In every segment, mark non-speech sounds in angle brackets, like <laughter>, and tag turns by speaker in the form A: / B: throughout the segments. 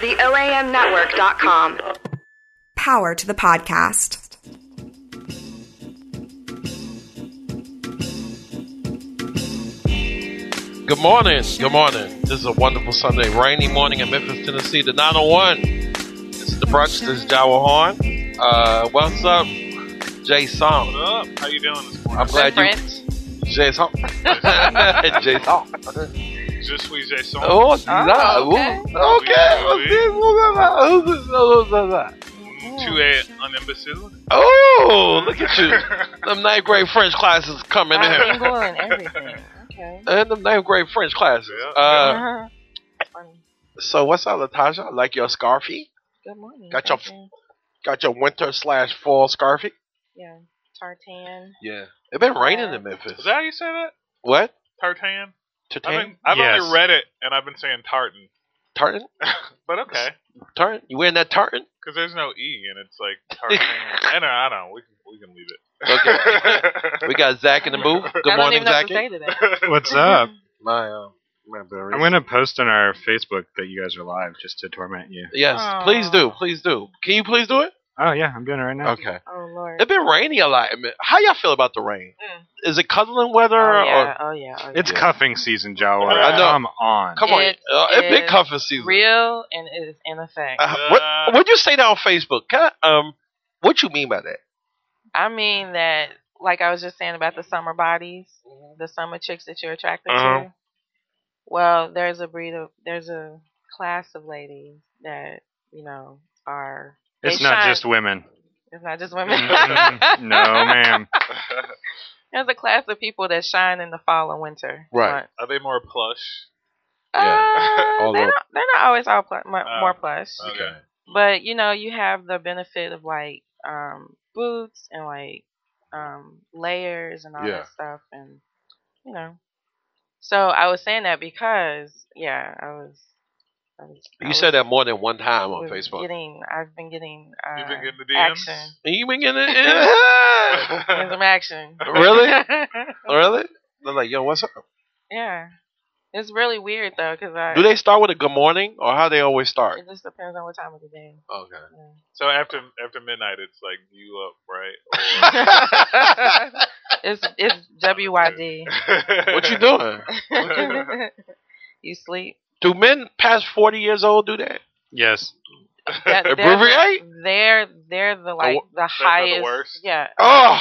A: The OAMnetwork.com.
B: Power to the podcast.
C: Good morning. Good morning. This is a wonderful Sunday, rainy morning in Memphis, Tennessee. The 901. This is the brunch. This is Jawa Horn. Uh, what's up, Jay Song?
D: What up? How you doing this morning?
C: I'm glad
E: Friends.
C: you. Jay Song. Jay Song.
D: Je suis Jason.
C: Oh, nah, ooh.
E: okay.
C: Okay, what's this? Blah, blah, blah, blah, blah, blah, blah.
D: Tu es un imbécile.
C: Oh, look at you.
F: <laughs>
C: Them ninth grade French classes coming in.
E: Bilingual and everything. <laughs> Okay.
C: And them ninth grade French classes. Uh,
D: Yeah.
E: Uh-huh. Funny.
C: so what's up, Latasha? I Like your scarfie?
E: Good morning.
C: Got your-
E: Tartan.
C: Got your winter slash fall scarfie?
E: Yeah. Tartan.
C: Yeah. It's been raining in Memphis.
D: <laughs> Is that how you say that?
C: What?
D: Tartan? I've,
C: Tartan?
D: been, I've
F: Yes.
D: only read it and I've been saying tartan.
C: Tartan?
D: But okay.
C: Tartan? You wearing that tartan?
D: Because there's no E and it's like tartan. I don't know. I don't know. We can, we can leave it.
C: Okay. We got Zach in the booth. Good
E: <laughs> I don't
C: morning,
E: even know
C: Zach.
E: what to say today.
D: <laughs>
F: What's up?
C: My, um, my berry.
F: I'm gonna post on our Facebook that you guys are live just to torment you.
C: Yes,
E: Aw.
C: please do, please do. Can you please do it?
F: Oh yeah, I'm doing it right now.
C: Okay.
E: Oh Lord.
C: It's been rainy a lot. I mean, How y'all feel about the rain?
E: Mm.
C: Is it cuddling weather?
E: oh,
C: Or,
E: yeah. oh yeah. Oh yeah.
F: It's
C: Yeah.
F: cuffing season, Jawa.
D: I
C: know.
F: Come on.
C: come on,
E: It
C: uh, it's been
E: is
C: cuffing season.
E: real and it is in effect.
C: Uh, what would you say that on Facebook? Can I, um, what you mean by that?
E: I mean that, like I was just saying about the summer bodies, the summer chicks that you're attracted
F: Uh-huh.
E: to. Well, there's a breed of there's a class of ladies that you know are. they
F: It's not
E: shine-
F: just women.
E: It's not just women.
F: Mm-mm.
C: Mm-hmm.
E: <laughs>
F: no, ma'am.
E: There's a class of people that shine in the fall and winter.
C: Right.
E: months.
D: Are they more plush?
C: Yeah.
E: Uh,
C: All
E: they're,
C: of-
E: not, they're not always all pl- mo-
D: Oh.
E: more plush,
D: Okay.
E: but you know you have the benefit of like um, boots and like um, layers and all
C: Yeah.
E: that stuff, and you know. So I was saying that because yeah, I was. I was I
C: You
E: was-
C: said that more than one time on
E: was
C: Facebook.
E: Getting, I've been getting. Uh,
D: You've been getting the DMs?
E: action. <laughs>
C: you been getting it? <laughs>
E: Getting some action.
D: <laughs>
E: <laughs>
C: Really? Oh, really? They're like, yo, what's up?
E: yeah, it's really weird though because I.
C: Do they start with a good morning or how they always start?
E: It just depends on what time of the day.
C: <laughs> Okay.
E: Yeah.
D: <laughs> so after after midnight, it's like you up, right? <laughs>
E: It's it's WYD.
D: Or-
C: what you doing?
E: <laughs> you sleep.
C: Do men past forty years old do that?
F: Yes. <laughs>
E: That- they're,
C: Abbreviate?
E: the- they're they're the like
F: Oh,
C: wo-
E: the highest.
D: worst?
E: Yeah.
C: Oh,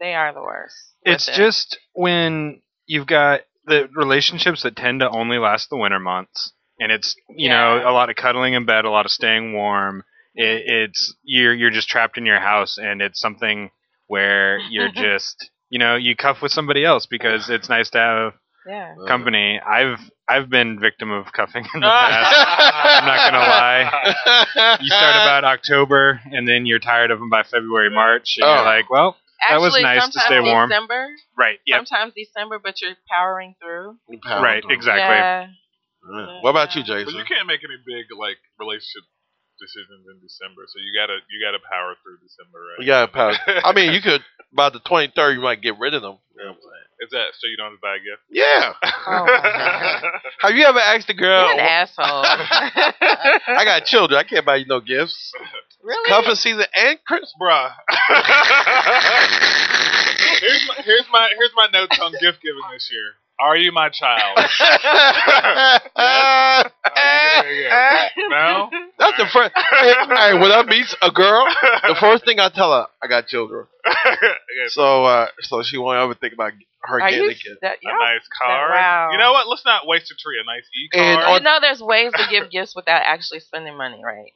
E: They are the worst.
F: It's
E: with it.
F: just when you've got the relationships that tend to only last the winter months, and it's you
E: Yeah.
F: know a lot of cuddling in bed, a lot of staying warm. It, it's you're you're just trapped in your house, and it's something where
E: <laughs>
F: you're just you know you cuff with somebody else because it's nice to have
E: yeah.
C: Uh. <laughs>
F: company. I've I've been victim of cuffing in the past. I'm not
E: <laughs>
F: gonna lie.
C: <laughs>
F: You start about October, and then you're tired of them by February, March, and
C: Oh.
F: you're like, well, That was
E: Actually,
F: nice to
E: sometimes
F: stay warm.
E: December.
F: right, yep,
E: Sometimes December, but you're powering through.
C: about
F: right, exactly.
E: Yeah.
C: Yeah. What about you,
D: But
C: Jason?
D: you can't make any big like relationship decisions in December, so you gotta you gotta power through December, right?
C: Yeah, pal. I mean, you could by the twenty third, you might get rid of them.
D: Is that so you don't have to buy a gift?
C: Yeah.
E: Oh
F: <laughs>
E: my
D: <laughs>
C: Have you ever asked a
E: You're
C: girl?
F: <laughs>
E: an asshole.
C: <laughs> I got children. I can't buy you no gifts.
E: really?
C: Cuffing season and Christmas.
F: <laughs>
D: Bruh. <laughs> here's my here's my here's my notes on gift giving this year. Are you my child? Oh,
E: Eh?
D: yeah, yeah, yeah.
E: <laughs>
D: no?
C: That's the first. Hey, when I meet a girl, the first thing I tell her, I got children.
D: Yes,
C: So, uh, so she won't ever think about her
E: Are
C: getting
E: you?
C: a kid.
E: That,
D: a nice car.
E: Wow.
D: You know what? Let's not waste a tree. A nice e car.
C: And
E: you know, there's ways to give gifts without actually spending money, right?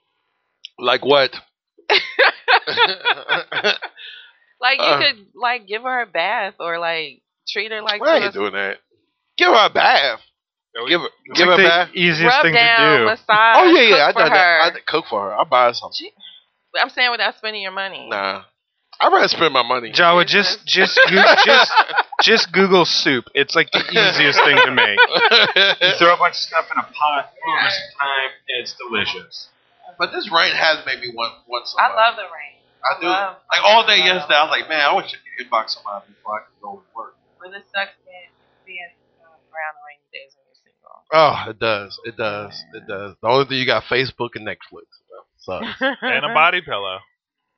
C: Like
E: <laughs>
C: what?
E: Like you
C: Uh.
E: could like give her a bath or like treat her like
C: Why are
E: to
C: you
E: a
C: doing that? Give her a bath. Give her,
F: It's
C: give her
F: like
C: a
F: the
C: bath.
F: easiest
E: rub
F: thing
E: down,
F: to do.
E: massage.
C: <laughs>
E: Oh
C: Oh yeah, yeah. I
E: for
C: done
E: her.
C: that. I cook for her. I buy her something.
E: I, am saying without spending your money.
C: Nah, I rather spend my money.
F: Jawa, just just goo- just just Google soup. It's like the easiest thing to make. You throw a bunch of stuff in a <laughs> pot over some Uh, time, and it's delicious.
C: <laughs> but this rain has made me want want
E: I
C: somebody.
E: love the rain,
C: I do.
E: love-
C: like all day
E: love-
C: yesterday, I was like, man, I wish I could inbox somebody before I could go to work.
E: uh, but it sucks being, being um, around the rainy days when you're single.
C: Oh, it does. It does. It does. The only thing you got Facebook and Netflix.
E: <laughs>
C: So
D: and
E: Uh-huh.
D: a body pillow.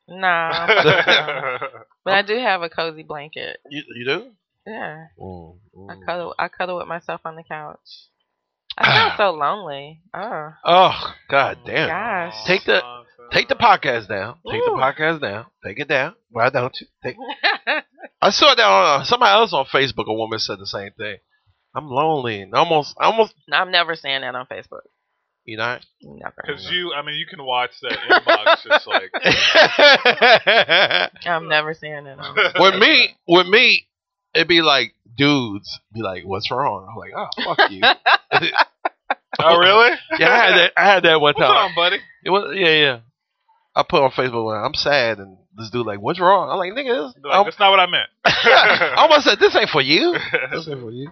E: Nah, fuck
C: <laughs>
E: no. but I do have a cozy blanket.
C: you, you do?
E: Yeah,
C: Mm,
E: I
C: mm.
E: cuddle. I cuddle with myself on the couch.
C: <sighs>
E: I feel so lonely. <laughs> Oh,
C: Oh God damn!
E: Gosh.
C: Take the take
D: <laughs>
C: the podcast down. Take
E: Ooh.
C: the podcast down. Take it down. Why don't you? Take. I saw that on uh, somebody else on Facebook. A woman said the same thing. I'm lonely and almost almost.
E: No, I'm never saying that on Facebook.
C: You know. <laughs>
D: <laughs>
E: Never.
D: Because you, I mean, you can watch that inbox. It's like
E: I'm never saying that on.
C: with me, with me, it'd be like dudes be like, "What's wrong?" I'm like, "Oh fuck you." <laughs>
D: oh really?
C: Yeah, I had that. I had that one
D: What's
C: time.
D: on, buddy?
C: It was yeah, yeah. I put on Facebook, like, I'm sad, and this dude like, "What's wrong?" I'm like, "Nigga, this,
D: Like,
C: I'm- <laughs>
D: That's not what I meant.
C: I almost said this ain't for you. <laughs> This ain't for you."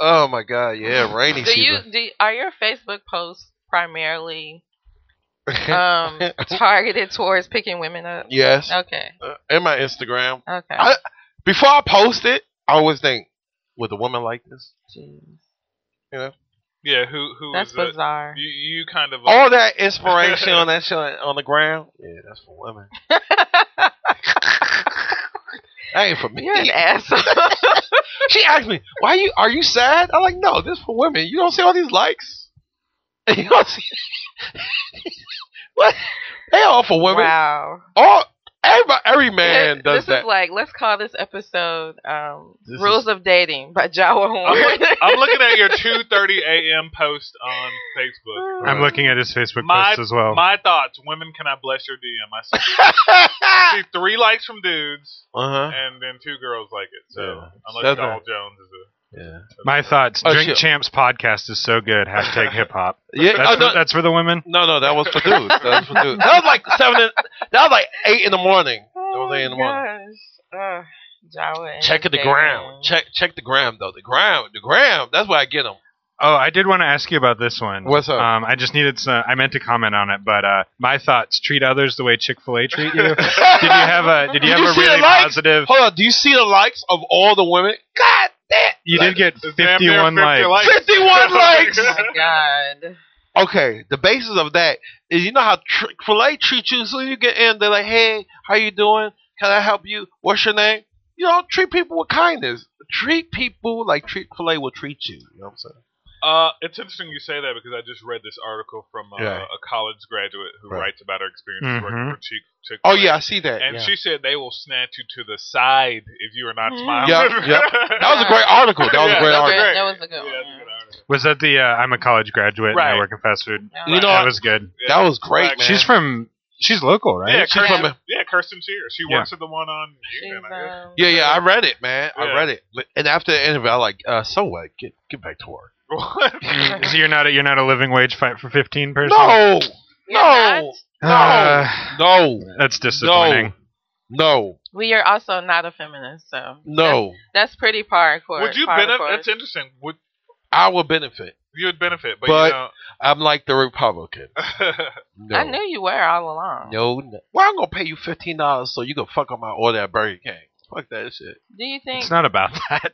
C: Oh my god, yeah, rainy
E: Do you <laughs>
C: season.
E: do? Are your Facebook posts primarily um targeted towards picking women up?
C: <laughs> yes,
E: Okay.
C: uh, and my Instagram.
E: Okay.
C: I- Before I post it, I always think, "Would a woman like this?"
E: Jeez.
D: Yeah, who who
E: That's
D: is it?
E: bizarre.
D: You you kind of
C: All that inspiration on that shit on the ground. Yeah, that's for women. That ain't for me.
E: <laughs> You're an asshole.
C: She asked me, "Why you are you sad?" I'm like, "No, this for women. You don't see all these likes. <laughs> You don't see <laughs> what? They all for <laughs> women.
E: wow.
C: All every every man
E: This-
C: does
E: this is
C: that.
E: like let's call this episode um,
C: This
E: "Rules of Dating" by Jawa
D: I'm,
E: Horn.
D: look- I'm looking at your 2:30 a.m. post on Facebook.
E: <laughs>
F: I'm looking at his Facebook
D: My-
F: post as
C: <laughs>
F: well.
D: My thoughts: Women, can I bless your DM? I see, I see three likes from dudes,
C: uh huh.
D: and then two girls like it. So
C: Yeah.
D: unless
C: That's
D: Doll
C: right.
D: Jones is a
C: Yeah.
F: My thoughts.
C: Oh,
F: Drink
C: shit.
F: Champs podcast is so good. Hashtag hip hop.
C: Yeah.
F: That's,
C: oh, no,
F: for- that's for the women.
C: no, no, that was for dudes. That was for dudes. That was like seven. In, that was like eight in the morning. That
E: oh
C: was eight in the morning.
E: my gosh, Ugh, Jawa. and
C: Checking the
E: dating.
C: ground. Check check the gram though. The gram. The gram. That's where I get them.
F: Oh, I did want to ask you about this one.
C: What's up?
F: Um, I just needed some. I meant to comment on it, but uh, my thoughts. Treat others the way Chick Fil A
C: <laughs>
F: treat you. did you have a? Did you
C: Did
F: have
C: you
F: a
C: see the
F: really
C: likes?
F: positive?
C: Hold on. Do you see the likes of all the women? God damn.
F: You did get
D: It's damn near
F: 51 likes.
D: 50 <laughs>
C: 51 likes.
E: Oh my God. Oh,
C: okay, the basis of that is you know how Chick Fil A treat you. So you get in, they're like, "Hey, how you doing? Can I help you? What's your name?" You know, treat people with kindness. Treat people like Chick Fil A will treat you. You know what I'm saying?
D: Uh, it's interesting you say that because I just read this article from uh,
C: Yeah.
D: a college graduate who
C: Right.
D: writes about her experiences working
F: Mhm.
D: for Chick. Chick
C: Oh yeah, I see that.
D: And
C: yeah.
D: she said they will snatch you to the side if you are not smiling.
C: Yeah, yeah.
D: <laughs>
C: that was a great article. That was a
D: Yeah,
C: great
D: that's
E: That was
C: article.
E: good- that was a good
D: Yeah, that's a
E: one.
D: good article.
F: Was that the? Uh, I'm a college graduate and
D: Right.
F: I work in fast food.
E: No,
C: You know,
F: that
C: I-
F: was good.
D: Yeah.
C: That was great, man.
F: She's from. She's local, right?
D: Yeah,
C: She's from-
D: Kirsten, <laughs> yeah, Kirsten Shear. She
F: Yeah.
D: works at the one on.
E: she's,
D: Union, I guess.
E: um,
C: yeah, yeah, I read it, man.
D: Yeah.
C: I read it. But- And after the interview, I like, uh, so what? Get get back to work.
D: <laughs> What?
F: Mm, so you're not a, you're not a living wage fight for 15 person.
C: No,
E: You're
C: No.
E: not?
F: Uh,
C: no,
F: that's disappointing.
C: no,
E: We are also not a feminist, so
C: no.
E: that's, that's pretty par for.
D: Would you
E: par
D: benefit?
E: for-
D: That's interesting. Would
C: I will benefit.
D: you would benefit? But,
C: But-
D: you know,
C: I'm like the
D: <laughs>
C: Republican. No.
E: I knew you were all along.
C: No, no. Well, I'm gonna pay you fifteen dollars so you can fuck up my order at Burger King. Fuck that shit. <laughs>
E: Do you think
F: It's
E: it's,
F: not about that.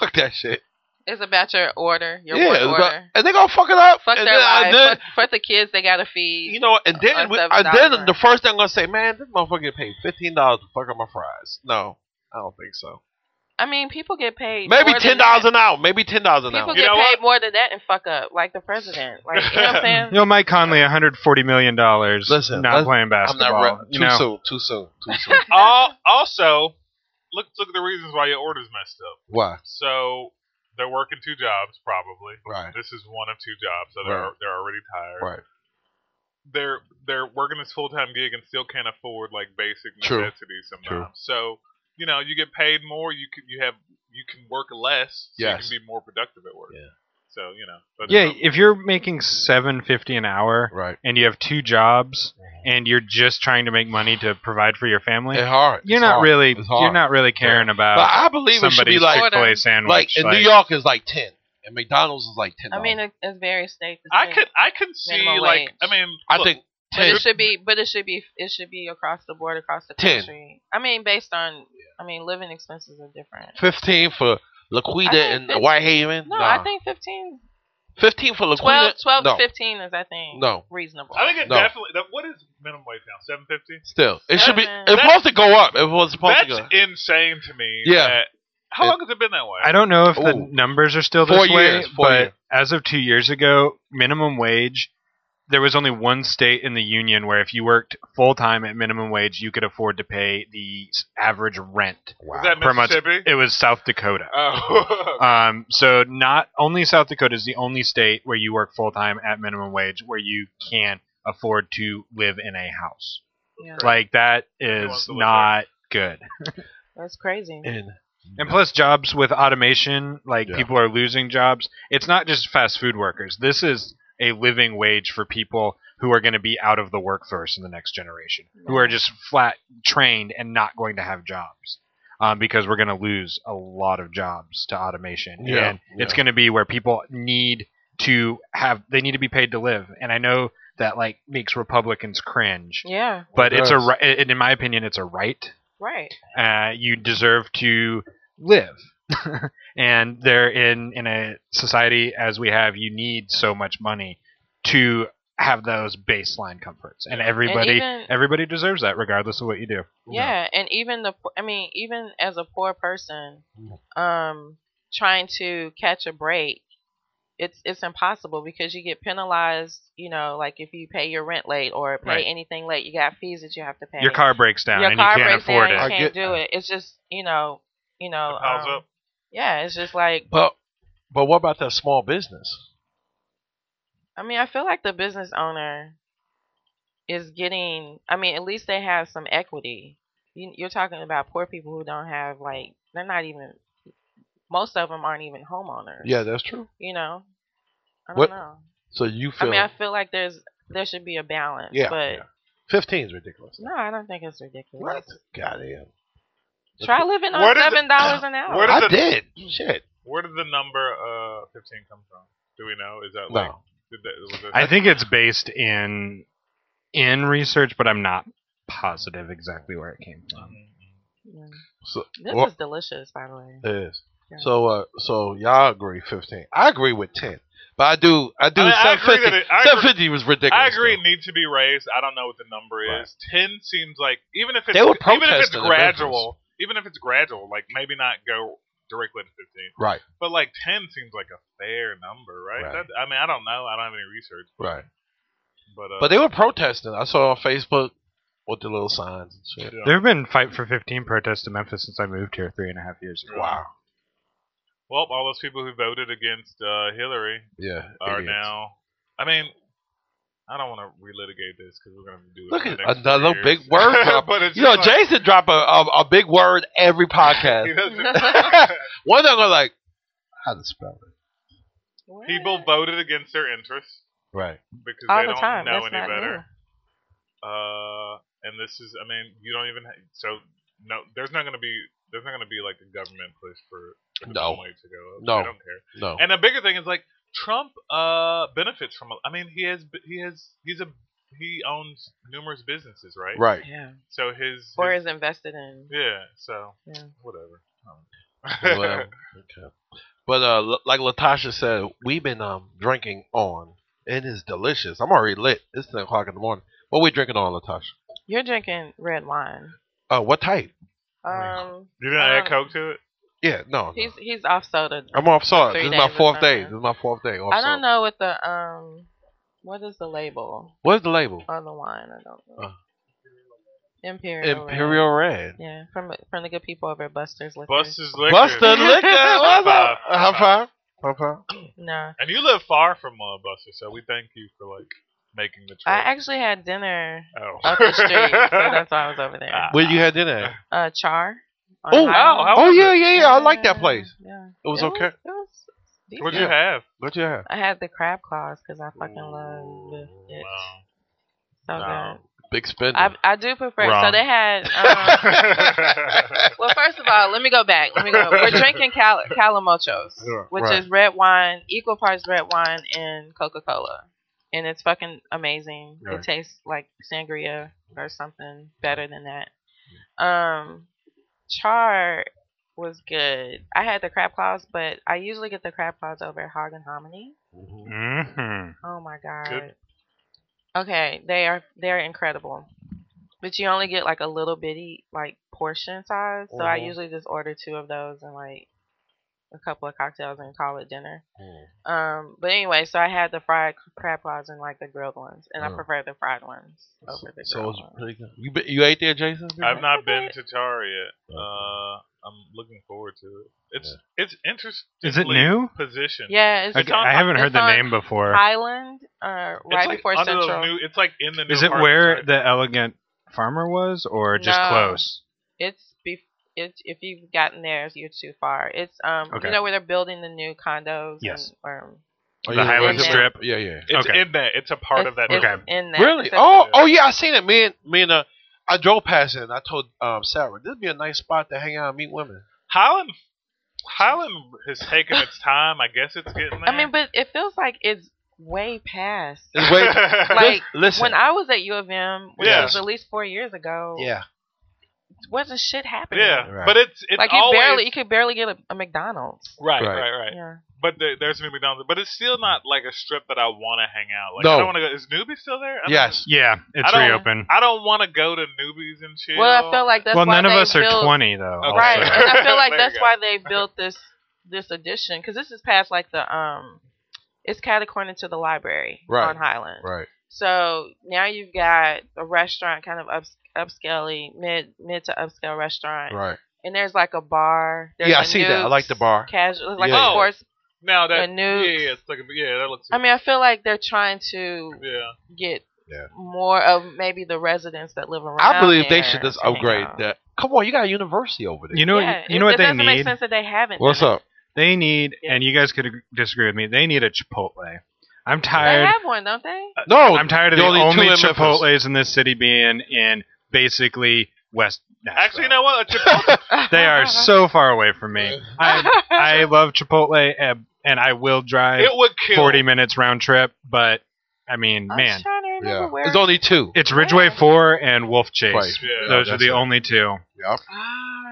C: fuck that shit.
E: about your order, your
C: yeah,
E: work
C: it's about-
E: order?
C: and they gonna fuck it up.
E: Fuck
C: and
E: their
C: then, I
E: life.
C: did-
E: Fuck, fuck the kids they gotta feed.
C: you know, and then
E: On
C: we,
E: seven
C: and then
E: dollars.
C: the first thing I'm gonna say, man, this motherfucker paid fifteen dollars to fuck up my fries. No, I don't think so.
E: I mean, people get paid.
C: Maybe
E: more than
C: ten dollars
E: that.
C: an hour. Maybe ten dollars an
E: People
C: hour.
D: You
E: get
D: know
E: paid
D: what?
E: more than that and fuck up, like the president. Like you know what I'm saying?
F: <laughs> You know, Mike Conley, 140 million dollars.
C: Listen,
F: not
C: let's-
F: playing
C: I'm
F: basketball.
C: not re-
F: you
C: too
F: know,
C: soon. Too soon. Too soon.
D: al- also look look at the reasons why your order's messed up.
C: Why?
D: So they're working two jobs probably.
C: Right.
D: This is one of two jobs, so they're
C: Right.
D: they're already tired.
C: Right.
D: They're they're working this full time gig and still can't afford like basic
C: True.
D: necessities sometimes. So you know you get paid more. You can you have you can work less. So
C: Yes.
D: You can be more productive at work.
C: Yeah.
D: So you know. but-
F: yeah, if you're making 750 an hour
C: Right. Mm-hmm.
F: and you have two jobs and you're just trying to make money to provide for your family,
C: It's hard.
F: you're
C: It's
F: not
C: hard.
F: really
C: It's hard.
F: you're not really caring
C: But
F: about
C: I believe it should be
F: somebody's
C: like
E: Order.
F: Chick-fil-A sandwich.
C: like in New York is like ten, and McDonald's is like ten.
E: I mean, it, it's very state. to
D: I
E: state.
D: could I could see
E: Minimum
D: like
E: wage.
D: I mean
C: I
D: look,
C: think
E: But
C: ten.
E: it should be, but it should be, it should be across the board, across the
C: Ten.
E: country. I mean, based on, I mean, living expenses are different.
C: 15 for
E: I
C: Laquita
E: think
C: and
E: fif-
C: Whitehaven.
E: No,
C: Nah.
E: I think fifteen
C: Fifteen for Laquina.
E: 12, 12
C: no,
E: to 15 is, I think,
C: no.
E: reasonable.
D: I think it
C: No.
D: definitely. That, what is minimum wage now? Seven fifty.
C: Still, it should be.
E: Seven.
C: It's supposed to go up. It was supposed to
D: That's
C: go. up.
D: insane to me.
C: Yeah.
D: that- how
C: It-
D: long has it been that way?
F: I don't know if the
C: Ooh.
F: numbers are still
C: Four
F: this way,
C: years, four
F: but
C: years.
F: as of two years ago, minimum wage. There was only one state in the union where if you worked full time at minimum wage, you could afford to pay the s- average rent.
D: Is that
F: per month.
D: Mississippi?
F: It was South Dakota.
D: Oh. <laughs>
F: Um, so not only South Dakota is the only state where you work full time at minimum wage where you can afford to live in a house.
E: Yeah,
F: Like that
D: wants
F: is
D: to live there?
F: not good.
E: that's crazy.
C: And
F: And plus, jobs with automation, like
C: Yeah.
F: people are losing jobs. It's not just fast food workers. This is a living wage for people who are going to be out of the workforce in the next generation, who are just flat trained and not going to have jobs. Um, because we're going to lose a lot of jobs to automation,
C: Yeah,
F: and it's
C: yeah.
F: going to be where people need to have they need to be paid to live. And I know that like makes Republicans cringe,
E: Yeah,
F: but it's a
C: does.
F: ri- and in my opinion, it's a right
E: right.
F: uh, you deserve to live. <laughs> and there in in a society as we have, you need so much money to have those baseline comforts, and everybody
E: even-
F: everybody deserves that, regardless of what you do.
E: Yeah, and even the, po- I mean, even as a poor person,
F: Mm.
E: um, trying to catch a break, it's it's impossible because you get penalized. You know, like if you pay your rent late or pay
F: Right.
E: anything late, you got fees that you have to pay.
F: Your car breaks down,
E: Your
F: and
E: car
F: you can't
E: breaks
F: afford
E: down,
F: it.
E: You
C: I
E: can't
C: get
E: do it. It's just you know, you know.
D: It piles
E: um,
D: up.
E: Yeah, it's just like
C: but but what about that small business?
E: I mean, I feel like the business owner is getting. I mean, at least they have some equity. You, you're talking about poor people who don't have like they're not even. Most of them aren't even homeowners.
C: Yeah, that's true.
E: You know. I don't
C: What-
E: know.
C: So you feel
E: I mean, I feel like there's there should be a balance.
C: Yeah,
E: But
C: yeah. fifteen is ridiculous.
E: no, I don't think it's
C: What?
E: ridiculous.
C: Goddamn.
E: Try living on
D: What is it-
E: seven dollars an hour.
D: <laughs> What is
C: I
D: it-
C: did. Shit.
D: Where did the number uh, 15 come from? Do we know? Is that
C: No.
D: like. Did that, was it,
F: I
D: <laughs>
F: think it's based in in research, but I'm not positive exactly where it came from.
E: Yeah.
C: So,
E: This
C: well,
E: is delicious, by the
D: <laughs>
E: way. <laughs>
C: it is.
E: Yeah.
C: So uh, so y'all agree fifteen. I agree with ten. But I do I do
D: I mean, I
C: seven
D: agree
C: fifty.
D: that it- I agree-
C: Seven fifty was ridiculous.
D: I agree.
C: though.
D: It needs to be raised. I don't know what the number
C: Right.
D: is. Ten seems like even if it's
C: They were
D: even if it's
C: protesting the
D: gradual, even if it's gradual, like maybe not go directly to fifteen,
C: Right,
D: but like ten seems like a fair number, right?
C: Right.
D: That, I mean, I don't know. I don't have any research,
C: right.
D: but uh,
C: But they were protesting. I saw it on Facebook with the little signs and shit.
D: yeah.
F: There have been fight for 15 protests in Memphis since I moved here three and a half years ago.
C: Wow.
D: well, all those people who voted against uh, Hillary
C: Yeah.
D: are
C: idiots.
D: now. I mean, I don't want to relitigate this because we're going to do it.
C: Look
D: for
C: at
D: the next
C: another
D: few
C: big
D: years.
C: word
D: <laughs>
C: drop.
D: but it's
C: You know,
D: just like-
C: Jason drop a, a, a big word every
D: he <laughs>
C: podcast.
E: <laughs>
D: doesn't-
C: One they're gonna like how to spell it.
E: What?
D: people voted against their interests
C: Right.
D: because
E: all
D: they
E: the
D: don't
E: time.
D: know
E: That's
D: any
E: not
D: better.
E: new.
D: Uh, and this is, I mean, you don't even ha so no. There's not going to be there's not going to be like a government push for, for the
C: No.
D: minimum wage to go up.
C: No.
D: I don't care.
C: No.
D: And the bigger thing is like Trump uh benefits from. a- I mean, he has he has he's a he owns numerous businesses, right? <laughs>
C: right.
E: Yeah.
D: So his,
E: Or
D: his-
E: is invested in.
D: yeah. So
E: Yeah.
D: whatever. I don't know.
C: well, okay. But uh, l- like Latasha said, we've been um drinking on. It is delicious. I'm already lit. It's ten o'clock in the morning. What we drinking on, Latasha?
E: You're drinking red wine.
C: Uh, what type? Oh,
E: Um,
D: you didn't add
E: um,
D: Coke to it.
C: Yeah, no. no.
E: he's he's off soda.
C: I'm off salt. This
E: Three
C: is my
E: days is
C: fourth
E: fine.
C: day. This is my fourth day. Off
E: I don't
C: salt.
E: know what the um, what is the label
C: What's the label?
E: on the wine? I don't know.
C: Uh.
E: Imperial. Red.
C: Imperial Red.
E: Yeah, from from the good people over at Buster's Liquor.
D: Buster's liquor.
C: Buster Liquor. <laughs> What's
D: High
C: up?
D: five.
C: High five. High five.
E: No,
D: And you live far from uh, Buster, so we thank you for like making the trip.
E: I actually had dinner
D: oh.
E: up the
C: <laughs>
E: street,
D: <laughs>
E: so that's why I was over there.
D: Ah.
C: Where you had dinner? at?
E: Uh, Char. on
C: Oh,
E: Highland.
D: wow, how
C: oh
D: was
C: yeah,
D: it?
C: yeah, yeah. I like that
E: Yeah,
C: place.
E: Yeah,
C: It was okay.
E: It was decent.
D: What'd you have?
C: What you have?
E: I had the crab claws because I fucking love it. <laughs>
D: Wow.
E: So
D: Wow.
E: good.
C: Big spender.
E: I I do prefer. So
F: Wrong.
E: they had.
C: <laughs>
E: Um, Well, first of all, let me go back. Let me go. We're drinking cal- calamochos,
C: Yeah,
E: which
C: right.
E: is red wine, equal parts red wine and Coca Cola, and it's fucking amazing.
C: Right.
E: It tastes like sangria or something better than that. Um, char was good. I had the crab claws, but I usually get the crab claws over at Hog and Hominy.
F: hmm
E: Oh my god.
D: Good.
E: Okay, they are they're incredible. But you only get like a little bitty like portion size, so I
C: Mhm.
E: usually just order two of those and like a couple of cocktails and call it dinner. Um, but anyway, so I had the fried crab claws and like the grilled ones, and I
C: Oh. prefer
E: prefer the fried ones over the grilled
C: So it's
E: ones.
C: pretty good. You be, you ate there, Jason?
D: I've not
E: <laughs>
D: been
E: Okay.
D: to Char yet.
C: Oh,
D: Uh, I'm looking forward to it. It's it's interesting.
F: Is it new?
D: Position.
E: Yeah, it's
F: I,
D: on-
F: I haven't
E: it's
F: heard the
E: on
F: name before.
E: Highland, uh,
D: It's
E: right
D: like
E: before
D: under the
E: Central.
D: new- it's like in the new.
F: Is it
D: apartment
F: where
D: site.
F: the elegant farmer was, or just
E: No.
F: close?
E: It's be- it's if you've gotten there, you're too far. It's um,
F: Okay.
E: you know where they're building the new condos.
F: Yes.
E: And, um,
C: Oh,
F: The
C: yeah,
F: Highland
C: yeah.
F: Strip.
C: Yeah, yeah.
D: It's
F: Okay.
D: in that. It's a part
E: it's-
D: of that.
E: it's
F: Okay.
E: In that
C: Really?
E: section.
C: Oh, oh yeah. I seen it. Me and me and uh, I drove past it and I told um Sarah this would be a nice spot to hang out and meet women.
D: Highland. Highland has taken its time. I guess it's getting there.
E: I mean, but it feels like it's way past.
C: It's way- <laughs>
E: Like,
C: listen.
E: When I was at U of M, which
D: Yeah.
E: was at least four years ago,
C: yeah.
E: wasn't shit happening.
D: <laughs> yeah,
C: Right.
D: but it's it's
E: like you
D: always
E: barely, you could barely get a, a McDonald's.
D: right,
C: Right.
D: right, right.
E: Yeah.
D: But there, there's new McDonald's, but it's still not like a strip that I want to hang out. Like
C: No.
D: I don't want to go. Is Newbie still there? I don't-
C: Yes.
F: Yeah, it's
D: I don't-
F: reopened.
D: I don't want to go to Newbies and chill.
E: Well, I feel like that's
F: Well,
E: why
F: none of
E: they
F: us are
E: built-
F: 20 though.
C: Oh,
D: Okay.
E: Right, <laughs>
F: also.
E: and
C: <laughs>
E: I feel like
D: There
E: that's
D: you go.
E: why they built this this addition because this is past like the um, it's kind of corner to the library
C: Right.
E: on Highland.
C: Right.
E: So now you've got a restaurant, kind of up upscaley, mid mid to upscale restaurant,
C: Right.
E: and there's like a bar. There's
C: Yeah,
E: a
C: I see that. I like the
E: Nukes,
C: bar.
E: Casual, like
C: Yeah.
E: a sports.
D: now that
E: the new-
D: yeah, yeah, it's like a, yeah, that looks.
E: I mean, I feel like they're trying to
D: yeah.
E: get
C: Yeah.
E: more of maybe the residents that live around.
C: I believe they
E: there
C: should just
E: to hang
C: upgrade
E: out.
C: that. Come on, you got a university over there.
F: You know,
E: Yeah,
F: you
E: it-
F: know
E: it
F: what they
E: doesn't make
F: need.
E: sense that they haven't.
C: What's
E: done it.
C: up?
F: They need,
E: Yeah.
F: and you guys could ag- disagree with me. They need a Chipotle. I'm
E: They
F: tired.
E: have one, don't they?
C: No,
F: I'm tired of the
C: there's
F: only,
C: two in Memphis.
F: Chipotle's in this city being in basically West. Nashville. <laughs>
D: Actually, you know what? A Chipotle.
F: They
E: <laughs>
F: are so far away from me. <laughs> I I love Chipotle, uh, and I will drive
D: it would kill.
F: 40 minutes round trip. But I mean,
E: I'm
F: man,
E: just trying to remember
C: Yeah.
E: where.
C: There's only two.
F: it's Ridgeway
E: Yeah.
F: Four and Wolf Chase.
C: Right.
D: Yeah,
F: Those are
C: that's
F: the
C: right.
F: only two.
C: Yep.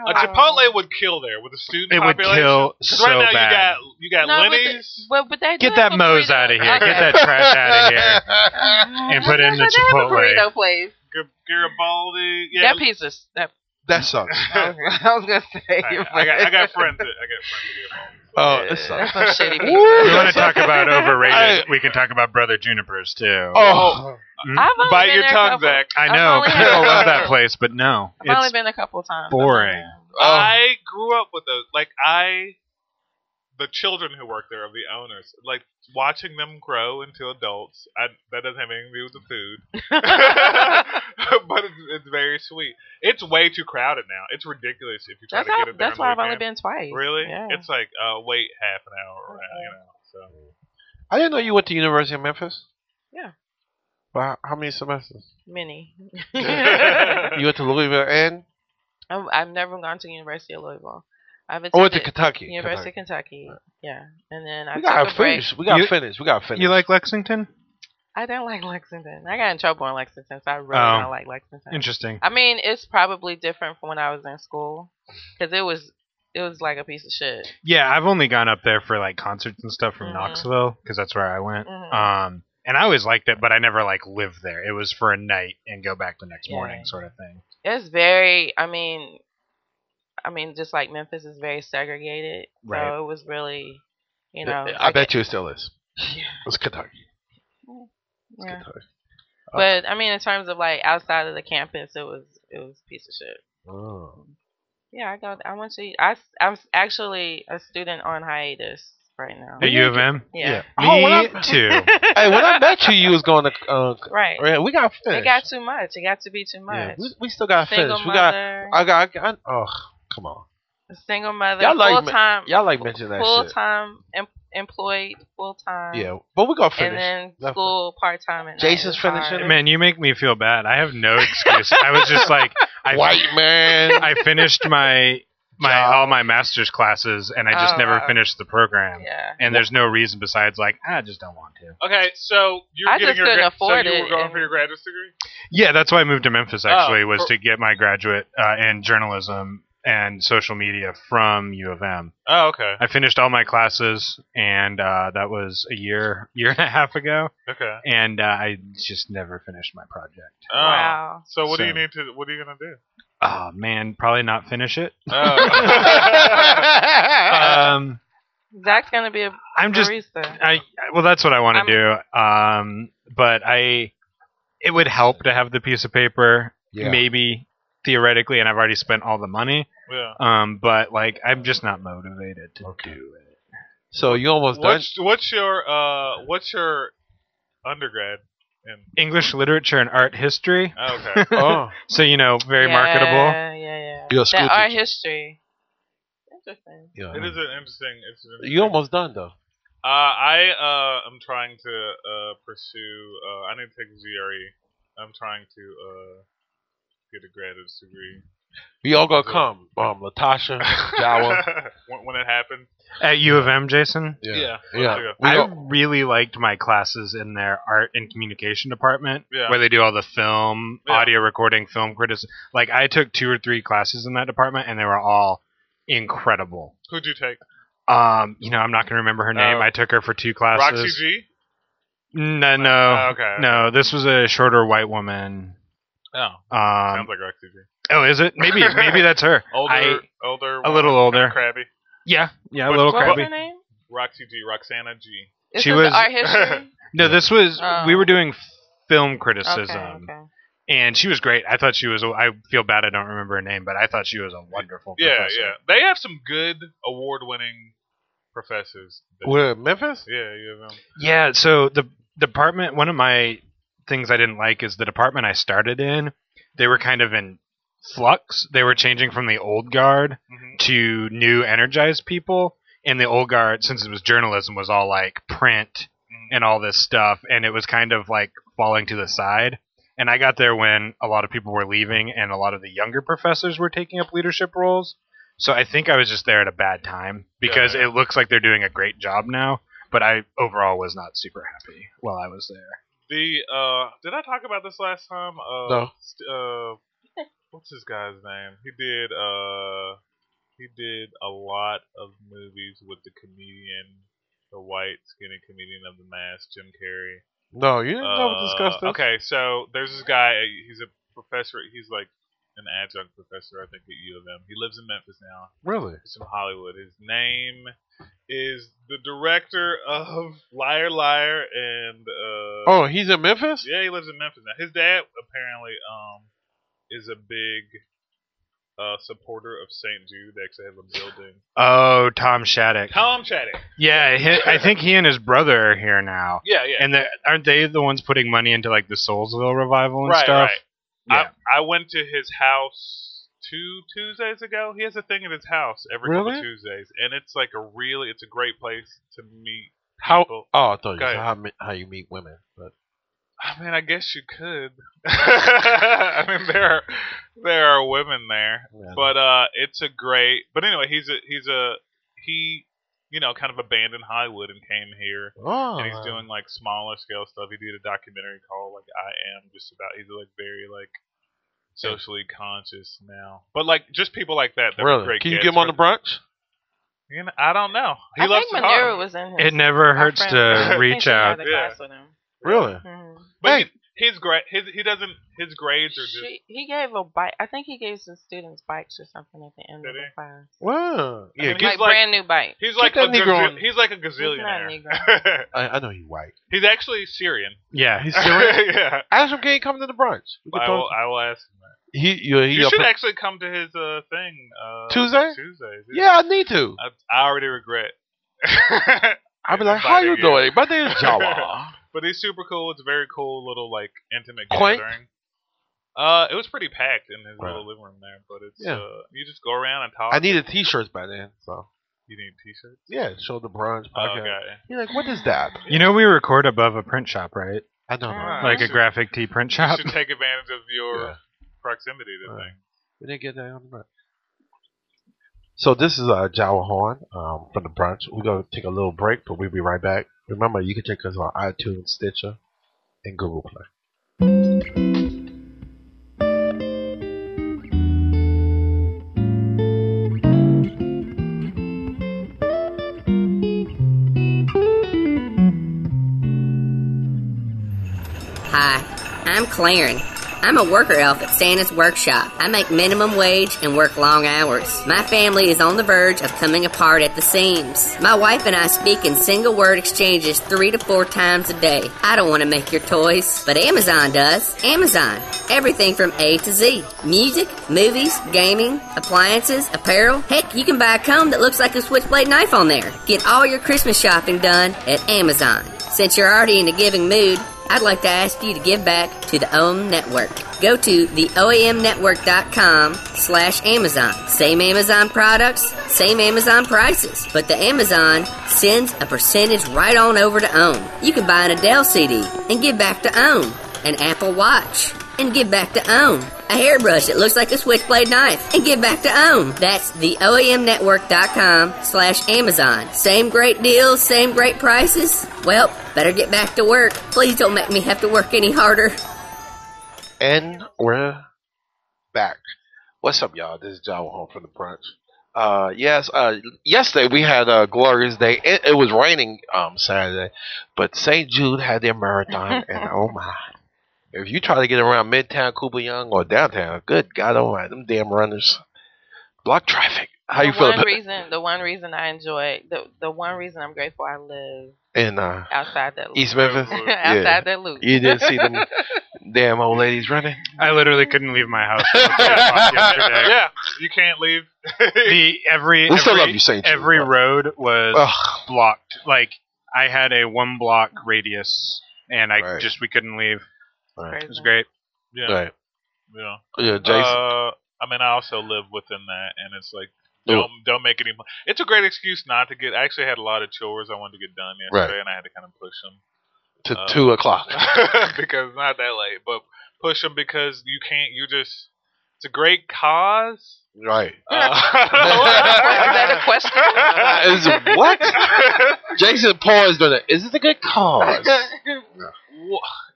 D: A Chipotle would kill there with a student
F: It would
D: population.
F: kill
D: 'Cause
F: so
D: right now
F: bad.
D: you got you got
E: No, but the-
D: Lenny's.
E: Well, but they do
F: Get
E: have
F: that
E: a
F: Moe's
E: burrito.
F: out of here.
E: Okay.
F: Get
E: <laughs>
F: that trash out of here. and put in the
E: They have a
F: Chipotle.
E: burrito place.
D: Gar- Garibaldi. Yeah,
E: That pizza's
F: <laughs>
E: that.
C: <laughs> That sucks.
E: <laughs> I was gonna say.
D: I, I got,
E: <laughs>
D: I got friends. That, I got friends. That get Garibaldi.
C: Oh, that
E: That's
C: sucks.
E: some shitty pizza.
C: Woo!
F: We want to talk about
D: <laughs>
F: overrated.
C: Hey.
F: We can talk about Brother Junipers too.
C: <laughs> Oh,
F: Mm.
E: I've only
D: Bite
E: been
D: your
E: there a
D: tongue,
E: couple-
D: Zach.
F: I
E: I've
F: know
E: only had-
F: people love that place, but no,
E: I've only
F: it's
E: been a couple times.
F: boring.
C: oh.
D: I grew up with those. Like I, the children who work there of the owners, like watching them grow into adults. I, that doesn't have anything to do with the
E: <laughs>
D: food, <laughs> but it's, it's very sweet. It's way too crowded now. It's ridiculous if you try
E: That's
D: to
E: how.
D: get it there.
E: That's
D: on the
E: why I've only been
D: weekend.
E: twice.
D: Really?
E: Yeah.
D: It's like uh, wait half an hour around, you know. So
C: I didn't know you went to University of Memphis.
E: Yeah.
C: Wow, how many semesters?
D: <laughs>
E: many. <laughs>
C: <laughs> You went to Louisville and
E: I'm, I've never gone to University of Louisville. I've
F: Oh,
C: I went to
E: attended
C: Kentucky.
E: University of Kentucky. Yeah, and then I
C: We
E: took
C: gotta
E: a break.
C: finish. We gotta
F: You-
C: finish. We gotta finish.
F: You like Lexington?
E: I don't like Lexington. I got in trouble in Lexington, so I really
F: Oh.
E: don't like Lexington.
F: Interesting.
E: I mean, it's probably different from when I was in school because it was it was like a piece of shit.
F: Yeah, I've only gone up there for like concerts and stuff from
E: Mhm.
F: Knoxville because that's where I went.
E: Mhm.
F: Um, and I always liked it, but I never like lived there. It was for a night and go back the next
E: Yeah.
F: morning, sort of thing.
E: It's very. I mean, I mean, just like Memphis is very segregated,
F: Right.
E: so it was really, you know.
C: I bet you it still is. It's Kentucky. It's
E: Yeah.
C: Kentucky.
E: But I mean, in terms of like outside of the campus, it was it was a piece of shit.
C: Oh.
E: Yeah, I go. I went to. I am actually a student on hiatus right now.
F: At U of M?
E: Yeah.
C: Oh, when
F: Me
C: I- <laughs>
F: too.
E: <laughs>
C: hey, when I met you, you was going to. Uh,
E: Right.
C: yeah, we gotta finish.
E: It got too much. It got to be too
C: Yeah,
E: much.
C: we, we still gotta
E: Single
C: finish. We got.
E: mother.
C: I got. I, oh, come on.
E: a single mother.
C: Y'all like
E: full time.
C: Y'all like mentioning that
E: full
C: shit.
E: time em- employed. Full time.
C: Yeah, but we gonna finish.
E: And then
C: Nothing.
E: school part time. and
C: Jason's finishing
F: Man, you make me feel bad. I have no excuse. I was just like, I,
C: White
D: <laughs>
C: man.
F: I finished my my
C: Job.
F: all my master's classes, and I just
E: Oh,
F: never
E: wow.
F: finished the program.
E: Yeah.
F: And there's no reason besides like "Ah, I just don't want to.
D: okay, so you're
E: I
D: getting
E: just
D: your
E: couldn't
D: gra-
E: afford
D: so you
E: it,
D: were going
E: and-
D: for your graduate degree.
E: Oh,
F: Yeah, that's why I moved to Memphis. Actually, was
D: for-
F: to get my graduate uh, in journalism and social media from U of M.
D: Oh, okay.
F: I finished all my classes, and uh, that was a year, year and a half ago,
D: Okay.
F: and uh, I just never finished my project.
D: Oh.
E: Wow.
D: So what do you
F: So-
D: need to? What are you gonna do?
F: Oh man, probably not finish
E: <laughs>
F: it.
D: <laughs> Oh.
F: Um,
E: Zach's gonna be a
F: I'm just
E: barista.
F: I well, that's what I want to do. Um, but I, it would help to have the piece of paper,
C: Yeah.
F: maybe theoretically, and I've already spent all the money.
D: yeah.
F: Um, but like, I'm just not motivated to
C: Okay.
F: do it.
C: So you almost done.
D: What's what's your uh what's your undergrad in?
F: English literature and art history,
D: Oh, okay.
C: <laughs>
D: <laughs>
C: Oh,
F: so you know, very
E: yeah,
F: marketable.
E: Yeah, yeah.
C: You're a
E: that
C: school
E: art
C: teacher.
E: history. Interesting.
C: yeah.
D: it is an interesting. It's an interesting
C: You almost done though.
D: Uh, I uh, am trying to uh, pursue. Uh, I need to take GRE. E. I'm trying to uh, get a graduate degree.
C: We all gonna come. Um,
D: <laughs>
C: Latasha, Jawa.
D: when, when it happened.
F: At U of M, Jason.
C: Yeah.
D: Yeah.
C: Yeah.
D: Yeah.
C: We
F: I
C: all-
F: really liked my classes in their art and communication department,
D: Yeah.
F: where they do all the film,
D: Yeah.
F: audio recording, film criticism. Like I took two or three classes in that department, and they were all incredible.
D: Who'd you take?
F: Um, you know, I'm not going to remember her name.
D: Oh.
F: I took her for two
D: Roxy
F: classes.
D: G.
F: No, no,
D: Oh, okay.
F: no. This was a shorter white woman.
D: Oh.
F: Um,
D: Sounds like Roxy G.
F: oh, is it? Maybe, maybe that's her.
D: <laughs> Older,
F: I,
D: older.
F: a little older.
D: Crabby.
F: Yeah, yeah, a
D: But-
F: little
E: What was
F: crabby.
E: her name?
D: Roxy G. Roxana G.
E: This
F: She
E: is
F: was-
C: <laughs>
E: art history.
F: No, this was
E: Oh.
F: we were doing film criticism,
E: okay,
C: um,
E: okay.
F: and she was great. I thought she was. I feel bad I don't remember her name, but I thought she was a wonderful.
D: Yeah,
F: professor.
D: yeah. They have some good award-winning professors. that-
C: Where Memphis?
D: Yeah, you have them.
F: Yeah, so the department one of my things I didn't like is the department I started in, they were kind of in flux. They were changing from the old guard
D: Mhm.
F: to new energized people. And the old guard, since it was journalism, was all like print
D: mm-hmm.
F: and all this stuff, and it was kind of like falling to the side. And I got there when a lot of people were leaving and a lot of the younger professors were taking up leadership roles. So I think I was just there at a bad time because
D: Yeah.
F: it looks like they're doing a great job now, but I overall was not super happy while I was there.
D: The uh, did I talk about this last time? Uh,
C: No.
D: St- uh, what's this guy's name? He did uh, he did a lot of movies with the comedian, the white skinny comedian of the mask, Jim Carrey.
C: No, you didn't never
D: Uh,
C: discuss this.
D: Okay, so there's this guy. He's a professor. He's like an adjunct professor, I think, at U of M. He lives in Memphis now.
C: Really?
D: He's from Hollywood. His name is the director of Liar Liar and uh,
C: Oh, he's in Memphis.
D: yeah, he lives in Memphis now. His dad apparently um is a big uh supporter of St. Jude. They actually have a building.
F: Oh, Tom Shattuck.
D: Tom Chaddick.
F: Yeah, he, I think he and his brother are here now.
D: Yeah, yeah.
F: And they- aren't they the ones putting money into like the Soulsville revival and
D: right,
F: stuff?
D: right.
F: Yeah.
D: I, I went to his house two Tuesdays ago. He has a thing at his house every
C: Really?
D: couple Tuesdays, and it's like a really, it's a great place to meet
C: How?
D: people.
C: Oh, I thought you
D: Go
C: said
D: ahead.
C: how, me- how you meet women, but
D: I mean, I guess you could. <laughs> I mean, there are, there are women there,
C: Yeah.
D: but uh, it's a great. But anyway, he's a he's a he, you know, kind of abandoned Hollywood and came here.
C: oh,
D: And he's doing like smaller scale stuff. He did a documentary called like I Am, just about he's like very like socially conscious now. But like just people like that. that were
C: really?
D: Great
C: Can you
D: guests
C: get him on
D: for-
C: the brunch?
D: You know, I don't know. He
E: I
D: loves
E: think
D: to talk.
E: Manera was in his.
F: It never
E: our
F: hurts
E: friend- I
F: to
E: think
F: reach
E: she had
F: out.
E: a
D: Yeah.
E: class with him.
C: Really?
E: Mhm.
D: But
C: Hey.
D: he, his gra- his he doesn't his grades are just
E: She, he gave a bike. I think he gave some students bikes or something at the end of
D: Did
E: the
D: he?
E: class.
C: Wow.
D: I
C: Yeah, give-
D: mean,
E: Like,
D: He's like-
E: brand new bike.
D: he's like a
C: that Negro
D: gazi-
C: on-
D: he's like a
E: not
D: gazillionaire.
C: I, I know he's white.
D: <laughs> he's actually Syrian.
F: Yeah, he's
D: <laughs> yeah.
C: Ask him, can he come to the brunch? We can
D: I
C: throw-
D: will, I will ask him that.
C: he, you, he
D: You should
C: appro-
D: actually come to his uh, thing uh,
C: Tuesday?
D: Tuesdays.
C: yeah, I need to.
D: I, I already regret. <laughs>
C: I'll be like, how you
D: inviting you.
C: doing?
D: <laughs>
C: My name is Jawa.
D: but he's super cool. It's a very cool little like intimate
C: Quaint?
D: gathering. Uh, it was pretty packed in his
C: Right.
D: little living room there, but it's
C: Yeah.
D: uh, you just go around and talk.
C: I needed t-shirts by then, so.
D: you need t-shirts.
C: Yeah, show the brunch
D: Oh,
C: podcast.
D: okay.
C: You're like, what is that?
F: You know we record above a print shop, right?
C: I don't know.
D: Ah.
F: Like
D: you
F: a
D: should-
F: graphic tee print
C: <laughs>
D: You
F: shop.
D: should take advantage of your
C: Yeah.
D: proximity to
C: Right.
D: things.
C: We didn't get that on the brunch. So this is uh, Jawa Horn um, from the brunch. We're gonna take a little break, but we'll be right back. Remember, you can check us on iTunes, Stitcher, and Google Play.
G: Hi, I'm Claren. I'm a worker elf at Santa's workshop. I make minimum wage and work long hours. My family is on the verge of coming apart at the seams. My wife and I speak in single word exchanges three to four times a day. I don't want to make your toys, but Amazon does. Amazon. Everything from A to Z music, movies, gaming, appliances, apparel. Heck, you can buy a comb that looks like a switchblade knife on there. Get all your Christmas shopping done at Amazon. Since you're already in a giving mood, I'd like to ask you to give back to the OAM Network. Go to theoamnetwork.com slash Amazon. Same Amazon products, same Amazon prices, but the Amazon sends a percentage right on over to OAM. You can buy an Adele CD and give back to OAM, an Apple Watch and give back to OWN, a hairbrush that looks like a switchblade knife and give back to OWN. That's the OAMnetwork.com slash Amazon. Same great deals, same great prices. Well, better get back to work. Please don't make me have to work any harder.
C: And we're back. What's up, y'all? This is John home from the brunch. Uh, yes, uh, yesterday we had a glorious day. It, it was raining um, Saturday, but St. Jude had their marathon, and oh my. If you try to get around Midtown Cooper Young or downtown, good God almighty, them damn runners block traffic. How you
E: the
C: feel
E: one
C: about
E: reason, the one reason I enjoy, the the one reason I'm grateful I live
C: in uh,
E: outside that loop.
C: East Memphis?
E: <laughs> outside
C: yeah.
E: that loop.
C: You didn't
E: <laughs>
C: see them damn old ladies running?
F: I literally couldn't leave my house. yesterday.
D: <laughs> yeah, you can't leave.
F: The every
C: We still
F: every-
C: love you, St. Jude,
F: every
C: but-
F: road was
C: Ugh.
F: blocked. Like I had a one block radius, and I
C: Right.
F: just we couldn't leave.
C: Right.
F: It was
E: <laughs>
F: great.
D: Yeah,
C: Right.
D: yeah.
C: Yeah, Jason.
D: Uh, I mean, I also live within that, and it's like don't don't make any. mo- It's a great excuse not to get. I actually had a lot of chores I wanted to get done yesterday,
C: Right.
D: and I had to kind of push them
C: to
D: uh,
C: two o'clock.
D: <laughs> because not that late, but push them because you can't. You just it's a great cause.
C: Right. <laughs>
D: <laughs>
E: Is that a
D: Uh,
E: question?
D: <laughs>
C: Is <laughs> it- what? Jason paused on it. Is it a good cause?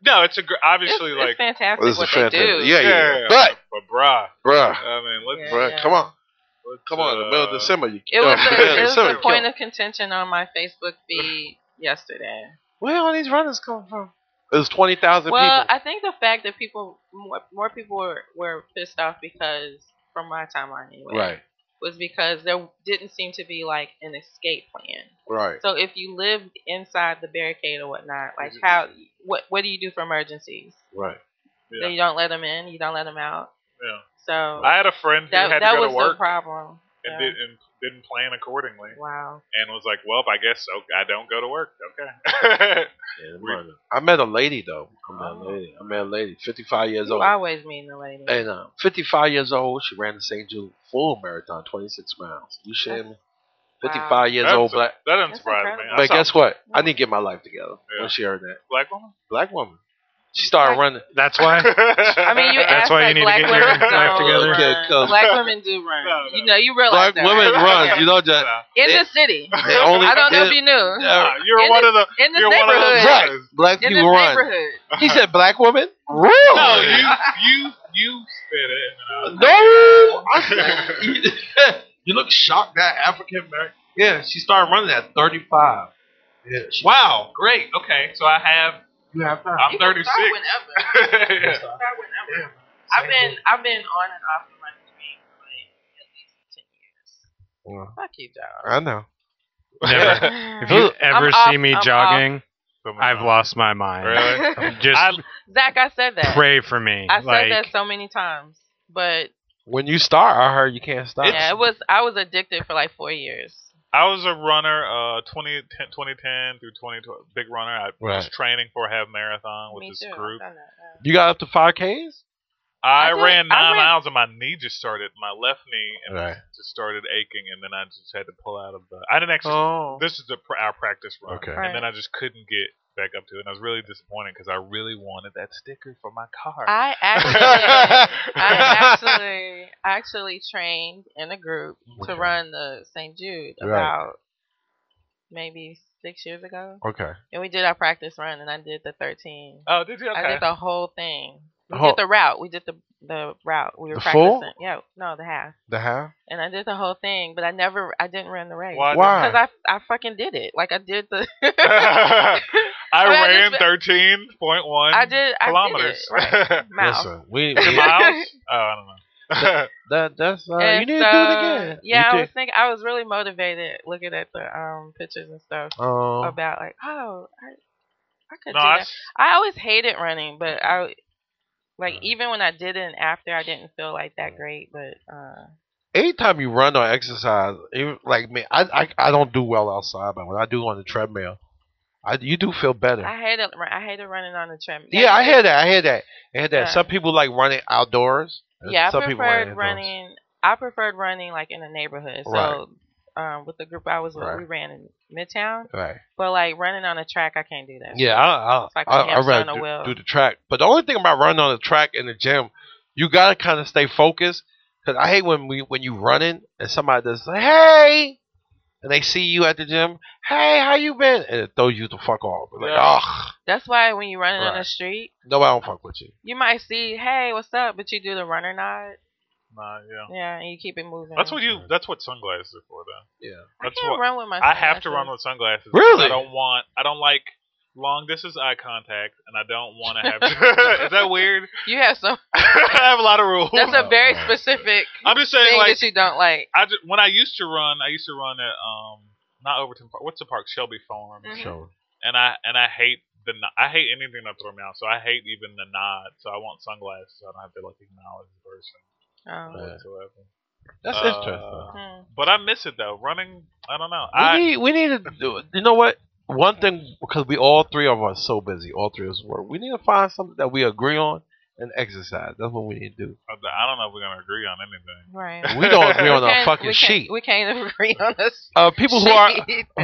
D: no, it's a gr-
E: it's,
D: obviously
E: it's <laughs>
D: like
E: fantastic
C: This is
E: what
C: fantastic.
E: they do.
C: Yeah, yeah.
D: Yeah.
C: But,
D: but bruh.
C: bruh,
D: I mean, let's,
E: Yeah.
C: bruh, come on.
D: let's,
C: Come on, in the middle of
D: uh,
C: December. You,
E: It
C: uh,
E: was,
C: middle
E: a, it was
C: December,
E: a
C: you
E: point
C: kill-
E: of contention on my Facebook feed yesterday.
C: Where all these runners come from? It was 20,000
E: well,
C: people.
E: I think the fact that people more, more people were, were pissed off because from my timeline anyway
C: right,
E: was because there didn't seem to be like an escape plan.
C: right.
E: So if you lived inside the barricade or whatnot, like how what what do you do for emergencies?
C: Right.
D: Yeah.
E: You don't let them in, you don't let them out.
D: Yeah.
E: So
D: I had a friend who
E: that
D: had
E: that
D: to go
E: was
D: to
E: the
D: work
E: problem.
D: and
E: Yeah.
D: didn't didn't plan accordingly,
E: Wow.
D: and was like, "Well, I guess so. I don't go to work. Okay." <laughs>
C: Yeah, the
D: We-
C: runner. I met a lady, though. I
E: Oh.
C: met a lady. I met a lady, 55 years
E: You
C: old.
E: always mean the lady.
C: And uh, 55 years old, she ran the St. Jude full marathon, 26 miles. You shitting me? 55 years
D: That's
C: old
D: a-
C: black.
D: that doesn't
E: That's
D: surprise me.
E: incredible.
D: I
C: But
D: saw
C: guess what? I
E: Yeah.
C: didn't get my life together
D: Yeah.
C: when she heard that.
D: a black woman.
C: Black woman. She started running.
F: That's <laughs> why.
E: I mean, you
F: That's
E: asked
F: why you
E: like
F: need to get
E: black
F: your
E: women
F: life
E: don't <laughs>
F: together.
E: run.
C: Yeah, 'cause-
E: Black women do run.
D: No, no.
E: You know, you realize
C: Black
E: that.
C: women run. You know,
D: Uh,
C: just,
E: in the city.
C: they only.
E: I don't know if
C: they-
E: you knew.
F: Uh,
C: yeah,
D: you're
E: In
D: one
E: this-
D: of the.
E: In this
D: You're one of those
E: neighborhood.
C: Right. Black
E: In this
C: people run.
E: neighborhood.
C: He said black woman? Really?
D: No, you you you said it. and
C: No, I said- you <laughs> look shocked that African American. <laughs> Yeah, she started running at 35. Yeah.
D: I- Wow, great. Okay, so I have.
C: You have time.
D: I'm
E: You can
D: 36.
E: start whenever.
D: yeah. <laughs>
E: Start whenever. I've been I've been on and off the running train
C: Well,
E: for like at least ten years. Fuck you,
C: <laughs> I
E: dog.
C: know.
F: Never. <laughs> If
E: <laughs>
F: you ever
E: I'm
F: see
E: off,
F: me
E: I'm off.
F: jogging,
D: Someone-
F: I've lost my mind.
D: Really?
F: <laughs> Just
D: I-
E: Zach, I said that.
F: pray for me.
E: I said
F: like,
E: that <laughs> so many times, but
C: <laughs> When you start, I heard you can't stop.
E: yeah, it was I was addicted for like four years.
D: I was a runner, uh, 20, 10, 2010 through 2012, big runner. I was
C: Right.
D: training for a half marathon with
E: Me
D: this
E: too. I've
D: group.
E: done that,
C: You got up to 5Ks?
D: I,
E: I did-
D: ran
E: I
D: nine
E: ran-
D: miles and my knee just started, my left knee, and
C: Right.
D: just started aching, and then I just had to pull out of the. I didn't actually.
C: Oh.
D: <laughs> This is the, pr- our practice run,
C: Okay.
E: Right.
D: and then I just couldn't get back up to it. And I was really disappointed because I really wanted that sticker for my car.
E: yeah. I actually
F: <laughs>
E: I actually actually trained in a group to
C: Okay.
E: run the St. Jude
C: Right.
E: about maybe six years ago,
C: okay.
E: and we did our practice run, and I did the 13.
D: oh, did you? Okay.
E: I did the whole thing. We
C: Whole-
E: did the route. We did the the route. We were
C: The full?
E: practicing. Yeah, no, the half.
C: The half?
E: And I did the whole thing, but I never, I didn't run the race
D: Why?
C: Why?
D: <laughs>
E: because <laughs> I, I fucking did it. Like I did the.
D: I I
E: I mean, I
D: ran
E: just-
D: thirteen point one
E: I did. I
D: kilometers.
E: Did it,
D: <laughs>
E: right. Mouth.
C: Listen, we,
D: Is it
C: we-
D: miles?
E: <laughs>
D: Oh, I don't know.
C: that that's uh,
E: And
C: you need
E: so,
C: to do it again.
E: Yeah, I
C: you
E: was thinking. I was really motivated looking at the um pictures and stuff
C: do, um,
E: about like, oh, I, I could
D: <laughs> no,
E: do
D: I,
E: that.
D: s-
E: I always hated running, but I
D: Uh.
E: like even when I did it and after, I didn't feel like that great. But uh,
C: anytime you run or exercise, even, like me, I, I I don't do well outside, but when I do on the treadmill, I you do feel better.
E: I hated run- I hated running on the treadmill.
C: yeah, I hear that. I hear that. I hear that.
E: Yeah.
C: Some people like running outdoors. and
E: Yeah, I
C: some people like
E: preferred
C: indoors.
E: running. I preferred running like in the neighborhood. So um, with the group I was with, we
C: Right.
E: ran in Midtown.
C: Right.
E: But like running on a track, I can't do that.
C: Yeah, I I,
E: It's like
C: I,
E: a
C: I
E: hamster
C: rather
E: on a wheel.
C: do, do the track. But the only thing about running on the track in the gym, you gotta kind of stay focused. Cause I hate when we when you running and somebody does say, hey, and they see you at the gym, hey, how you been? And it throws you the fuck off. Like,
D: Yeah.
C: ugh,
E: That's why when you're running on the
C: Right.
E: street,
C: no, I don't fuck with you.
E: you might see, hey, what's up? But you do the runner nod.
D: nah, yeah.
E: Yeah, and you keep it moving.
D: That's what you. That's what sunglasses are for, though.
C: Yeah.
E: I
D: That's
E: can't
D: what
E: run with my.
D: I have
E: sunglasses.
D: to run with sunglasses.
C: Really?
D: I don't want. I don't like long distance eye contact, and I don't want
E: <laughs>
D: to <laughs> have. is that weird?
E: You have some.
D: I have a lot of rules.
E: That's a
C: <laughs>
E: very specific
D: I'm just saying,
E: thing
D: like,
E: that you don't like.
D: I ju- when I used to run, I used to run at um not Overton Park. What's the park? Shelby Farm.
E: Mhm.
C: So
D: And I and I hate the no- I hate anything that throw me out. So I hate even the nod. So I want sunglasses. So I don't have to like acknowledge the person
E: Um,
C: Right.
D: whatsoever.
C: that's
D: Uh,
C: interesting.
E: hmm.
D: But I miss it though. Running, I don't know.
C: We
D: I
C: need we need to do it. You know what? One thing because we all three of us so busy, all three of us work. We need to find something that we agree on and exercise. That's what we need to do.
D: I don't know if we're gonna agree on anything.
E: Right.
C: We don't agree on
E: <laughs> We
C: a
E: can't-
C: fucking
E: we can't-
C: sheet.
E: We can't <laughs> agree on this.
C: Uh, people who are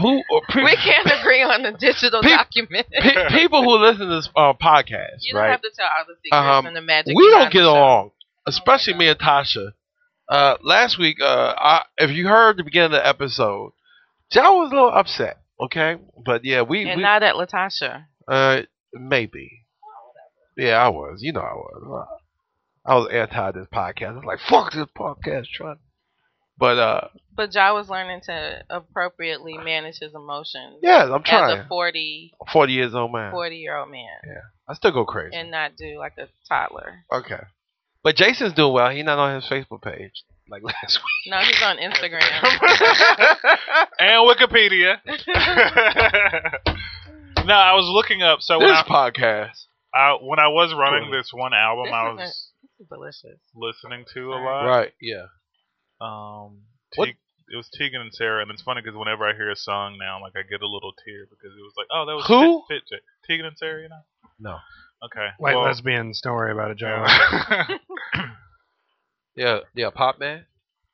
C: who or pre-
E: <laughs> we can't agree on the digital
C: Peop-
E: document.
C: pe- people who listen to this uh, podcast,
E: <laughs> You don't
C: right?
E: have to tell all the secrets
C: Um,
E: and the magic.
C: we don't
E: behind
C: get
E: the show.
C: along, especially me and Tasha. Uh, last week, uh, I, if you heard the beginning of the episode, John was a little upset. Okay, but yeah, we,
E: And
C: we
E: not at Latasha.
C: uh, maybe. Yeah, I was. You know, I was. I was anti this podcast. I was like, fuck this podcast, Trump. But uh,
E: But Ja was learning to appropriately manage his emotions
C: yeah, I'm
E: as a
C: trying.
E: 40,
C: Forty years old man.
E: 40 year old man
C: I still go crazy.
E: and not do like a toddler.
C: Okay. But Jason's doing well. He's not on his Facebook page like <laughs> last
E: No, he's on
C: <laughs>
E: Instagram.
C: week.
D: And
C: <laughs>
D: Wikipedia. <laughs> no, I was looking up. So when
C: this
D: I,
C: <laughs> podcast.
D: I when I was running
C: Cool.
D: this one album,
E: This
D: I
E: isn't-
D: was
C: <laughs>
E: This is delicious.
D: listening to a lot.
C: right, yeah.
D: Um,
C: What-
D: Teague- it was Tegan and Sarah, and it's funny because whenever I hear a song now, like I get a little tear because it was like, oh, that was
C: Who?
D: Fit, Fit, Chick. Tegan and Sarah, you know?
C: No.
D: Okay.
F: White
D: well, <laughs>
F: lesbians, don't worry about it, John.
D: yeah.
C: Yeah, yeah, Pop Man.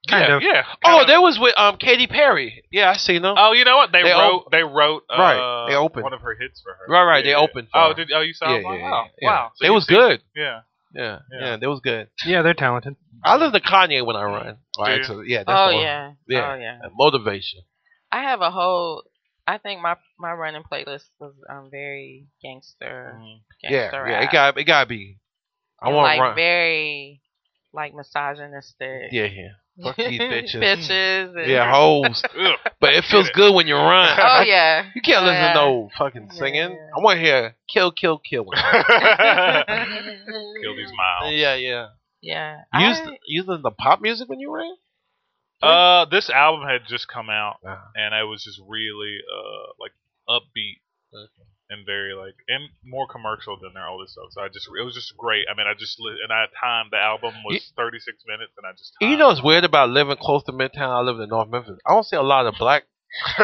F: Kind of.
D: yeah,
C: Oh,
D: kinda.
C: that was with um Katy Perry. Yeah, I seen them.
D: Oh, you know what? They,
C: They
D: wrote. they wrote. Uh,
C: Right, they opened.
D: one of her hits for her.
C: Right, right, they opened for
D: oh,
C: her.
D: did oh you saw?
C: yeah,
D: it? wow,
C: yeah,
D: wow,
C: yeah.
D: wow. So
C: they
D: you
C: was
D: see-
C: good.
D: Yeah.
C: Yeah,
D: Yeah.
C: yeah, they was good.
F: yeah, they're talented.
C: I listen to Kanye when I run. Well,
D: Do you?
C: actually, yeah, that's
E: Oh
C: the one.
E: yeah.
C: Yeah.
E: Oh yeah.
C: Uh, Motivation.
E: I have a whole. I think my my running playlist was um very gangster.
D: Mhm.
C: Yeah,
E: gangster
C: yeah,
E: rap.
C: it got it gotta be. I
E: And,
C: want
E: like
C: to run.
E: very like misogynistic.
C: yeah, yeah, fuck
E: <laughs>
C: these bitches.
E: bitches. And,
C: yeah, hoes.
D: Ugh.
C: But it feels good when you run.
E: <laughs> Oh yeah.
C: <laughs> You can't listen
E: Yeah.
C: to no fucking
E: Yeah,
C: singing.
E: yeah.
C: I want to hear kill, kill, kill.
D: <laughs>
E: <laughs>
D: Kill these miles.
C: yeah, yeah.
E: yeah.
C: You
E: I-
C: used, you listen to pop music when you ran?
D: Uh, this album had just come out,
C: Uh-huh.
D: and it was just really uh like upbeat and very like and more commercial than their older stuff. So I just it was just great. I mean, I just li- and I timed the album was 36 minutes, and I just timed
C: You know what's weird about living close to Midtown? I live in North Memphis. I don't see a lot of black.
D: <laughs>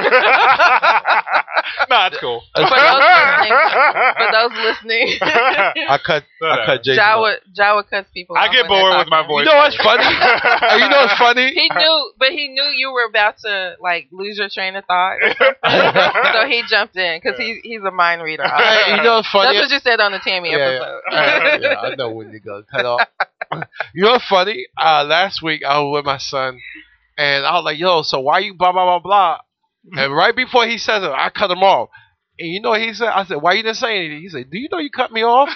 D: nah, it's
C: <laughs>
D: cool. uh,
E: For those listening, for those listening,
C: I cut, I cut Jason. off.
E: Jawa Jawa cuts people.
D: I
E: off
D: get
E: when they're
D: bored with my
E: talking.
D: voice.
C: You know what's
D: <laughs>
C: funny? Uh, you know what's funny? <laughs>
E: He knew, but he knew you were about to like lose your train of
C: <laughs>
E: thought, or something. so he jumped in because he he's a mind reader.
C: Uh, you know what's
E: That's
C: funny?
E: what you said on the Tammy
C: Yeah, yeah.
E: episode.
C: Uh, <laughs> yeah, I know when you go cut off. <laughs> you know what's funny? Uh, last week I was with my son, and I was like, "Yo, so why you blah blah blah blah?" And right before he says it, I cut him off. And you know what he said? I said, "Why you didn't say anything?" He said, "Do you know you cut me off?"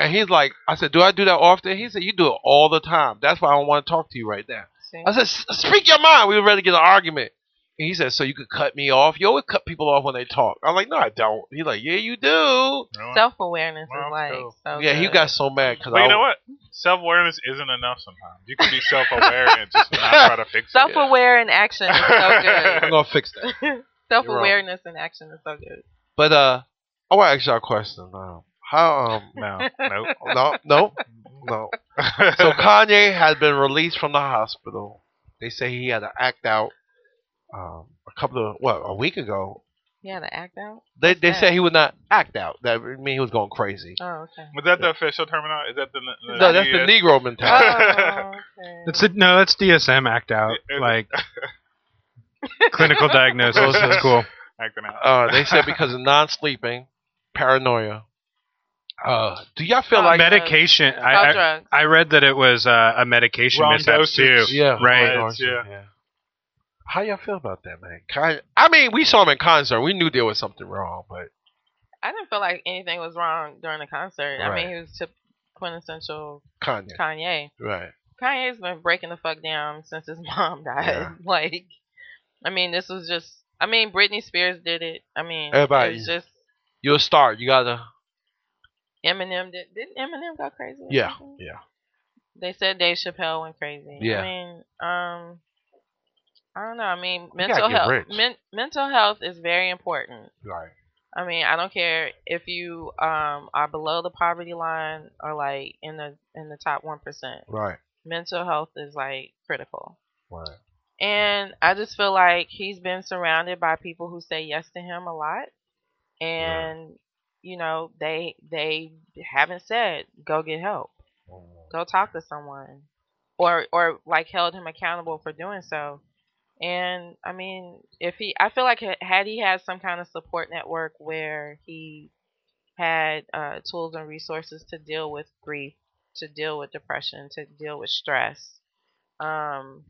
C: And he's like, "I said, do I do that often?" He said, "You do it all the time. That's why I don't want to talk to you right now."
E: See?
C: I said, "S- "Speak your mind. We were ready to get in an argument." And he said, "So you could cut me off? You always cut people off when they talk." I'm like, "No, I don't." He's like, "Yeah, you do."
D: You know what?
E: Self awareness is
D: Well,
E: like
D: cool.
E: so.
C: Yeah, he
E: <laughs> good.
C: got so mad because
D: But you know what? Self awareness isn't enough sometimes. You can be self aware and just not try to fix
E: self
D: it.
E: aware in action is
C: <laughs>
E: so
C: I'm
E: good.
C: gonna fix that.
E: self awareness in action is so good.
C: But uh, I want to ask y'all a question. Um, how um,
D: <laughs> <laughs> No, no.
C: no, no, no. So Kanye has been released from the hospital. They say he had to act out um, a couple of what a week ago.
E: Yeah, the act out.
C: They they
E: that?
C: said he would not act out. That would mean he was going crazy.
E: Oh, okay.
D: Was that the official terminology? Is that the, the
C: No, that's the
D: yes?
C: Negro
D: <laughs>
C: mentality.
E: Oh, okay.
F: That's it. No, that's DSM act out.
D: It- it-
F: Like clinical diagnosis. That's cool.
D: acting out.
C: Uh, they
D: <laughs>
C: said because of non-sleeping, paranoia. Uh, do y'all feel
E: Uh,
C: like
F: medication. I,
E: All
F: I
E: drugs.
F: I read that it was uh, a medication
D: Wrong
F: mishap
D: dosage.
F: too.
C: yeah,
F: Right.
C: Meds,
D: Yeah.
C: How y'all feel about that, man? Kind I mean, we saw him in concert. We knew there was something wrong, but
E: I didn't feel like anything was wrong during the concert. I mean,
C: Right.
E: he was tip- quintessential
C: Kanye,
E: Kanye.
C: right?
E: Kanye's been breaking the fuck down since his <laughs> mom died.
C: Yeah.
E: Like, I mean, this was just. I mean, Britney Spears did it. I mean,
C: Everybody.
E: It's just
C: You're a star. You gotta,
E: Eminem did. Didn't Eminem go crazy? or
C: yeah,
E: something?
C: yeah.
E: They said Dave Chappelle went crazy.
C: Yeah.
E: I mean, um, I don't know. I mean,
C: gotta
E: mental
C: get
E: health.
C: rich.
E: Men, mental health is very important.
C: Right.
E: I mean, I don't care if you um are below the poverty line or like in the in the top one percent.
C: Right.
E: Mental health is like critical.
C: Right.
E: And I just feel like he's been surrounded by people who say yes to him a lot. And you know, they they haven't said go get help. Go talk to someone. Or or like held him accountable for doing so. And I mean, if he I feel like ha- had he had some kind of support network where he had uh, tools and resources to deal with grief, to deal with depression, to deal with stress, um,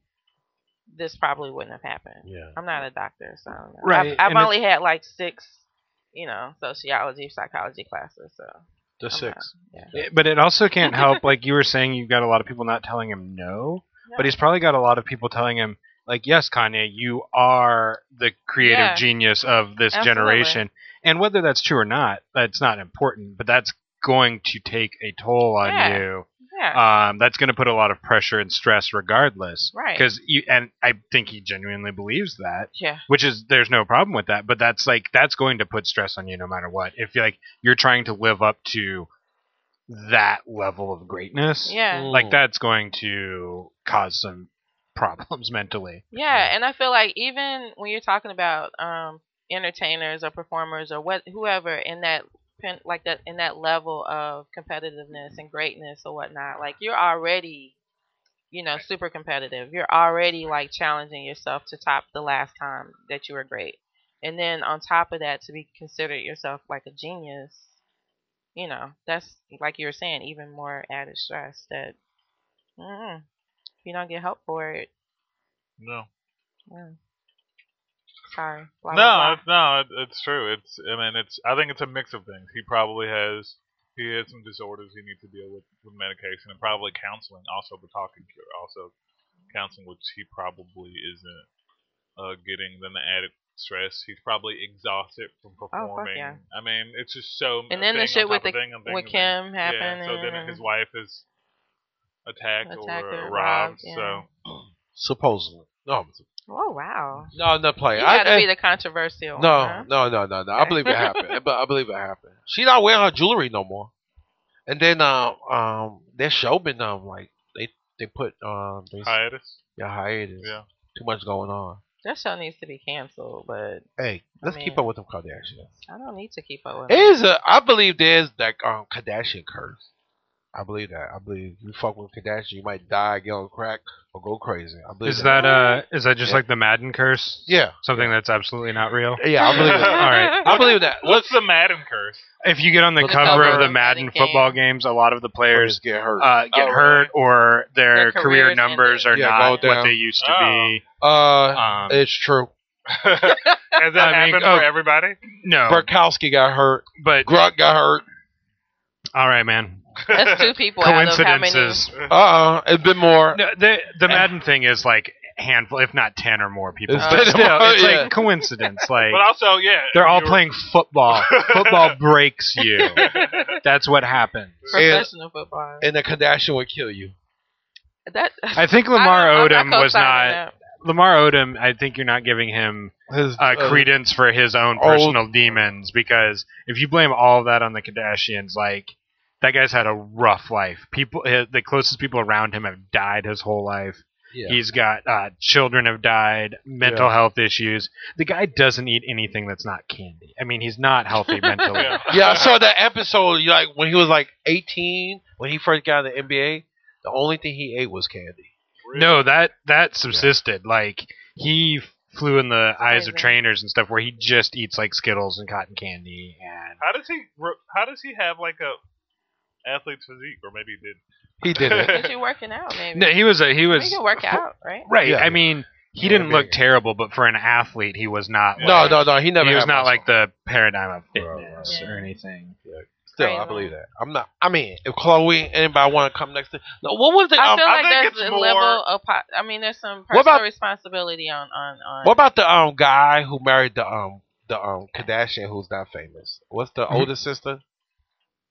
E: this probably wouldn't have happened.
C: Yeah.
E: I'm not a doctor, so I don't know.
F: Right,
E: I've, I've
F: and it-
E: only had like six, you know, sociology, psychology classes. So
C: The
E: I'm
C: six.
E: not- yeah.
F: It- But it also
E: <laughs>
F: can't help, like you were saying, you've got a lot of people not telling him no, but he's probably got a lot of people telling him, like, yes, Kanye, you are the creative
E: Yeah.
F: genius of this
E: Absolutely.
F: generation. And whether that's true or not, that's not important, but that's going to take a toll on
E: Yeah.
F: you.
E: yeah.
F: Um, that's going to put a lot of pressure and stress regardless.
E: Right.
F: Cause you, and I think he genuinely believes that.
E: yeah.
F: which is there's no problem with that but that's like that's going to put stress on you no matter what if like you're trying to live up to that level of greatness
E: Yeah.
F: like that's going to cause some <laughs> problems mentally
E: Yeah, and I feel like even when you're talking about um, entertainers or performers or what whoever in that pen- like that in that level of competitiveness and greatness or whatnot, like you're already, you know, super competitive. You're already like challenging yourself to top the last time that you were great, and then on top of that, to be considered yourself like a genius, you know, that's like you were saying, even more added stress that. Mm, if you don't get help for it,
D: No.
E: yeah. Sorry. Blah,
D: No,
E: blah,
D: it's, no, it, it's true. It's I mean, it's I think it's a mix of things. He probably has he has some disorders he needs to deal with with medication and probably counseling. Also, the talking cure, also counseling, which he probably isn't uh, getting. Then the added stress, he's probably exhausted from
E: Oh, fuck
D: performing.
E: yeah.
D: I mean, it's just so.
E: And then the shit
D: thing on
E: with
D: top of
E: the-
D: thing on thing
E: blah. With
D: on thing.
E: Kim happened.
D: Yeah, so then
E: and-
D: his wife is attacked,
E: Attacked or
D: or
E: robbed,
D: robbed.
E: yeah.
D: So
C: Supposedly. No,
E: Oh wow.
C: no, I'm not playing.
E: You
C: I-
E: gotta
C: I-
E: be the controversial.
C: no,
E: huh?
C: no, no, no, no. I believe it happened. But I believe it happened. She not wearing her jewelry no more. And then uh, um, their show been um like they they put um they,
D: hiatus.
C: yeah hiatus.
D: Yeah.
C: Too much going on.
E: That show needs to be canceled, but
C: Hey, let's keep
E: mean-
C: up with them Kardashians.
E: I don't need to keep up with. it.
C: There's a, I believe there's that um, Kardashian curse. I believe that. I believe you fuck with Kardashian, you might die, get on crack, or go crazy. I believe
F: is that uh is that just
C: Yeah.
F: like the madden curse
C: Yeah,
F: something that's absolutely not real
C: yeah, I believe
F: <laughs> all
C: that. <laughs>
F: right
C: I believe that.
D: What's the Madden
E: <laughs>
D: curse? <laughs>
F: if you get on the,
E: The
F: cover,
E: cover
F: of the
E: of Madden
F: madden football
E: game.
F: games a lot of the players
C: Just get hurt.
F: uh, get
D: Oh,
F: hurt or their,
E: Their
F: career
E: careers
F: numbers
E: ended.
F: are
C: Yeah,
F: not
C: go
F: what
C: down.
F: they used to
D: Oh.
F: be
C: Uh, <laughs>
F: um,
C: it's true.
D: Has that
F: I mean,
D: happened
F: oh.
D: for everybody?
F: no
C: Burkowski got hurt.
F: but
C: Grunt got hurt.
F: all right man
E: That's two people out of how many.
C: Mm-hmm.
F: coincidences.
C: Uh, uh Uh-uh, it's been more.
F: No, the the Madden thing is like handful, if not ten or more people.
C: It's
F: but
C: been
F: still,
C: more,
F: it's
C: yeah.
F: like
C: <laughs>
F: coincidence. Like
D: But also, yeah,
F: they're all
D: you're-
F: playing football. football breaks
C: <laughs>
F: you. That's what happens.
E: Professional football.
C: and the Kardashian would kill you.
E: that
F: I think Lamar
E: I don't- I'm
F: Odom was
E: co-signing
F: not Lamar Odom. I think you're not giving him
C: His,
F: uh, credence for his own
C: old-
F: personal demons because if you blame all of that on the Kardashians, like that guy's had a rough life. People, his, the closest people around him have died his whole life.
C: yeah.
F: He's got uh, children have died, mental
C: Yeah.
F: health issues. The guy doesn't eat anything that's not candy. I mean, he's
C: <laughs>
F: not healthy mentally.
E: <laughs>
D: Yeah.
C: yeah, I saw that episode. you Like when he was like 18, when he first got in the NBA, the only thing he ate was candy.
F: No, that that subsisted. Like he flew in the eyes of
E: Crazy.
F: trainers and stuff, where he just eats like Skittles and cotton candy. And
D: How does he? re- How does he have like a athlete's physique, or maybe he did?
C: He did it.
E: that. Get you working out, maybe.
F: no, he was a he
E: Well,
F: was
E: you can work
F: fu-
E: out, right?
F: Right.
C: Yeah.
F: I mean, he
C: Yeah,
F: didn't
C: big.
F: look terrible, but for an athlete, he was not.
C: no,
F: like-
C: no, no. He never.
F: he was
C: had
F: not
C: muscle.
F: like the paradigm of
C: Right, right,
F: fitness
E: right.
F: or anything.
C: Still, I believe that. I'm not. I mean, if Chloe, anybody want to come next to? No, what was the?
E: I
C: Um,
E: feel
D: I
E: like
D: think
E: there's
D: it's
E: a
D: more-
E: level of. Po- I mean, there's some
C: What
E: personal
C: about-
E: responsibility on on on.
C: what about the um guy who married the um the um Kardashian who's not famous? What's the
F: Mm-hmm.
C: older sister?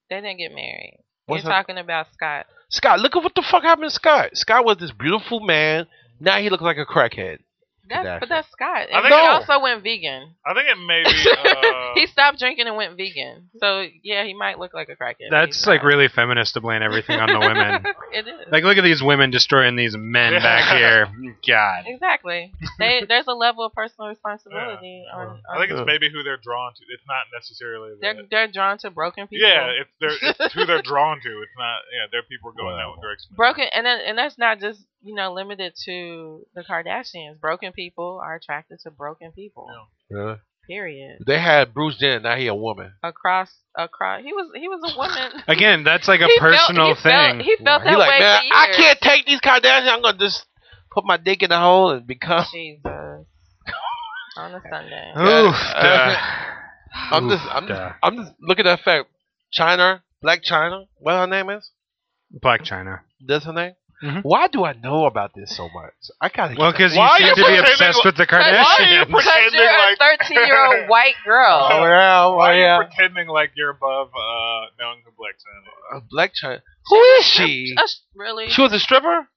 E: they didn't get married.
C: What's
E: You're
C: her-
E: talking about Scott.
C: Scott. Look at what the fuck happened to Scott. Scott was this beautiful man. Now he looks like a crackhead.
E: That's,
C: Kardashian.
E: but that's Scott.
D: I
E: And he
D: think- No.
E: also went vegan.
D: I think it
E: <laughs>
D: may be.
F: Oh.
E: he
D: Uh,
E: stopped drinking and went vegan. So yeah, he might look like a crackhead. but he's
F: That's like
E: not.
F: really feminist to blame everything on the women.
E: <laughs> it is.
F: Like, look at these women destroying these men back here. God.
E: exactly.
F: <laughs>
E: They, there's a level of personal responsibility on.
D: I
E: on
D: think it's maybe who they're drawn to. It's not necessarily. that-
E: they're they're drawn to broken people.
D: yeah, it's, they're, it's
E: <laughs>
D: who they're drawn to. It's not. Yeah, they're people going that direction.
E: broken, and then, and that's not just you know limited to the Kardashians. Broken people are attracted to broken people.
C: Yeah.
E: Period.
C: They had Bruce Jenner. Now he a woman.
E: Across across, he was he was
F: <laughs>
E: a woman.
F: Again, that's like a
E: He felt-
F: personal
E: he
F: thing.
E: Felt, he felt
C: He
E: that
C: like,
E: way.
C: man,
E: for
C: I
E: years."
C: can't take these Kardashians. I'm gonna just put my dick in the hole and become.
F: <laughs>
E: Jesus. On a Sunday.
F: Oof,
C: Uh,
F: duh.
C: I'm
F: Oof,
C: just, I'm,
F: duh.
C: just, I'm just looking at the fact. China, Black China, what her name is?
F: Black China.
C: That's her name.
F: Mhm.
C: Why do I know about this so much? I gotta.
F: Well, because you
D: Why
F: seem
D: are
F: to be
D: you
F: <laughs> obsessed
D: pretending-
F: with the
E: why
D: are you
F: Kardashians.
D: pretending-
E: Because you're a <laughs>
D: like-
E: 13
C: <laughs>
E: year old white girl.
C: oh yeah, oh
D: Why are
C: yeah.
D: you pretending like you're above uh, known complexion?
C: Uh, Black China. Who is she?
E: That's really.
C: She was a stripper.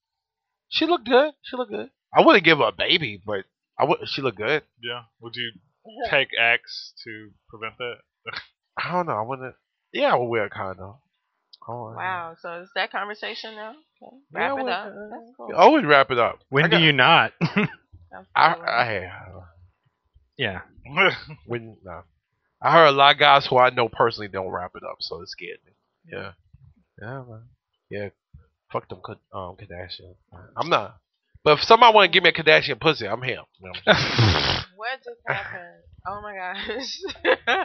C: She looked good. She looked good. I wouldn't give her a baby, but I would. She looked good.
D: Yeah. Would you take X to prevent that?
C: I don't know. I wouldn't. Yeah, I would wear a condom. Oh,
E: Wow. So is that conversation now? Okay.
C: Yeah,
E: Wrap it
C: well,
E: up.
C: uh,
E: That's cool.
C: yeah. Always wrap it up.
F: when
C: I
F: do
C: got-
F: you not? <laughs>
E: That's
C: I,
E: cool.
C: I, I
F: yeah.
C: <laughs> When no. I heard a lot of guys who I know personally don't wrap it up, so it scared me. Yeah. Yeah, man. Yeah. Fuck them Ka- um, Kardashian. I'm not. But if somebody want to give me a Kardashian pussy, I'm him. You know what I'm
E: What just happened? Oh my
C: <laughs>
E: gosh.
C: saying?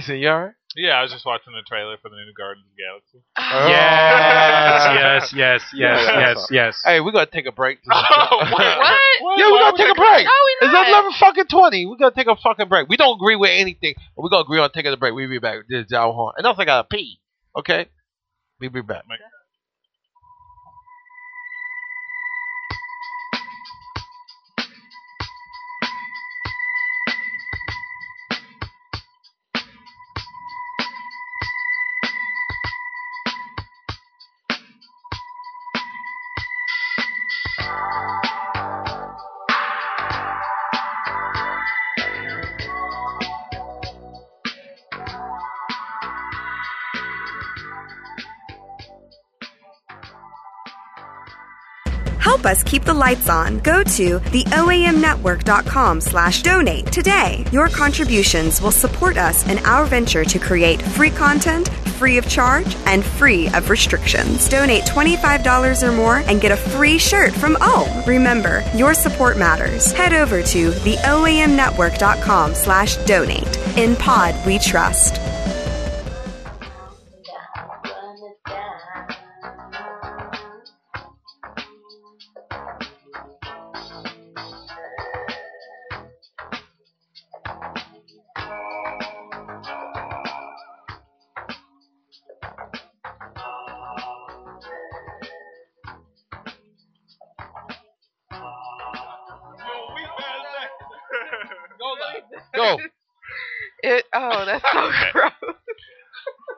C: Jason, you <laughs> alright?
D: yeah, I was just watching the trailer for the new Guardians of the Galaxy.
C: Oh.
F: <laughs> yes, yes, yes, yes, yes, yes.
C: Hey, we're going to take a <laughs> break.
D: Oh,
E: what?
D: what?
C: Yeah, we're going to take a break.
E: No, we
C: It's
E: not.
C: 11 fucking 20. We're going to take a fucking break. We don't agree with anything, but we're going to agree on taking a break. We'll be back. This is John Horn. And also, I got to pee. Okay? We'll be back.
B: Help us keep the lights on. Go to theoamnetwork.com slash donate today. Your contributions will support us in our venture to create free content, free of charge, and free of restrictions. Donate $25 or more and get a free shirt from Ohm. Remember, your support matters. Head over to theoamnetwork.com slash donate. In pod, we trust.
D: <laughs>
C: <laughs> Go.
E: It, oh, that's
C: <laughs>
E: so gross.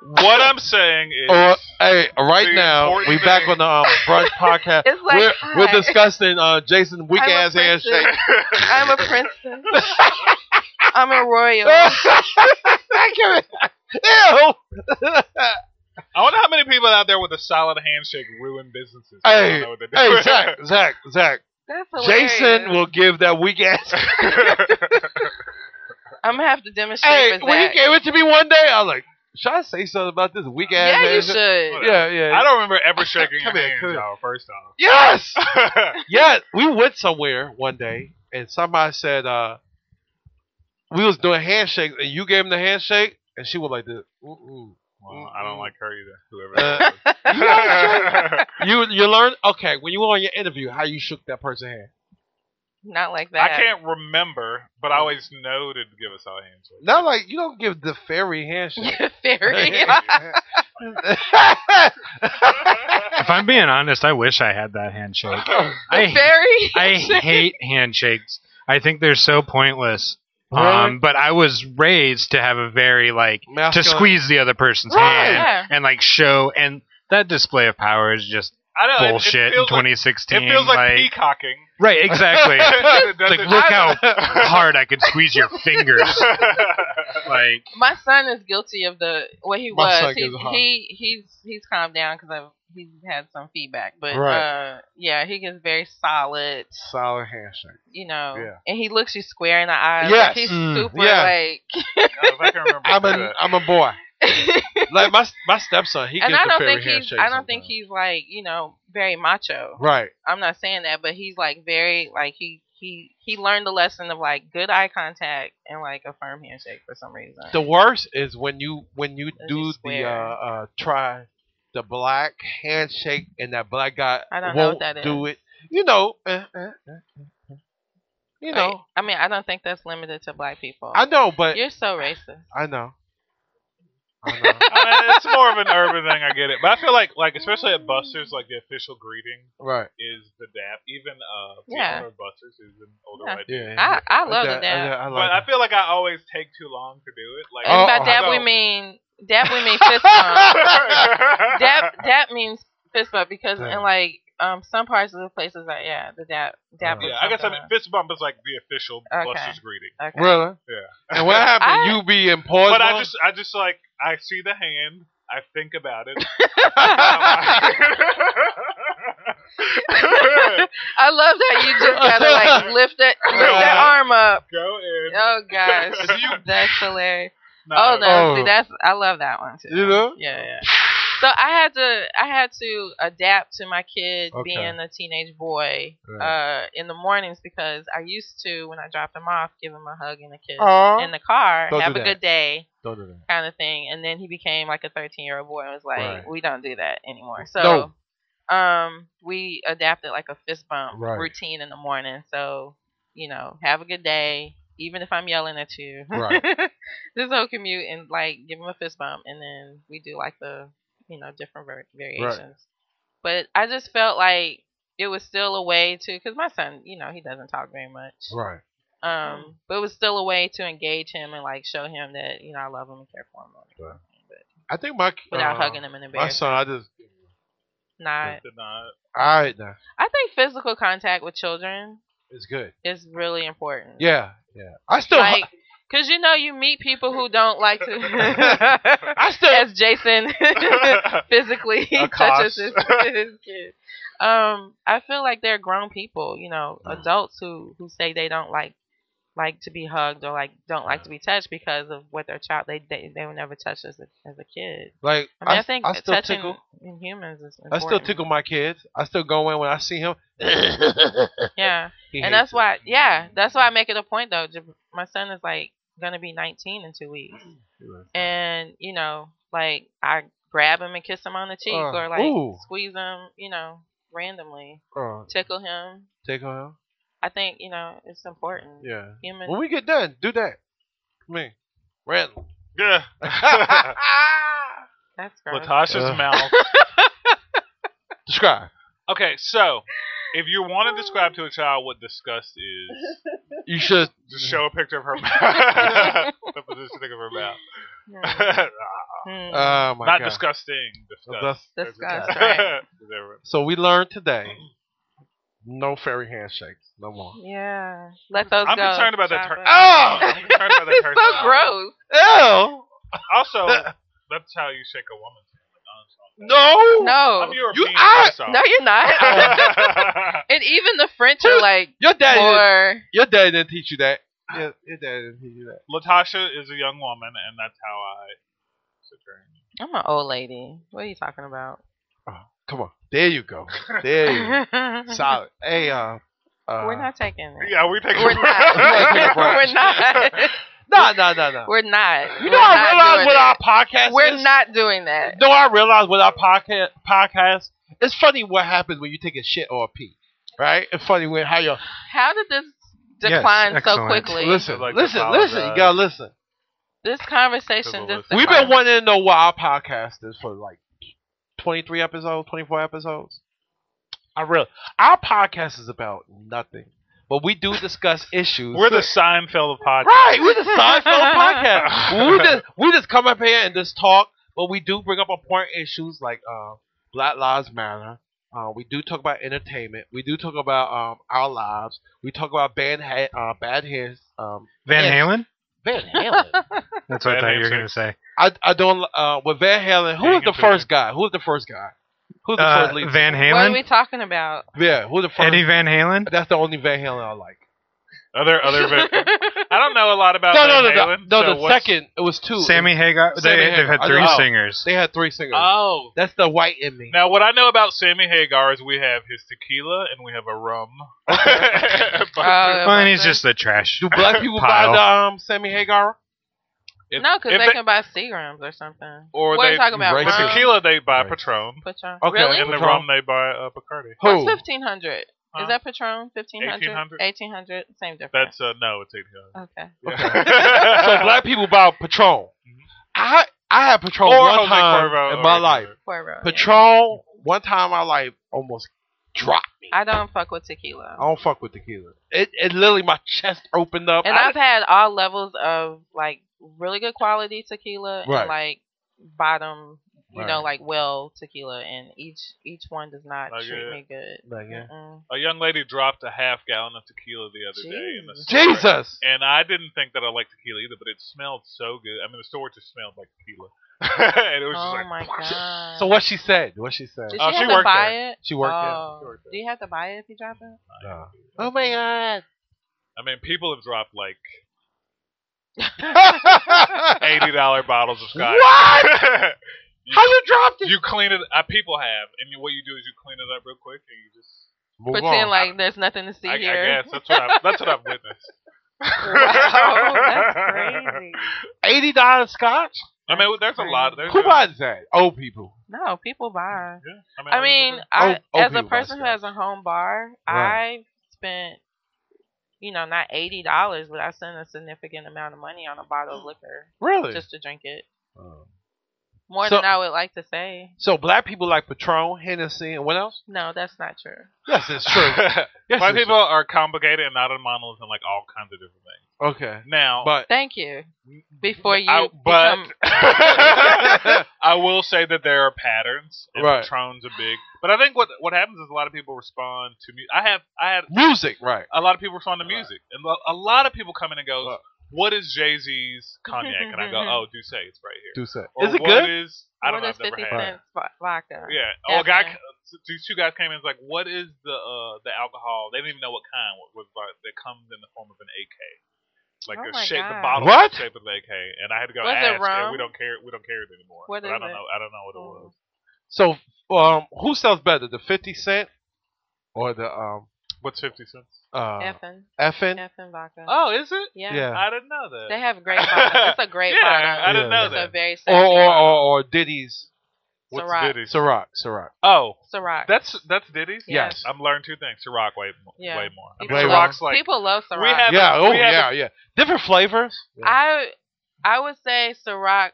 D: What I'm saying is,
C: Or, hey, right
D: The
C: now we
D: important
C: back
D: thing-
C: on the um, brunch podcast.
E: It's like,
C: we're, we're
E: hi.
C: discussing uh, Jason weak
E: I'm a
C: ass
E: princess.
C: handshake.
E: I'm a princess. I'm a
C: <laughs>
E: royal.
C: Ew.
D: <laughs>
C: <laughs>
D: I wonder how many people out there with a solid handshake ruin businesses. I don't
C: Hey,
D: know what they're
C: hey,
D: <laughs> doing.
C: Zach, Zach, Zach.
E: That's hilarious.
C: Jason will give that weak ass.
E: I'm gonna have to demonstrate
C: <laughs> hey,
E: for
C: when he
E: Zach.
C: gave it to me one day, I was like, should I say something about this weak ass?
E: yeah, you
C: handshake?
E: should.
C: Yeah, yeah.
D: I don't remember ever shaking
C: <laughs>
D: your
C: Come here,
D: hand,
C: come here.
D: y'all. First off, <laughs>
C: Yes. yeah, we went somewhere one day, and somebody said uh, we was doing handshakes, and you gave him the handshake, and she was like this. Mm-mm.
D: well, I don't like her either. Whoever. <laughs>
C: Uh,
D: that was.
C: You you learn okay when you were on your interview how you shook that person's hand.
E: Not like
D: I
E: that. <laughs>
D: can't remember, but I always know to give a solid handshake.
C: Not like you don't give the fairy handshake.
E: Fairy.
C: <laughs>
F: If I'm being honest, I wish I had that handshake.
C: <laughs>
F: I,
E: Fairy.
F: I hate handshakes. I think they're so pointless. Um, but I was raised to have a very like to
C: Masculine.
F: squeeze the other person's
C: Right.
F: hand
E: Yeah.
F: and like show and that display of power is just
D: I know, it- it
F: bullshit in
D: feels like-
F: 2016.
D: it feels like, <laughs> peacocking.
F: right,
D: <laughs>
F: exactly.
D: It
F: like
D: doesn't-
F: look how
D: <laughs>
F: hard I could squeeze your fingers. Like
E: My son is guilty of the what he
C: My son
E: was. He,
C: is hot.
E: he he's he's calmed down because I've he's had some feedback, but
C: Right.
E: uh, yeah, he gets very solid.
C: Solid handshake.
E: You know,
C: Yeah.
E: and he looks you square in the eyes.
C: Yes.
E: like he's
F: Mm,
E: super
C: yeah. <laughs>
E: like.
D: God, if I can remember
C: I'm a
D: that.
C: I'm a boy. Like my my stepson, he
E: and
C: gives
E: I
C: the
E: don't
C: fairy
E: think he's
C: handshake
E: I don't think
C: sometimes.
E: he's like you know very macho.
C: right.
E: I'm not saying that, but he's like very like he he he learned the lesson of like good eye contact and like a firm handshake for some reason.
C: The worst is when you when you
E: Does he
C: do the
E: swear?
C: uh, uh try the black handshake and that black guy
E: I don't
C: won't
E: know what that
C: do
E: is.
C: it. You know, eh, eh, eh, eh, eh. you
E: Right.
C: know.
E: I mean, I don't think that's limited to black people.
C: I know, but
E: You're so racist.
C: I know. I
E: <laughs>
C: know.
D: I mean, it's more of an urban thing. I get it, but I feel like, like especially at Buster's, like the official greeting
C: right.
D: is the dap. Even uh, the
E: Yeah.
D: owner of Buster's is an older
E: Yeah.
D: white dude.
C: Yeah.
E: I I love
C: that,
E: the dab.
C: I,
D: But I feel like I always take too long to do it. Like
C: Oh,
E: and by
C: oh.
E: dab we mean dab we
D: <laughs>
E: mean fist <laughs> bump. dab dab means fist bump because
C: Yeah.
E: in like um some parts of the places like yeah the dab dab.
D: Yeah, I guess I mean, fist bump is like the official
E: Okay.
D: Buster's greeting.
E: Okay. <laughs>
C: Really?
D: Yeah.
C: And what happened?
E: I-
C: you be important.
D: But I just, I just like, I see the hand. I think about
E: <laughs>
D: it. <laughs> Go
E: I love that you just gotta
D: <laughs>
E: like lift that lift that arm up.
D: in.
E: Oh gosh,
D: You-
E: that's hilarious.
D: No,
E: oh no,
C: Oh.
E: see that's I love that one too.
C: you know.
E: Yeah, yeah. So I had to I had to adapt to my kid
C: Okay.
E: being a teenage boy uh, in the mornings because I used to when I dropped him off give him a hug and a kiss
C: <laughs> Aw.
E: in the car,
C: Don't
E: have
C: do
E: a
C: that.
E: good day
C: Don't do that.
E: kind of thing, and then he became like a 13 year old boy and was like,
C: Right.
E: we don't do that anymore. So um, we adapted like a fist bump
C: Right.
E: routine in the morning. So, you know, have a good day, even if I'm yelling at you. <laughs>
C: Right.
E: this whole commute and like give him a fist bump, and then we do like the, you know, different var- variations. But I just felt like it was still a way to, because my son, you know, he doesn't talk very much.
C: Right. Mm-hmm.
E: Um, but it was still a way to engage him and like show him that you know I love him and care for him. and
C: Right.
E: But
C: I think my
E: without
C: uh,
E: hugging him and
C: My
E: embarrassing,
C: son, I just
E: him.
C: <laughs>
E: not.
D: Did not.
C: all right now.
E: I think physical contact with children
C: It's good.
E: is really important.
C: Yeah. Yeah. I still. hu-
E: Like, cause you know you meet people who don't
C: <laughs>
E: like
C: <laughs>
E: to, <laughs>
C: I still. <laughs>
E: as Jason <laughs> physically touches his, <laughs> his kid. Um, I feel like they're grown people, you know,
C: Mm.
E: adults who who say they don't like like to be hugged or like don't like to
C: Mm.
E: be touched because of what their child they they, they were never touched as a, as a kid.
C: Like
E: I mean, I,
C: s-
E: think
C: I still
E: touching
C: tickle.
E: in humans is
C: I
E: important.
C: still tickle my kids. I still go in when I see him.
E: Yeah,
C: He hates
E: and that's
C: it.
E: why yeah that's why I make it a point though. Jab- My son is like gonna be 19 in two weeks, and you know like I grab him and kiss him on the cheek
C: Uh,
E: or like
C: ooh.
E: squeeze him, you know, randomly
C: Uh,
E: tickle him.
C: tickle him.
E: I think you know it's important.
C: Yeah.
E: Human.
C: When we get done, do that. Me. Randall.
E: <laughs>
D: Yeah.
E: That's gross.
D: Latasha's
C: Ugh.
D: mouth.
C: Describe.
D: Okay, so if you want to describe to a child what disgust is,
C: You should.
D: Just show a picture of
E: <laughs>
D: her <laughs> mouth. the positioning of her mouth. <laughs>
E: Hmm.
D: Uh,
C: Oh my
D: Not
C: god.
D: disgusting. Disgust.
C: That's-
E: Disgust,
D: That's-
E: right.
D: <laughs> Whatever.
C: So we learned today, no fairy handshakes, no more.
E: yeah. Let those
D: <laughs> I'm
E: go.
D: concerned about that.
E: Chop
D: Tur-
E: it. <laughs>
D: oh, I'm concerned about that
E: it's
D: turkey.
E: so gross.
C: Ew. <laughs>
D: Also, that's how you shake a woman's hand. like,
C: No.
D: honestly.
E: No.
D: I'm European.
C: You- I-
D: so.
E: No, you're
D: <laughs>
E: not. and even the French are like
C: Your daddy. Didn't,
E: more.
C: your daddy didn't teach you that. Your, your daddy didn't teach you that.
D: Latasha is a young woman, and that's how I. sit there and-
E: I'm an old lady. What are you talking about?
C: Oh, come on. There you go. There
E: <laughs>
C: you go. Solid. Hey, uh, uh,
E: We're not taking it.
D: Yeah, we take. a
C: <laughs>
E: We're
D: break.
E: not. We're not.
C: No, no, no, <laughs> no.
E: We're not.
C: You
E: We're
C: know, I
E: not
C: realize
E: doing
C: what our
E: that.
C: podcast
E: We're
C: is.
E: not doing that.
C: No, I realize with our podcast, podcast, it's funny what happens when you take a shit or a pee, right? It's funny when how you
E: How did this
F: Yes,
E: decline so
F: excellent.
E: quickly?
C: listen,
D: I'd like to
C: listen, listen. You
D: apologize.
C: gotta listen.
E: This
D: To the
E: conversation just
D: listeners.
C: We've
E: declined.
C: been wanting to know what our podcast is for like twenty three episodes, twenty four episodes. I real our podcast is about nothing, but we do discuss issues.
D: <laughs> We're the Seinfeld of podcasts.
C: Right, we're the Seinfeld podcast. We just we just come up here and just talk, but we do bring up important issues like uh, Black Lives Matter. Uh, we do talk about entertainment. We do talk about um, our lives. We talk about bad ha- uh, bad hairs. Um,
F: Van
C: Yes.
F: Halen?
C: Van Halen.
F: That's what
D: Van
F: I thought you were
D: Halen's
F: going to
D: like-
F: say.
C: I I don't uh, with Van Halen. Who was the
D: Hanging
C: first guy? Who was the first guy? Who's the
F: Uh,
C: first lead?
F: Van
E: What are we
F: Halen?
E: talking
C: <laughs>
E: about?
C: yeah, who's the first?
F: Eddie Van Halen?
C: That's the only Van Halen I like.
D: Other
F: <laughs>
E: <laughs>
D: other. Van- I don't know a lot
F: Uh,
D: about.
C: No,
D: Van
C: no, no, no.
D: Halen,
C: No,
D: so
C: the
D: what's-
C: second it was two.
F: Sammy Hagar? They,
C: Sammy Hagar.
F: They've had
C: I
F: three
C: know.
F: singers.
C: They had three singers.
E: Uh,
C: <laughs>
D: Oh.
C: That's the white in me.
D: Now, what I know about Sammy Hagar is we have his tequila and we have a
C: <laughs>
D: rum.
E: Uh,
F: Well, and he's just the trash.
C: Do
F: <laughs>
C: black people buy
F: Pile.
C: the um, Sammy Hagar?
D: If-
E: no, because
D: if
E: they, can buy Seagrams or something.
D: Or
E: We're
D: they-
E: talking about
C: Right.
D: The
E: rum,
D: tequila they buy
C: Right.
D: Patron,
E: Patron.
C: Okay,
E: Really?
D: and the
C: Patron.
D: rum they buy uh, Bacardi.
C: Who?
E: What's <laughs> fifteen hundred?
D: Huh?
E: Is that Patron? Fifteen hundred?
D: 1800?
E: Eighteen hundred? Same difference.
D: That's uh, no, it's eighteen hundred.
E: okay.
C: <laughs> <laughs> so black people buy Patron. I I had Patron
D: Or
C: one
D: Jose
C: time
D: Cuervo
C: in
D: or
C: my
D: whatever.
C: life.
E: Cuervo, yeah.
C: Patron one time in my life almost dropped me. I,
E: I don't fuck with tequila.
C: don't fuck with tequila. It it literally my chest opened up.
E: And
C: I-
E: I've had all levels of like really good quality tequila
C: Right.
E: and like bottom, you know,
C: Right.
E: like well tequila, and each each one does not
D: Like,
E: treat
D: uh,
E: me good.
C: like, yeah.
E: Mm-mm.
D: A young lady dropped a half gallon of tequila the other day in the
E: Jesus.
D: store.
C: <laughs> Jesus.
D: And I didn't think that I liked tequila either, but it smelled so good. I mean, the store just smelled like tequila, <laughs> and it was
E: Oh
D: just like.
E: my
C: <laughs>
E: god!
C: So what she said? What she said?
E: Did
D: Oh,
E: you
D: she
E: have to
D: worked
E: buy it?
C: She worked
E: oh.
C: She worked
E: Do you have to buy it if you drop it?
C: No.
D: I
C: Oh my god. <laughs>
D: mean, people have dropped like <laughs>
E: <laughs>
D: eighty dollar bottles of scotch.
C: What?
D: <laughs> You-
C: How you dropped it?
D: you clean it. Uh, people have, and you- what you do is you clean it up real quick, and you just.
C: Move
E: Pretend
C: on.
E: like there's nothing to see
D: I, I
E: here.
D: guess that's what I've, that's what I've witnessed.
E: <laughs> wow,
C: <laughs>
E: that's crazy.
C: eighty dollars scotch.
D: I mean, there's a lot. There's
C: Who
D: a,
C: buys that? Old people.
E: No, people buy.
D: Yeah,
E: I mean, I,
C: Oh, oh,
E: as a
C: people buy
E: person who
C: scotch.
E: has a home bar,
C: Right.
E: I spent, you know, not eighty dollars, but I spent a significant amount of money on a bottle of liquor
C: Really?
E: just to drink it.
C: Oh.
E: More
C: So-
E: than I would like to say.
C: So black people like Patron, Hennessy, and what else?
E: No, that's not true.
C: Yes, it's true. <laughs>
D: <laughs>
C: yes,
D: White
C: it's
D: people are complicated and not in monolith and like all kinds of different things.
C: true. Okay,
D: Now,
C: but
E: Thank you. Before you
D: I, but
C: <laughs>
E: become
D: I will say that there are patterns and
C: Right.
D: patrons are big. But I think what what happens is a lot of people respond to me. I have I had
C: music, right?
D: a lot of people respond to music, and lo- a lot of people come in and go,
C: Right.
D: "What is Jay Z's cognac?" And
E: <laughs>
D: I go, "Oh, Douce, it's right here."
C: Do say.
D: Or
C: Is it
D: what
C: good?
D: is- I don't
E: what is
D: know. I've never
E: fifty
D: had. it.
E: cents vo- vodka?
D: Yeah. Oh, a guy.
E: Ever.
D: c- These two guys came in. and was like, what is the uh, the alcohol? They didn't even know what kind. What was like, that comes in the form of an AK? Like
E: Oh
D: the
E: my
D: shape, the
E: God.
D: bottle
C: What?
D: was the shape of the AK. And I had to go
E: Was it
D: ask. And
E: rum?
D: we don't care. We don't carry it anymore.
E: What
D: but
E: is
D: I don't
E: it?
D: know. I don't know what it was.
C: So, um, who sells better, the fifty cent or the um
D: What's fifty cents?
C: uh
E: Effing,
C: effin?
E: effing vodka.
D: Oh, is it?
E: yeah.
C: yeah.
D: I didn't know that.
E: They have great vodka. It's a great
D: <laughs> yeah,
E: bottle.
D: I didn't
C: Yeah.
D: know
E: It's a
D: that.
E: very sexy
C: Or or, or or Diddy's
D: What's
E: Ciroc.
D: Diddy's?
C: Ciroc, Ciroc.
D: Oh,
E: Ciroc.
D: that's that's Diddy's.
C: Yes.
D: I'm learning two things. Ciroc way more.
E: Yeah.
D: Way more. I mean,
E: People
C: Way
E: love-
D: Ciroc's like
E: people love Ciroc.
D: we have-
C: Yeah, oh
D: we have
C: yeah, yeah. Different flavors.
E: I I would say Ciroc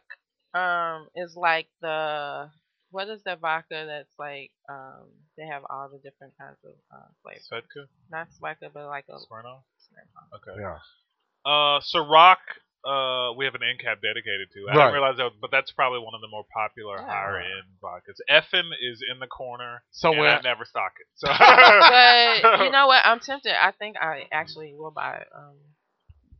E: um is like the what is that vodka that's like um they have all the different kinds of uh, flavors.
D: Svedka,
E: Not vodka, but like a
D: Smirnoff. Okay.
F: Yeah.
D: Uh, Ciroc, uh, we have an end cap dedicated to.
F: Right.
D: I didn't realize that, but that's probably one of the more popular
E: Yeah.
D: higher end vodkas. Effin is in the corner, and
C: Somewhere.
D: I never stock it.
C: <laughs>
D: So,
E: But you know what? I'm tempted. I think I actually will buy um,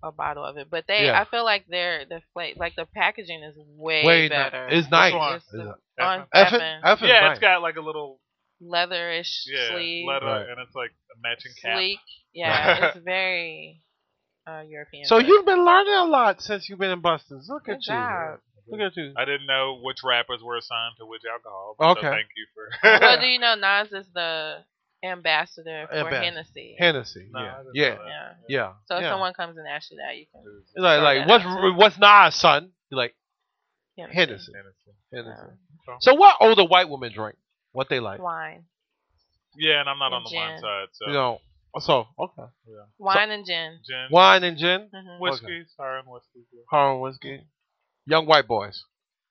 E: a bottle of it. But they,
C: Yeah.
E: I feel like their the fla- like the packaging is way,
C: Way ni-
E: better.
C: it's nice.
D: one?
E: It's
C: Is
E: the-
C: it-
E: on
C: Effin,
E: Effin.
C: Effin's
D: yeah,
C: nice.
D: it's got like a little
E: leatherish
D: yeah
E: sleeve,
D: leather,
C: Right.
D: and it's like a matching cap.
E: sleek.
C: <laughs>
E: Yeah, it's very uh, European.
C: so
E: but-
C: you've been learning a lot since you've been in Boston. Look
E: Good
C: at you.
E: job.
C: Look at you.
D: I didn't know which rappers were assigned to which alcohol. but so
C: Okay.
D: thank you
E: <laughs>
D: for.
C: <laughs>
D: <laughs>
E: well, do you know Nas is the ambassador for
C: Ambassador.
E: Hennessy?
C: Hennessy.
D: No, I
C: yeah.
D: didn't
C: Yeah.
D: know that.
E: yeah.
C: Yeah.
E: So if
C: yeah.
E: someone comes and asks you that, you can.
C: It's like,
E: throw
C: like
E: that
C: what's
E: out.
C: what's Nas, son? You're like
E: Hennessy.
C: Hennessy.
D: Hennessy.
C: Hennessy.
D: Yeah.
C: So what older white women drink? What they like?
E: Wine,
D: Yeah, and I'm not
E: And
D: on the wine
E: gin.
D: side, so
C: You know. So okay.
E: wine and gin.
D: gin,
C: Wine and gin,
E: Mhm.
D: whiskey, sorry, whiskey, yeah.
C: hard whiskey, young white boys,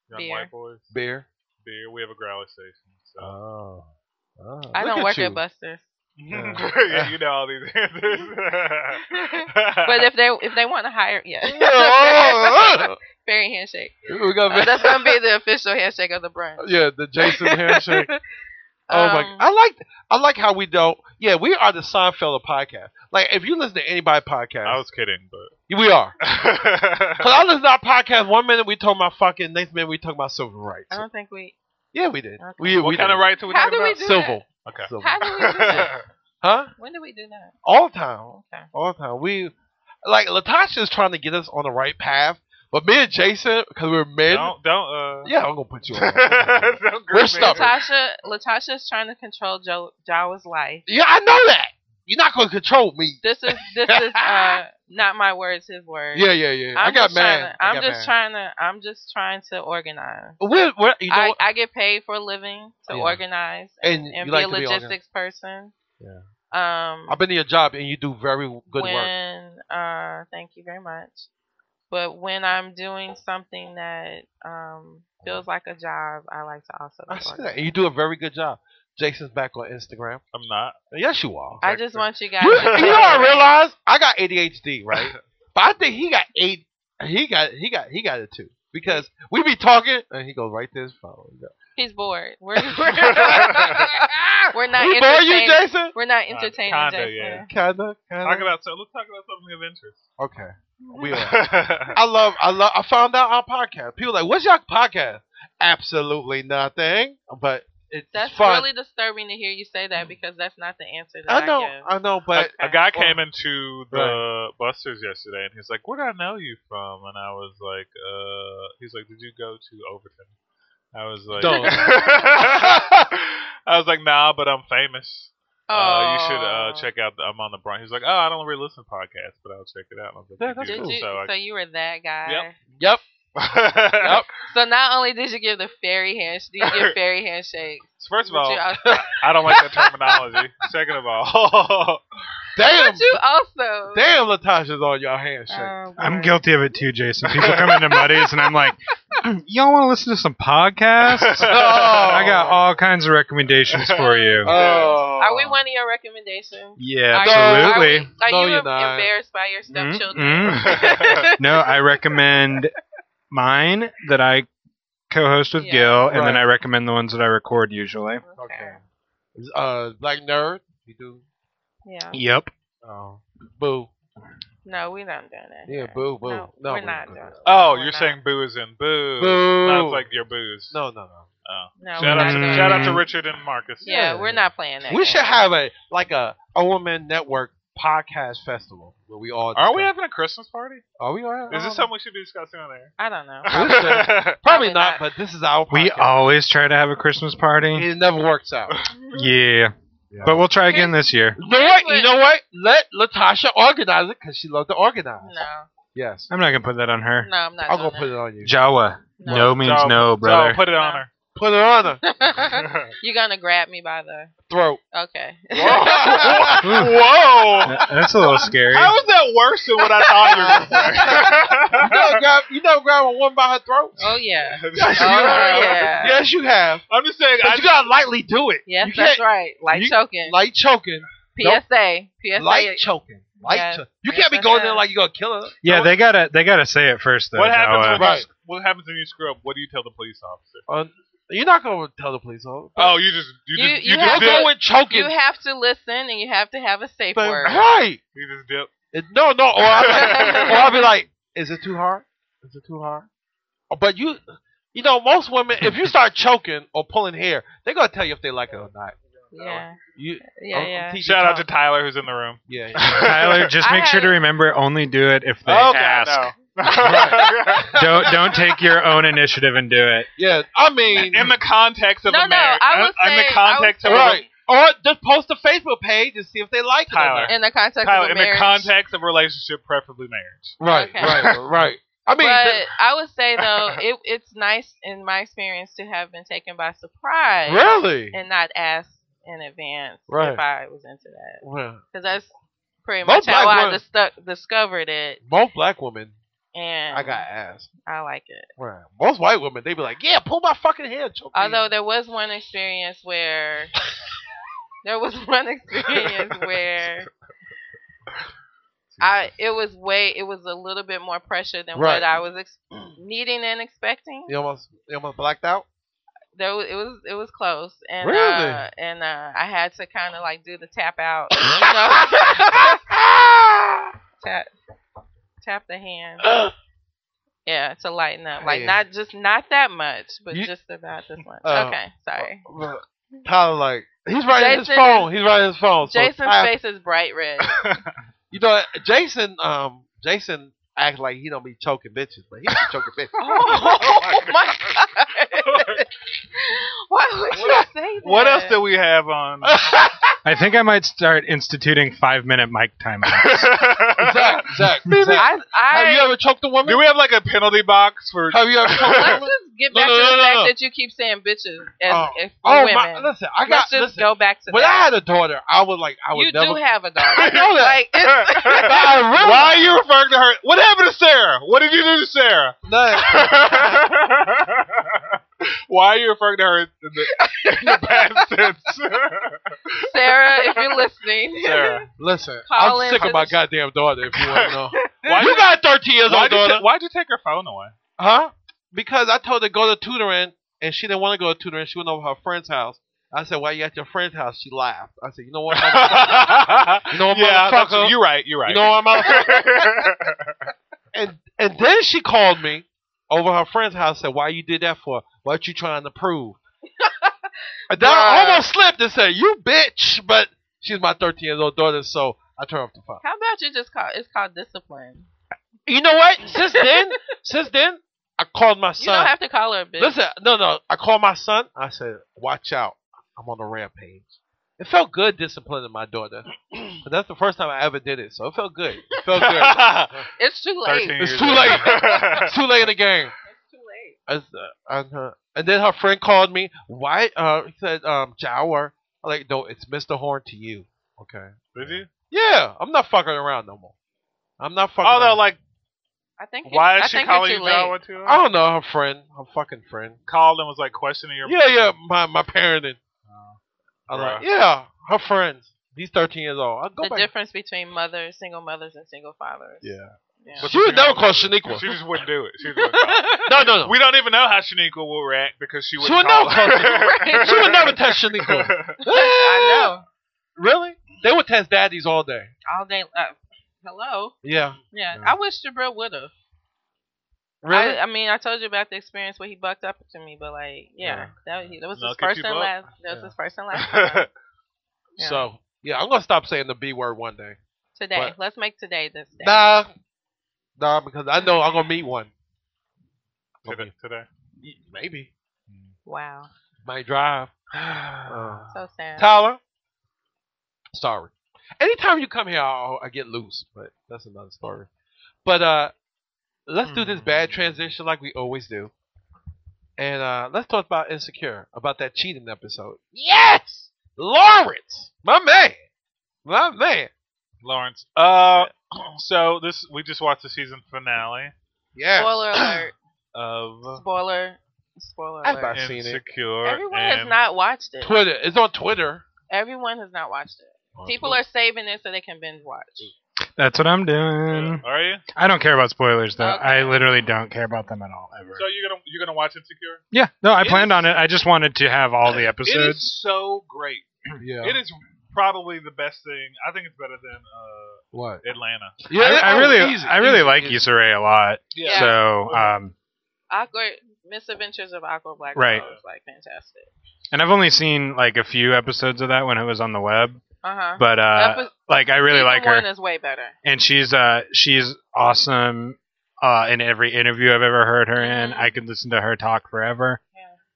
D: young
E: Beer.
D: white boys,
C: beer.
D: beer. We have a growler station, so
C: Oh. oh.
E: I
C: Look
E: don't work
C: you. <laughs>
E: at Buster's.
D: <laughs> yeah. you know all these answers.
E: But if they if they want to hire,
C: <laughs>
E: yeah, <laughs>
C: Oh, <laughs>
E: fairy handshake.
C: oh. we got
E: Uh, that's gonna be the official handshake of
C: <laughs>
E: the brunch.
C: yeah the Jason
E: <laughs>
C: handshake. Oh my!
E: Um,
C: I like I like how we don't. Yeah, we are the Seinfeld of podcast. Like if you listen to anybody podcast,
D: I was kidding, but
C: we are. Cause I listen to our podcast. One minute we talking about fucking, next minute we talking about civil rights.
E: I don't think we.
C: yeah, we did.
E: Okay.
C: We
D: what
C: we
D: kind
C: did.
D: of rights are we
E: How
D: talking
E: do we
D: about?
E: do
C: civil.
D: Okay.
C: Civil.
E: How do we do that?
D: <laughs>
C: Huh?
E: When do we do that?
C: All time. <laughs>
E: Okay.
C: All time. We like Latasha is trying to get us on the right path, but me and Jason, because we're men.
D: Don't don't uh.
C: Yeah, I'm gonna put you on.
D: <laughs> don't
C: We're
D: group
C: stuck.
D: me.
E: Latasha, Latasha is trying to control jo- Jawa's life.
C: yeah, I know that. You're not gonna control me.
E: This is this is
C: <laughs>
E: uh, not my words, his words.
C: Yeah, yeah, yeah. i
E: I'm
C: got
E: just trying
C: mad.
E: to-
C: I
E: I'm
C: got
E: just
C: mad.
E: trying to. I'm just trying to organize.
C: We're, we're, you know
E: I,
C: what?
E: I get paid for a living to
C: Yeah.
E: organize
C: and,
E: and
C: you
E: be
C: like
E: a
C: to be organized.
E: logistics person.
C: Yeah.
E: Um,
C: I've been to your job and you do very good
E: when,
C: work.
E: Uh, thank you very much. But when I'm doing something that um, feels like a job, I like to also. be
C: I see that.
E: organized.
C: And you do a very good job. Jason's back on Instagram.
D: I'm not.
C: Yes, you are.
E: I
C: <laughs>
E: just want you guys.
C: you, you
E: to
C: know what I realize? I got ADHD,
E: <laughs>
C: right? but I think he got eight. He got he got he got it too because we be talking and he goes right to his phone. <laughs>
E: He's bored. <laughs> We're we're not
C: we bore you,
E: entertaining.
C: Jason?
E: We're not
D: Kinda,
E: entertaining Jason.
D: yeah.
C: Kinda,
D: Talk
C: kinda.
D: about so. Let's talk about something of interest.
C: Okay, we are.
D: <laughs>
C: I love I love I found out our podcast. People like, what's your podcast? Absolutely nothing, but it's
E: That's
C: fun.
E: really disturbing to hear you say that because that's not the answer that I,
C: I know,
E: give.
C: I know, but
D: a, a
E: Okay.
D: guy came into the Buster's yesterday and he's like, "Where would I know you from?" And I was like, "Uh," he's like, "Did you go to Overton?" I was like,
C: Don't.
D: <laughs> I was like, "Nah, but I'm famous. Uh, you should uh,
E: Oh.
D: check out. The, I'm on the brunch." He's like, "Oh, I don't really listen to podcasts, but I'll check it out." And I was like,
C: Yeah,
D: "You
C: that's
D: do?"
E: Did
C: cool.
E: you?
D: So I,
E: So you were that guy.
D: Yep.
C: yep,
D: <laughs>
C: yep.
E: So not only did you give the fairy handshake, you
D: <laughs>
E: give fairy handshakes.
D: First of
E: but
D: all,
E: you
D: <laughs>
E: also,
D: I don't like that terminology. Second of all, <laughs>
C: Damn,
E: but you also.
C: damn, Latasha's on your handshake.
E: Oh,
F: I'm
E: boy.
F: guilty of it too, Jason. People come into Muddies and I'm like, "Mm, y'all want to listen to some podcasts? I got all kinds of recommendations for you.
E: <laughs>
C: Oh.
E: Are we one of your recommendations?
F: yeah,
E: Are you- Are,
F: absolutely.
E: we- are
C: No,
E: you
C: you're
E: em-
C: not.
E: embarrassed by your
D: Mm-hmm.
F: Mm,
E: stepchildren?
F: mm.
E: <laughs>
F: No, I recommend mine that I co-host with
E: Yeah.
F: Gil, and then
C: Right.
F: I recommend the ones that I record usually.
C: Okay. Uh, Black Nerd, you do.
E: Yeah.
F: Yep.
C: Oh. Boo.
E: No, we're not doing that.
C: Yeah, boo, boo.
E: No,
C: No,
E: we're
C: we're
E: not
C: good.
E: doing that.
D: oh,
E: We're
D: you're
E: not.
D: saying boo is in boo.
C: Boo.
D: Sounds like your booze.
C: No, Mm-hmm. no, no.
D: Oh.
E: No,
D: Shout
E: we're
D: out,
E: not
D: to,
E: doing
D: shout
E: that.
D: out to Richard and Marcus.
E: Yeah,
C: Yeah.
E: we're not playing that.
C: We should
E: game.
C: have a like a Owen Network podcast festival where we all.
D: Are we
C: discuss-
D: having a Christmas party?
C: Are we? All
D: Is this something we should be discussing on air?
E: I don't
C: <laughs>
E: know.
D: <laughs>
C: Probably
E: Probably
C: not,
E: not.
C: But this is our. Podcast.
F: We always try to have a Christmas party.
C: It never works
D: <laughs>
C: out.
F: Yeah. But we'll try again this year.
C: You know what? You
E: Here's
C: know what? Let Latasha organize it because she loves to organize.
E: No,
C: Yes.
F: I'm not going to put that on her.
E: no, I'm not.
C: I'm
E: doing
C: gonna put it on you.
F: Jawa.
E: No.
F: No, means
D: Jawa.
F: no, brother.
D: So put it on
E: No.
D: her.
C: Put it on her <laughs>
E: <laughs> that. You're gonna grab me by the.
C: throat. <laughs>
E: Okay.
F: Ooh,
D: <laughs> Whoa!
F: that- that's a little scary.
D: How is that worse than <laughs> what I
C: you
D: thought you <laughs>
C: never grab. You never grab a woman by her throat.
E: oh yeah.
D: were going <laughs>
C: Yes, you
E: Oh,
C: have.
E: yeah.
C: Yes, you have.
D: I'm just saying,
C: But
D: I
C: you gotta lightly do it.
E: Yes,
C: you
E: that's
C: can't
E: right. Like
C: you-
E: choking.
C: light choking.
E: PSA. PSA.
C: Light choking. Light
E: Yes,
C: to- you
E: yes,
C: can't be
E: I
C: going there
E: have.
C: like you're gonna kill her.
F: Yeah, they gotta they gotta say it first though.
D: What
F: no,
D: happens?
F: uh,
D: When
C: Right.
D: you, what happens when you screw up? What do you tell the police officer?
C: Uh, you're not gonna tell the police. Oh,
D: Oh, you just you,
E: You-
D: just
E: you
D: just
E: have
C: don't
E: to-
D: dip.
C: go in choking.
E: You have to listen and you have to have a safe
C: thing.
E: word.
C: right?
D: You just dip.
C: It- no, no. Or I'll,
E: <laughs>
C: be, or I'll be like, is it too hard? Is it too hard? Oh, But you, you know, most women, if you start choking or pulling hair, they're gonna tell you if they like it or not.
E: Yeah.
C: You,
E: Yeah, yeah.
D: Shout out to Tyler who's in the room.
C: yeah. <laughs> yeah.
F: <laughs> <laughs>
D: <laughs>
F: Tyler, just
E: I
F: make sure to
E: had-
F: remember only do it if they
D: Oh
F: ask.
D: <laughs> God, no.
F: <laughs> Don't don't take your own initiative and do it.
C: Yeah, I mean,
D: in the context of
E: No,
D: a
E: no,
D: marriage.
E: I would
D: in,
E: say-
D: in the context
E: I
D: of
E: would
D: a
C: right. Or just post a Facebook page and see if they like
D: Tyler.
C: it.
E: In the context of
D: Tyler,
E: a
D: in the
E: marriage.
D: context of a relationship, preferably marriage.
C: Or not. Right,
E: Okay.
C: right, right. I mean,
E: but
C: th-
E: I would say though, it, it's nice in my experience to have been taken by surprise
C: really.
E: and not asked in advance
C: Right.
E: if I was into that
C: Well,
E: because that's pretty
C: Most
E: much how
C: black
E: I
C: women-
E: dis- discovered it,
C: most black women,
E: and
C: I got
E: <laughs>
C: ass.
E: I like it.
C: Right. Most white women, they be like, yeah, pull my fucking hair. Choke me."
E: Although there was one experience
C: <laughs>
E: where there was one experience where I it was way it was a little bit more pressure than
C: Right.
E: what I was ex- needing and expecting.
C: you almost, you almost blacked
E: <laughs>
C: out.
E: There was, it was it was close and
C: Really?
E: uh, and uh, I had to kind of like do the tap out,
C: <laughs>
E: you <laughs> know? tap tap the
C: <gasps>
E: hand.
C: Oh.
E: Yeah, to lighten up. Like
C: Hey.
E: not just not that much, but
C: You-
E: just about this much.
C: Uh,
E: okay, sorry.
C: Look, Tyler, like he's writing his
E: Jason-
C: phone. He's writing his phone. So
E: Jason's
C: Oh. I-
E: face is bright
C: <laughs>
E: red.
C: you know, Jason, um, Jason acts like he don't be choking bitches, but he be choking
E: <laughs>
C: bitches.
E: oh
C: <laughs>
E: my god! <laughs> Why would you say that?
D: What else do we have on?
F: I think I might start instituting five minute mic timeout.
C: Zach, Zach, Zach,
E: I, I,
C: have you ever choked a woman?
D: <laughs> Do we have like a penalty box for? <laughs>
C: have
E: <laughs>
C: you ever choked a
E: let's
C: woman?
E: just get
C: No,
E: back
C: no,
E: to
C: no, no,
E: the fact
C: no.
E: that you keep saying bitches as
C: Oh.
E: if for
C: Oh
E: women.
C: my! Listen, I got.
E: Let's just
C: listen,
E: go back to
C: when I
E: that.
C: had a daughter, I was like, I would
E: you
C: never. <laughs>
E: do have a daughter.
C: I know that.
E: Like, it's-
C: But I really-
D: Why are you
C: <laughs>
D: referring to her? What happened to Sarah? What did you do to Sarah? <laughs>
C: No.
D: Why are you referring to her in the, in the
C: <laughs>
D: past tense?
E: Sarah, if you're <laughs> listening,
D: Sarah,
C: Listen,
E: Call
C: I'm
E: in
C: sick
E: to
C: of my
E: the-
C: goddamn daughter. If you
E: <laughs>
C: want to know,
D: Why
C: you
D: did-
C: got 13 years old
D: why'd you,
C: daughter,
D: ta- why'd you take her phone away?
C: huh? Because I told her to go to tutoring, and she didn't want to go to tutoring. She went over to her friend's house. I said, "Why you at your friend's house?" She laughed. I said, "You know what? mother- <laughs> You know what,
D: yeah, that's-
C: motherfucker?
D: you're right. You're right.
C: You know what, motherfucker?"
D: <laughs>
C: and and then she called me over her friend's house. Said, "Why you did that for? What you trying to
E: <laughs>
C: prove?" and then I
E: Bruh.
C: almost slipped and said, "You bitch!" But she's my 13 years old daughter, so I turned off the phone.
E: how about you just call? It's called discipline.
C: You know what? Since
E: <laughs>
C: then, since then, I called my
E: You
C: son.
E: don't have to call her a bitch.
C: Listen, no, no. I called my son. I said, "Watch out! I'm on a rampage." It felt good disciplining my daughter. <clears throat> But that's the first time I ever did it, so it felt good. It felt
D: <laughs>
C: good.
E: it's too late.
D: 13
C: It's
D: years
C: too
D: old.
C: <laughs> it's too late in the game.
E: It's too late.
C: As, uh, and, uh, and then her friend called me. Why? Uh, he said, um, Jower. I'm like, no, it's Mr. Horn to you. Okay.
D: Did you?
C: Yeah, I'm not fucking around no more. I'm not fucking.
D: Although,
C: around.
D: like,
E: I think. you- I
D: why is she
E: think you're
D: calling you
E: too late.
D: Jawa too?
C: I don't know her friend, her fucking friend.
D: called and was like questioning your. Oh,
C: Yeah, yeah, my my parenting. I'm like,
D: Bruh.
C: yeah, her friends. He's 13 years old. I'll go
E: the
C: back.
E: difference between mothers, single mothers, and single
D: <laughs>
E: fathers.
C: Yeah.
E: Yeah.
D: But
C: She would never call
D: She
C: Shaniqua.
D: just wouldn't do it. She just wouldn't call.
C: No, <laughs> no, no.
D: We don't even know how Shaniqua will react because she
C: She would
D: wouldn't call.
C: never call Shaniqua. <laughs> She would
D: <laughs>
C: never test Shaniqua.
E: <laughs>
C: Eh,
E: I know.
C: Really? They would test daddies all day.
E: All day. Uh, hello.
C: Yeah.
E: Yeah.
D: Yeah.
E: I wish Jabril would have.
C: Really?
E: I, I mean, I told you about the experience where he bucked up to me, but like, yeah, That, that was
D: No,
E: his
D: get
E: first
D: you
E: and
D: bucked.
E: last. That was
C: Yeah.
E: his first and
D: <laughs>
E: last. time. Yeah.
C: So yeah, I'm gonna stop saying the B word one day.
E: today,
C: what?
E: let's make today this day.
C: Nah, nah, because I know I'm gonna meet one.
D: today, today.
C: Maybe
E: Wow,
C: might drive. <sighs> Uh,
E: so sad.
C: Tyler, sorry. Anytime you come here, I'll, I get loose, but that's another story. But uh, let's do this bad transition like we always do, and uh, let's talk about insecure about that cheating episode. Yes, Lawrence, my man, my man.
D: Lawrence. Uh, <clears throat> so this we just watched the season finale
C: Yeah.
E: Spoiler alert!
D: of
E: Spoiler. Spoiler
C: I've
E: alert!
C: I've seen it.
D: Insecure.
E: Everyone
D: and
E: has not watched it.
C: Twitter. It's on Twitter.
D: Mm.
E: Everyone has not watched it. People are saving it so they can binge watch.
F: That's what I'm
C: Mm.
F: doing.
D: Are you?
F: I don't care about spoilers though.
E: Okay.
F: I literally don't care about them at all ever.
D: So you're gonna you're gonna watch Insecure?
F: yeah, no, I
D: It
F: planned
D: is-
F: on it. I just wanted to have all the
D: It
F: episodes.
D: is so great.
C: <clears throat> Yeah.
D: It is probably the best thing. I think it's better than uh,
C: what?
D: Atlanta.
C: Yeah,
F: I, I
C: oh,
F: really,
C: easy,
F: I really
C: easy,
F: like
C: easy.
F: Issa Rae a lot.
E: Yeah.
F: So, um,
E: Awkward misadventures of Aqua Black
F: Right.
E: Pearl is like fantastic.
F: and I've only seen like a few episodes of that when it was on the web,
E: Uh huh.
F: but uh,
E: Epi-
F: like I really like her.
E: One is way better.
F: and she's uh she's awesome uh in every interview I've ever heard her in. I could listen to her talk forever.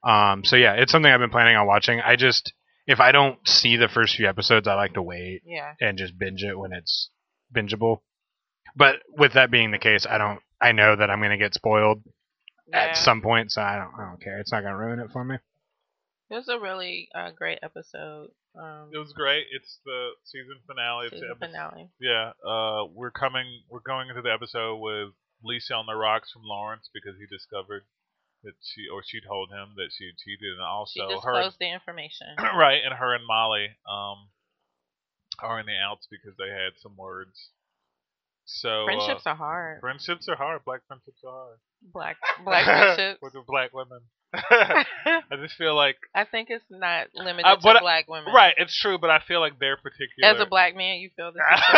F: Um so yeah, it's something I've been planning on watching. I just if I don't see the first few episodes, I like to wait
E: Yeah.
F: and just binge it when it's bingeable. But with that being the case, I don't I know that I'm going to get spoiled
E: Yeah.
F: at some point, so I don't I don't care. It's not going to ruin it for me.
E: It was a really uh, great episode. Um,
D: It was great. It's the season finale. It's
E: season
D: episode-
E: finale.
D: Yeah, uh, we're coming. We're going into the episode with Lisa on the rocks from Lawrence because he discovered that she or she told him that she had cheated, and
E: She
D: also her
E: disclosed the information.
D: <clears throat> right, and her and Molly um are in the outs because they had some words. So
E: <clears throat>
D: uh,
E: Friendships are hard.
D: friendships are hard. Black friendships are hard. <laughs>
E: Black black friendships.
D: with the
E: <laughs>
D: black women. <laughs> I just feel like
E: I think it's not limited
D: Uh, but
E: to
D: I-
E: black women.
D: right. It's true, but I feel like they're particular.
E: As a
D: <laughs>
E: black man, you feel this. is true.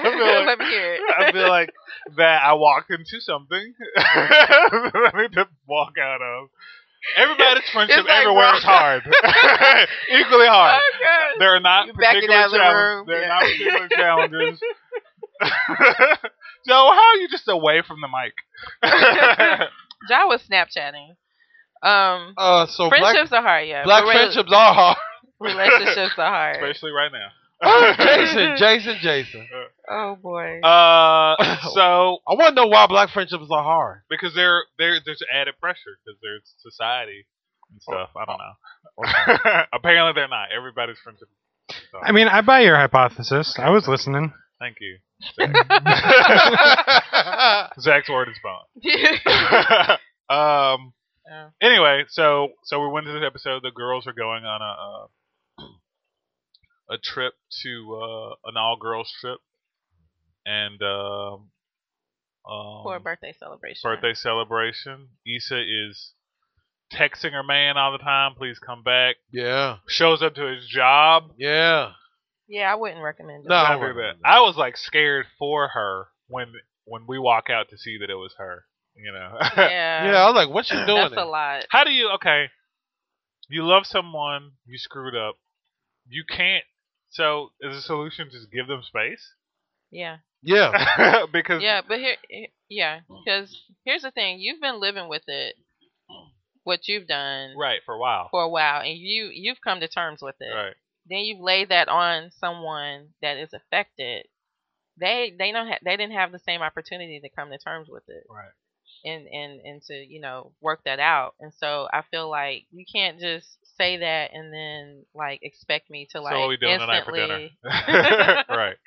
E: <laughs> Okay.
D: feel like-
E: Let me hear it. <laughs>
D: I feel like that I walked into something <laughs> that I need to walk out of. Everybody's
E: <laughs>
D: friendship
E: It's like,
D: everywhere
E: bro. <laughs>
D: is hard. <laughs> Equally hard.
E: Oh, gosh.
D: There are not
E: You <laughs> back it
D: particular
E: out of the room.
D: challenges. There are not
E: <laughs>
D: particular <laughs> challenges. so how are you just away from the mic? <laughs>
E: Ja was Snapchatting. Um,
C: Uh, so
E: friendships are hard, yeah.
C: black, black
E: But rela-
C: friendships are hard.
E: Relationships
C: <laughs>
E: are hard.
D: Especially right now. <laughs>
C: Oh, Jason, Jason, Jason.
E: Oh boy. <laughs>
D: Uh, so
C: I want to know why black friendships are
D: <laughs>
C: hard.
D: because there there there's added pressure because there's society and stuff. I don't know. <laughs> Apparently they're not. Everybody's friendship. So,
F: I mean, I buy your hypothesis. I was listening.
D: thank you. Zach. <laughs> Zach's word is bond. <laughs> um.
E: Yeah.
D: Anyway, so so we went to this episode. The girls are going on a uh, a trip to uh, an all girls trip, and um, um
E: For a birthday celebration.
D: birthday celebration. Issa is texting her man all the time, please come back.
C: Yeah,
D: Shows up to his job.
C: yeah.
E: Yeah, I wouldn't recommend it.
C: No.
D: I,
C: I wouldn't
D: do that.
C: do that.
D: I was like scared for her when when we walk out to see that it was her. You know.
E: <laughs>
D: <laughs>
E: Yeah.
C: <laughs> Yeah, I was like, what you doing?
E: That's a lot.
D: How do you okay? You love someone, you screwed up. You can't so is the solution just give them space? <laughs>
E: Yeah.
C: Yeah,
D: because
E: Yeah, but here, yeah, because here's the thing: you've been living with it, what you've done
D: right for a while.
E: for a while, and you you've come to terms with it.
D: Right. <laughs>
E: Then you've laid that on someone that is affected. They they don't ha- they didn't have the same opportunity to come to terms with it.
D: Right.
E: and and and to you know work that out and so i feel like you can't just say that and then like expect me to like
D: so what we doing
E: instantly
D: tonight for dinner? right.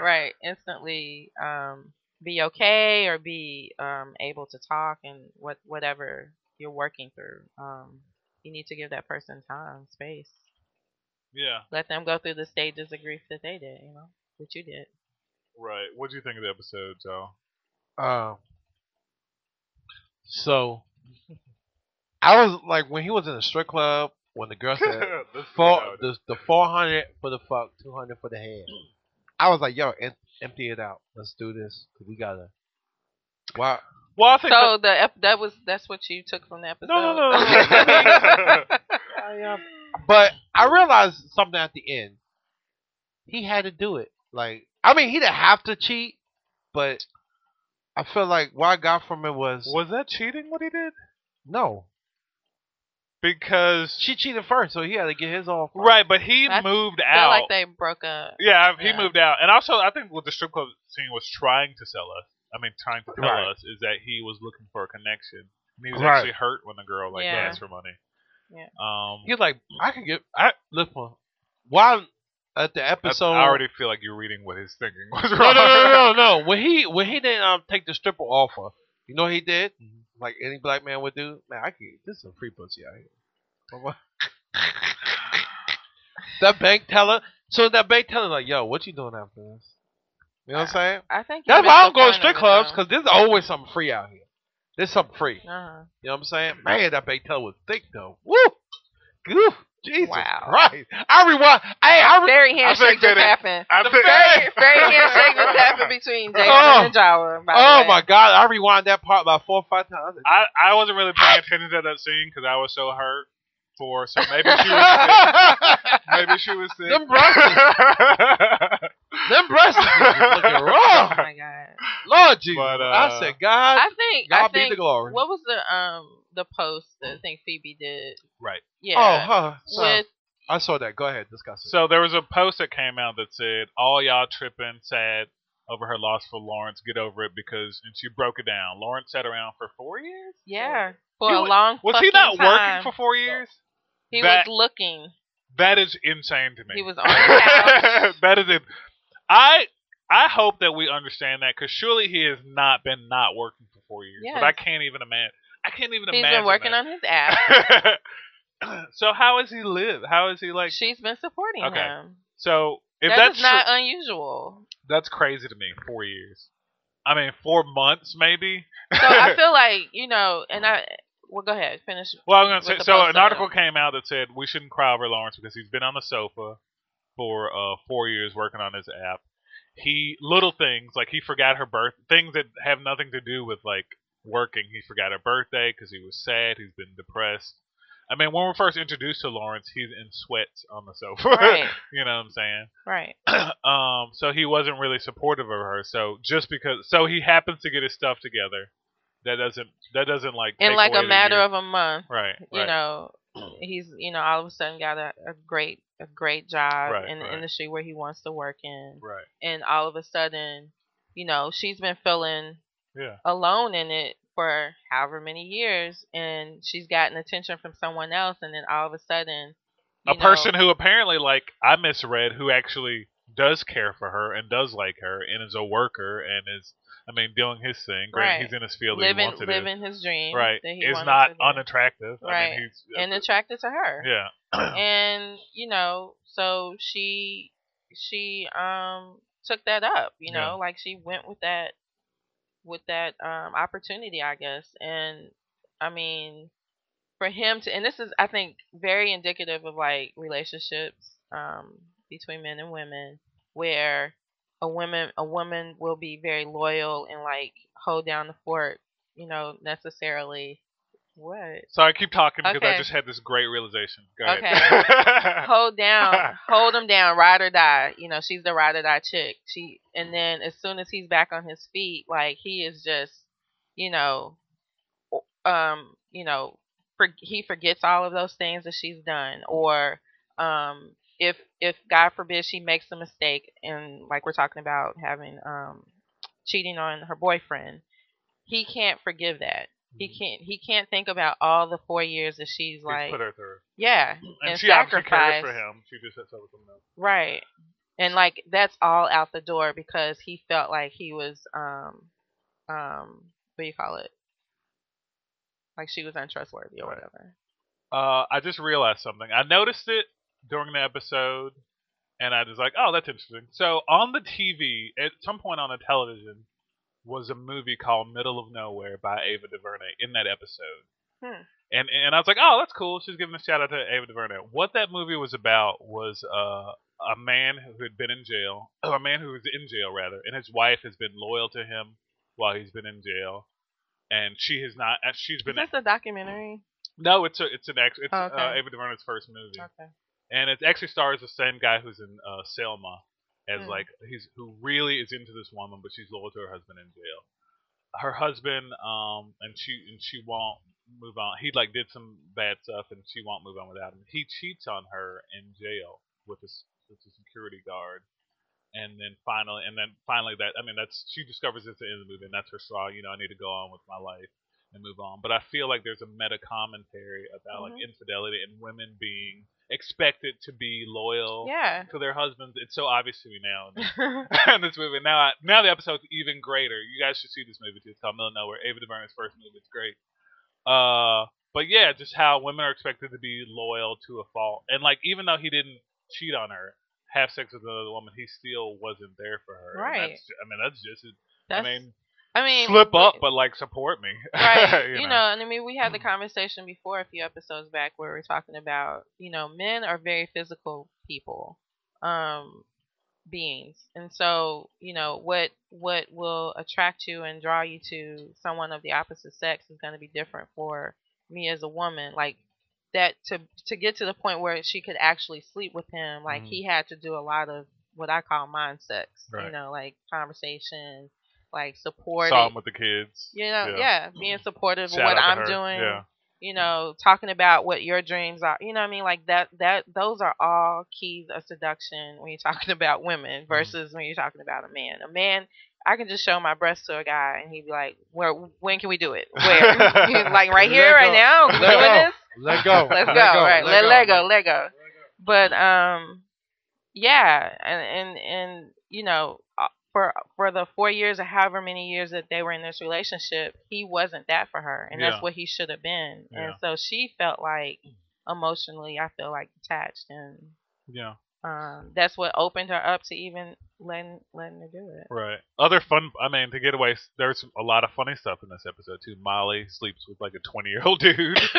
E: right instantly um be okay or be um able to talk and what whatever you're working through um you need to give that person time space
D: Yeah.
E: let them go through the stages of grief that they did you know that you did
D: Right. What do you think of the episode, Joe?
C: Um, so I was like, when he was in the strip club, when the girl said
D: <laughs> This is
C: four,
D: how it
C: the, the four hundred for the fuck, two hundred for the head, I was like, yo, em- empty it out. Let's do this. 'Cause We gotta. Wow.
D: is. Well, I think
E: so the ep- that was that's what you took from the episode
D: no, no, no.
E: <laughs>
C: But I realized something at the end. He had to do it. Like, I mean, he didn't have to cheat, but I feel like what I got from it was
D: was that cheating? What he did?
C: no.
D: Because
C: She cheated first, so he had to get his off. first.
D: right, but he
E: I
D: moved
E: I feel
D: out.
E: like they broke up
D: yeah, he
E: Yeah.
D: moved out, and also I think what the strip club scene was trying to sell us. I mean, trying to tell
C: Right.
D: us is that he was looking for a connection. And he was
C: Right.
D: actually hurt when the girl like
E: Yeah.
D: asked for money.
E: Yeah.
D: Um,
C: He's like, I could get. I look for. Why at the
D: that's-
C: episode?
D: I already feel like you're reading what his thinking was
C: <laughs> no, no,
D: wrong.
C: no, no, no. When he when he didn't um, take the stripper offer, you know what he did? Like any black man would do. Man, I can. This is a free pussy out here. <laughs> But what- that bank teller. So that bank teller like, yo, what you doing after this? You know what I'm saying?
E: I think you
C: That's why I don't go to
E: misunderstand
C: strip
E: it,
C: clubs
E: though.
C: because there's always something free out here. There's something free.
E: Uh-huh. <laughs>
C: You know what I'm saying? Man, that Baytel was thick though. Woo! Goof! Jesus
E: Wow.
C: Christ! I rewind. Hey, I re-
E: Fairy handshake
D: that
E: just
D: it-
E: happened.
D: <laughs> I
C: The
D: think
C: fairy-
E: Fairy
C: <laughs>
E: handshake just happened between Jason
C: Oh.
E: and Jawa. By the
C: oh
E: way.
C: my God! I rewind that part about four or five times. I
D: <laughs>
C: was like,
D: I, I wasn't really paying attention to that scene because I was so hurt for. So maybe she was
C: <laughs>
D: sick. Maybe
C: Them
D: she was sick.
C: Them <laughs> breasts is looking
E: Oh
C: wrong,
E: my god.
C: Lord Jesus!
D: But,
C: I
D: uh,
C: said, God,
E: I think I
C: God be
E: think
C: the glory.
E: what was the um the post that I think Phoebe did?
D: <laughs> Right.
C: Oh,
E: Yeah.
C: huh. Sorry.
E: With
C: I saw that. Go ahead, discuss it.
D: So there was a post that came out that said, "All y'all tripping, sad over her loss for Lawrence. Get over it because." And she broke it down. Lawrence sat around for four years.
E: yeah. For
D: He
E: a
D: wa-
E: long
D: Was
E: fucking
D: he not
E: time,
D: working for four years?
E: He
D: that-
E: was looking.
D: That is insane to me.
E: He was on the couch.
D: <laughs> that is it. I I hope that we understand that because surely he has not been not working for four years.
E: Yes.
D: But I can't even imagine. I can't even
E: He's
D: imagine.
E: been working on his app.
D: on. <laughs> so how has he lived? How is he like?
E: She's been supporting
D: Okay.
E: him.
D: So if
E: That
D: that's
E: is not
D: true,
E: unusual.
D: <laughs> that's crazy to me. Four years. I mean, four months maybe.
E: So I feel like you know, and I well, go ahead,
D: <laughs>
E: finish.
D: Well, I'm gonna
E: with
D: say
E: the
D: so.
E: post
D: An
E: on
D: article
E: it.
D: came out that said we shouldn't cry over Lawrence because he's been on the sofa for uh, four years working on his app. He little things like he forgot her birth, things that have nothing to do with like working. He forgot her birthday because he was sad. He's been depressed. I mean, when we're first introduced to Lawrence, he's in sweats on the sofa.
E: Right.
D: <laughs> you know what I'm saying?
E: Right.
D: um, so he wasn't really supportive of her. So just because, so he happens to get his stuff together, that doesn't that doesn't like
E: In
D: take
E: like
D: away
E: a
D: the
E: matter
D: year-
E: of a month,
D: right,
E: you
D: right.
E: know, he's you know all of a sudden got a, a great a great job
D: Right,
E: in the
D: right.
E: industry where he wants to work in,
D: right,
E: and all of a sudden, you know, she's been feeling
D: yeah,
E: alone in it for however many years, and she's gotten attention from someone else, and then all of a sudden,
D: a
E: you know,
D: person who apparently like I misread who actually does care for her and does like her and is a worker and is I mean doing his thing. Granted,
E: Right.
D: he's in his field that he
E: living
D: wants to do.
E: living his dream,
D: right,
E: that he
D: is
E: wanted
D: not
E: to do,
D: unattractive. I
E: Right.
D: mean, he's uh,
E: and attracted to her,
D: yeah,
E: and you know so she she um took that up you know
D: Yeah.
E: like she went with that with that um opportunity i guess and i mean for him to and this is i think very indicative of like relationships um between men and women where a woman a woman will be very loyal and like hold down the fort you know necessarily what
D: So I keep talking because I
E: Okay.
D: just had this great realization. Go <laughs>
E: Okay.
D: ahead.
E: hold down,
D: <laughs>
E: hold him down, ride or die. You know, she's the ride or die chick. She, and then as soon as he's back on his feet, like he is just, you know, um, you know, for, he forgets all of those things that she's done, or um, if if God forbid she makes a mistake, and like we're talking about having um, cheating on her boyfriend, he can't forgive that. He can't. He can't think about all the four years that she's
D: Mm-hmm.
E: like,
D: He's put her through.
E: yeah,
D: and,
E: and,
D: she
E: sacrifice,
D: obviously cares for him. She just sets up with someone else.
E: right? And like that's all out the door because he felt like he was, um, um, what do you call it? Like she was untrustworthy or
D: Right.
E: whatever.
D: Uh, I just realized something. I noticed it during the episode, and I was like, "Oh, that's interesting." So on the TV, at some point on the television, was a movie called Middle of Nowhere by Ava DuVernay in that episode.
E: Hmm.
D: And and I was like, "Oh, that's cool." She's giving a shout out to Ava DuVernay. What that movie was about was uh, a man who had been in jail, or a man who was in jail rather, and his wife has been loyal to him while he's been in jail, and she has not. uh, She's
E: Is
D: been
E: this a documentary?
D: no, it's a, it's an ex. It's
E: Oh, okay.
D: uh, Ava DuVernay's first movie,
E: Okay.
D: and it actually stars the same guy who's in uh, Selma as
E: Hmm.
D: like he's who really is into this woman, but she's loyal to her husband in jail. Her husband, um, and she and she won't move on. He like did some bad stuff, and she won't move on without him. He cheats on her in jail with his with a security guard, and then finally, and then finally that I mean that's she discovers it's the end of the movie, and that's her straw. You know, I need to go on with my life and move on. But I feel like there's a meta commentary about like infidelity and women being expected to be loyal
E: Yeah. <laughs>
D: to their husbands. It's so obvious to me now. in this- In <laughs> this movie, now I, now the episode's even greater. You guys should see this movie too. It's called Middle of Nowhere. Ava DuVernay's first movie. It's great. Uh, but yeah, just how women are expected to be loyal to a fault, and like even though he didn't cheat on her, have sex with another woman, he still wasn't there for her. And
E: Right.
D: that's ju- I mean, that's just.
E: That's,
D: I mean,
E: I mean,
D: slip
E: we-
D: up, but like support me. <laughs>
E: right you, know. and i mean we had the conversation before a few episodes back where we are talking about you know men are very physical people um beings and so you know what what will attract you and draw you to someone of the opposite sex is going to be different for me as a woman like that to to get to the point where she could actually sleep with him like
F: Mhm.
E: he had to do a lot of what i call mind sex you
F: Right.
E: know like conversation like support
D: Saw him with the kids.
E: you know, yeah, being supportive of
D: Shout
E: what
D: out to
E: I'm
D: her.
E: doing.
D: Yeah.
E: You know, talking about what your dreams are. You know what I mean? Like that. That those are all keys of seduction when you're talking <laughs> about women versus when you're talking about a man. A man, I can just show my breasts to a guy and he'd be like, "Where? When can we do it? Where?
D: <laughs>
E: <laughs> like right here,
C: Let
E: right
C: go.
E: now?
C: Let
E: Doing
C: go.
E: this?
C: Let go.
E: Let's go. Right. Let, let go.
C: Let
E: Let go. But um, yeah, and and and you know, uh, for for the four years or however many years that they were in this relationship, he wasn't that for her, and
D: Yeah.
E: that's what he should have been. And
D: Yeah.
E: so she felt like emotionally, I feel like detached, and
D: Yeah.
E: um, that's what opened her up to even letting letting her do it.
D: Right. Other fun. I mean, to get away, s- there's a lot of funny stuff in this episode too. Molly sleeps with like a 20 year old <laughs> dude.
C: <laughs>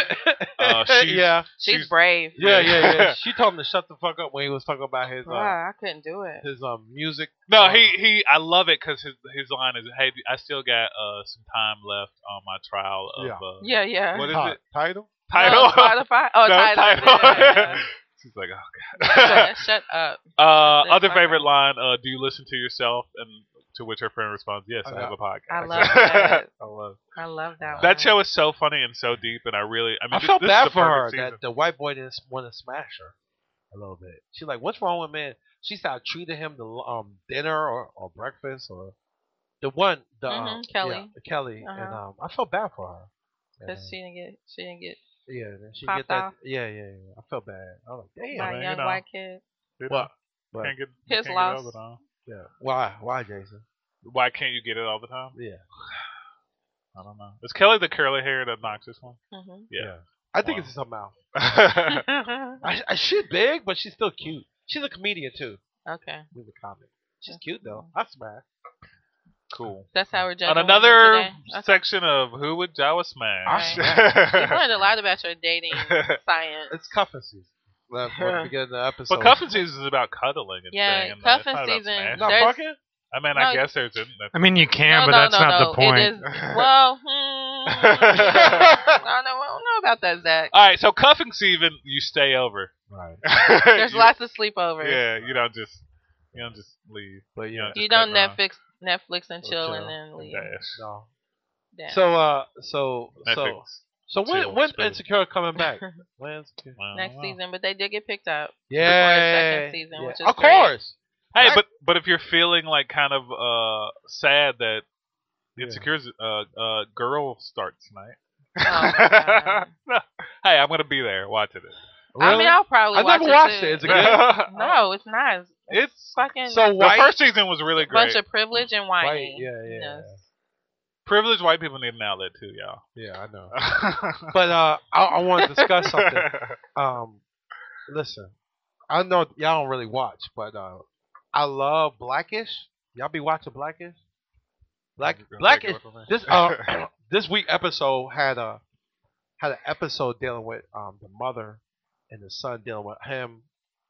D: Uh, she's-
C: <laughs> yeah.
E: She's,
D: She's-
E: brave.
C: Yeah, yeah, yeah. She told him to shut the fuck up when he was talking about his uh,
E: Bruh, I couldn't do it.
C: his um music.
D: No,
C: Uh,
D: he he. I love it because his his line is, "Hey, I still got uh some time left on my trial of
C: Yeah.
D: uh,
E: Yeah, yeah.
D: What is
C: Ti-
D: it?
C: title?
D: Title.
E: <laughs> Oh, Spotify. Oh,
D: <laughs> No,
E: title.
D: title.
E: Yeah.
D: <laughs> She's like, oh god.
E: Shut-
D: <laughs>
E: Shut up.
D: uh,
E: That's
D: other
E: my
D: favorite
E: favorite.
D: line. Uh, do you listen to yourself? And to which her friend responds, "Yes, I
C: Okay.
D: have a podcast."
E: I love that.
D: <laughs> I love
E: I love that.
D: that
E: one.
D: show is so funny and so deep, and I really. I mean,
C: I
D: this-
C: felt
D: this is
C: bad
D: the
C: for her
D: perfect season.
C: that the white boy didn't want to smash her a little bit. She's like, "What's wrong with man?" She started treating him to um dinner or, or breakfast or the one the um,
E: Mhm, Kelly.
C: yeah, the Kelly, and
E: Uh-huh.
C: um I felt bad for her. And,
E: Cause
C: uh,
E: she didn't get, she didn't get
C: yeah, and then she
E: popped
C: get that.
E: off.
C: Yeah, yeah, yeah. I felt bad. I was like, damn,
E: by
D: man,
E: a
D: you
E: young
D: know.
E: white kid.
D: You know,
C: What? But,
D: Can't get,
E: His
D: can't
E: loss.
D: Get it all the time.
C: yeah. Why? Why, Jason?
D: Why can't you get it all the time?
C: Yeah.
D: I don't know. Is Kelly the curly haired obnoxious
C: <laughs>
D: one?
E: hmm
D: Yeah.
C: I think
D: Wow.
C: it's in her mouth.
E: <laughs> okay.
C: I, I she big, but she's still cute. She's a comedian too. Leave a comment. She's cute though. I smash.
D: cool.
E: That's how we're judging.
D: On
E: women
D: another
E: today.
D: <laughs>
E: Okay.
D: section of who would Jawa
C: <laughs>
D: smash?
E: We learned a lot about your dating science.
C: It's cuffing season. Let, let
E: <laughs>
C: me get in the episode.
D: but cuffing season is about cuddling and
E: Yeah,
D: thing. and that. It's
E: cuffing
D: not about
E: season-
D: smashing.
C: Not
E: there's-
C: fucking.
D: I mean,
E: No,
D: I guess there's. Isn't
E: <laughs>
F: I mean, you can,
E: no,
F: but
E: no,
F: that's
E: no,
F: not
E: no.
F: the point.
E: It is, well, hmm. I don't know. I don't know about that,
D: <laughs>
E: Zach.
D: All right, so cuffing season, you stay <laughs> over.
C: Right.
E: <laughs> There's
D: You-
E: lots of sleepovers.
D: Yeah, you don't just you don't just leave.
C: But yeah.
E: You
D: Just
E: don't
D: cut
E: Netflix, Netflix and
C: Or
E: chill,
C: chill.
E: and then leave.
D: Dash.
C: No.
E: Damn.
C: So uh, so so
D: Netflix.
C: so when
D: Chill,
C: when
D: spend-
C: insecure coming
E: <laughs>
C: back? Uh-huh. when insecure?
D: Wow,
E: next
D: wow.
E: season, but they did get picked up.
C: Yeah.
E: second season,
C: yeah.
E: which is
C: of
E: great.
C: course.
D: Hey,
C: Right.
D: but but if you're feeling like kind of uh sad that
C: Yeah.
D: Insecure's uh uh girl starts tonight.
E: Oh,
D: <laughs>
E: my God.
D: hey, I'm gonna be there watching it.
E: I mean, I'll probably.
C: I
E: watch
C: never
E: it
C: watched
E: too.
C: it. It's a good-
D: no,
E: No, it's not. It's
D: <laughs> it's
E: fucking
C: So
D: the
C: white.
D: first season was really great.
E: bunch of privilege and
C: white.
E: whining.
C: Yeah, yeah, yeah.
D: Privileged white people need an outlet
E: <laughs>
D: too, y'all.
C: Yeah, I know. But uh, I, I want to discuss something.
E: <laughs>
C: Um, listen, I know y'all don't really watch, but uh, I love Blackish. Y'all be watching Blackish? Black
D: You're gonna take
C: Blackish.
D: it away from me?
C: This uh, this week episode had a had an episode dealing with um the mother and the son dealing with him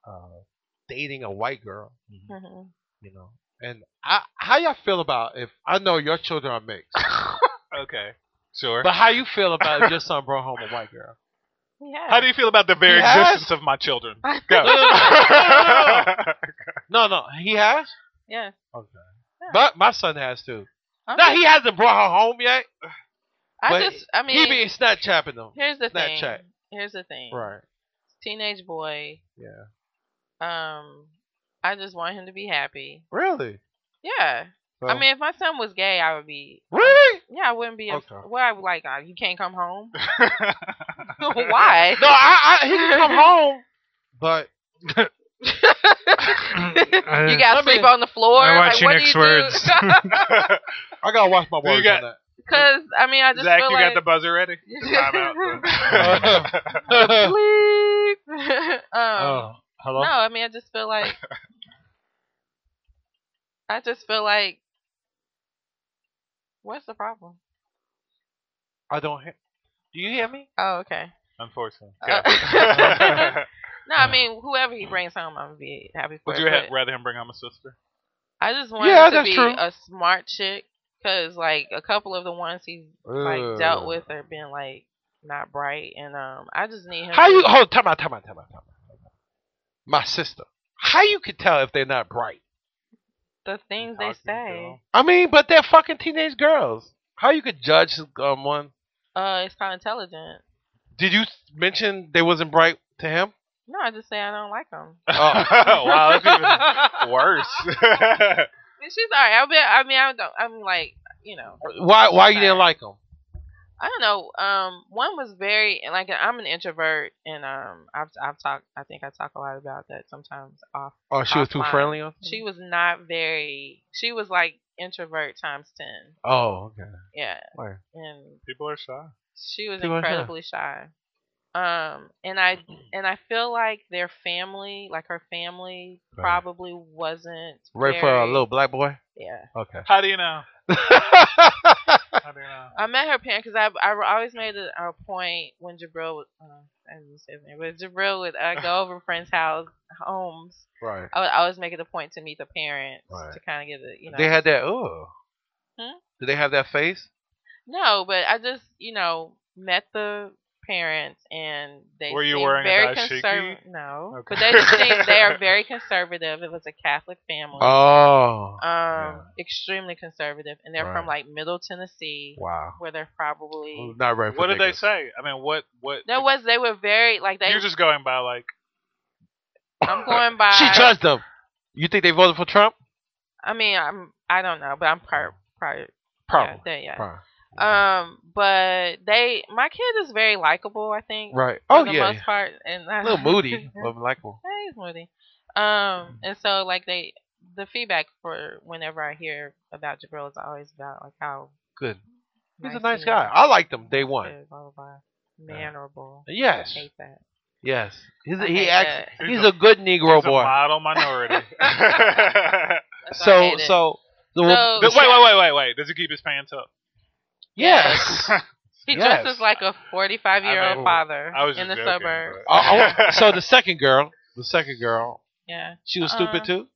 C: uh dating a white girl,
E: Mhm.
C: you know. And I, how y'all feel about if I know your children are mixed,
D: okay, sure.
C: but how you feel about if your son brought home a white girl?
E: Yeah.
D: How do you feel about the very
C: Yes.
D: existence of my children? Go.
C: No, no, no,
D: <laughs>
C: no, no, he has.
E: yeah.
C: But my son has too.
E: I'm
C: No,
E: just-
C: he hasn't brought her home yet.
E: I
C: but
E: just. I mean,
C: he be Snapchapping them.
E: here's the thing.
C: Snapchat.
E: Here's the thing.
C: Right.
E: Teenage boy.
C: Yeah.
E: Um, I just want him to be happy.
C: Really?
E: Yeah. I
C: So-
E: mean, if my son was gay, I would be.
C: really?
E: Yeah, I wouldn't be. ups-
C: Okay.
E: Well, I would like. Uh, you can't
C: <laughs>
E: come home. <laughs> Why?
C: No, I, I he can
E: <laughs>
C: come home, <laughs> but
E: you got to
C: Let me-
E: sleep on the floor.
F: I want
E: like,
F: your
E: what do
F: next
E: you <laughs>
F: words.
C: I gotta watch my
D: So you
C: words
D: got-
C: on
E: Because I mean, I just
D: Zach,
E: feel
D: you
E: like
D: got the buzzer ready?
E: <laughs>
D: Time out.
C: that. <laughs>
E: bleep. um,
C: uh, Oh, hello. <laughs>
E: <laughs> No, I mean I just feel like I just feel like, what's the problem?
C: I don't hear. Do you hear me?
E: Oh,
C: <laughs>
E: okay.
D: <laughs> Unfortunately.
E: Uh,
D: Yeah.
E: <laughs> No, I mean whoever he brings home, I'm gonna be happy for.
D: Would
E: it,
D: you ha-
E: but
D: rather him bring home a sister?
E: I just want
C: Yeah,
E: him to
C: that's
E: be
C: true.
E: a smart chick, cause like a couple of the ones he's like dealt with are been like not bright, and um, I just need him.
C: How
E: to,
C: you? Hold, time out, time out, time out, time out. My sister. How you can tell if they're not bright?
E: the things they
D: Talking to
E: say?
D: him.
C: I mean, but they're fucking teenage girls. How you could judge someone?
E: Uh, it's not intelligent.
C: Did you mention they wasn't bright to <laughs> him?
E: No, I just say I don't like him.
C: Oh.
D: <laughs> wow, that's
C: <laughs>
D: even worse.
E: And she's all right. I mean, I mean, I don't. I'm like, you know,
C: Why? Why you didn't like him?
E: I don't know. Um, one was very and like I'm an introvert, and um, I've I've talked. I think I talk a lot about that sometimes off
C: Oh, she was too
E: Offline.
C: friendly. on-
E: She was not very. She was like introvert times ten.
C: Oh, okay.
E: Yeah,
C: Why?
E: and
D: People are shy.
C: She
E: she was
C: was Mm-hmm. shy.
E: incredibly shy. Um, and I and I feel like their family, like her family,
C: Right.
E: probably wasn't
C: Right for a
E: very-
C: little black boy.
E: Yeah,
C: Okay.
D: How do
C: <laughs>
D: you know? How do you know?
E: I met her parents because I I always made a, a point when Jabril would uh, I didn't say his name, but Jabril would
C: <laughs>
E: uh, go over friends' house homes.
C: right.
E: I would always make it a point to meet the parents
C: Right.
E: to kind of get the you know
C: They had that. Oh.
E: Hmm?
C: Did they have that face?
E: No, but I just, you know, met the parents and they
D: Were you
E: seem
D: wearing a
E: very
D: dashiki?
E: conservative. No,
D: Okay.
E: but they seem they are
C: <laughs>
E: very conservative. It was a Catholic family,
C: Oh.
E: um, extremely conservative, and they're
C: Right.
E: from like Middle Tennessee,
C: wow.
E: where they're probably
C: Not right. For
D: What did they
C: niggas.
D: say? I mean, what? What?
E: there was they were very like they.
D: You're just going by like.
E: I'm going by.
C: She judged them. You think they voted for Trump?
E: I mean, I'm I don't know, but I'm part part yeah,
C: Probably.
E: there, yeah.
C: Probably.
E: Um, but they my kid is very likable. I think.
C: Right.
E: For
C: Oh
E: the
C: yeah.
E: most part, and I-
C: A little
E: <laughs>
C: moody, but likable.
E: Hey, it's Moody. Um, and so like they, the feedback for whenever I hear about Jabril is always about like how
C: Good. He's a
E: nice
C: nice
E: he
C: guy.
E: is,
C: I liked him day one.
E: blah, blah, blah, mannerable.
C: Yes.
E: I hate that.
C: Yes. He's
E: I
C: he
E: hate
C: acts.
D: that.
C: He's a good Negro
D: He's a
C: boy.
D: model <laughs> minority.
E: That's why I
C: So
E: hate it.
C: so. So,
E: So-
D: wait, wait, wait, wait, wait. Does he keep his pants <laughs> up? <laughs>
C: yes. Uh,
E: he
C: yes.
E: dresses like a forty-five-year-old
D: I mean,
E: father
D: I was just
E: in the
D: joking,
E: suburbs.
D: but-
C: Oh,
D: <laughs>
C: oh, so the second girl, the second girl,
E: Yeah.
C: she was
E: Uh,
C: stupid too.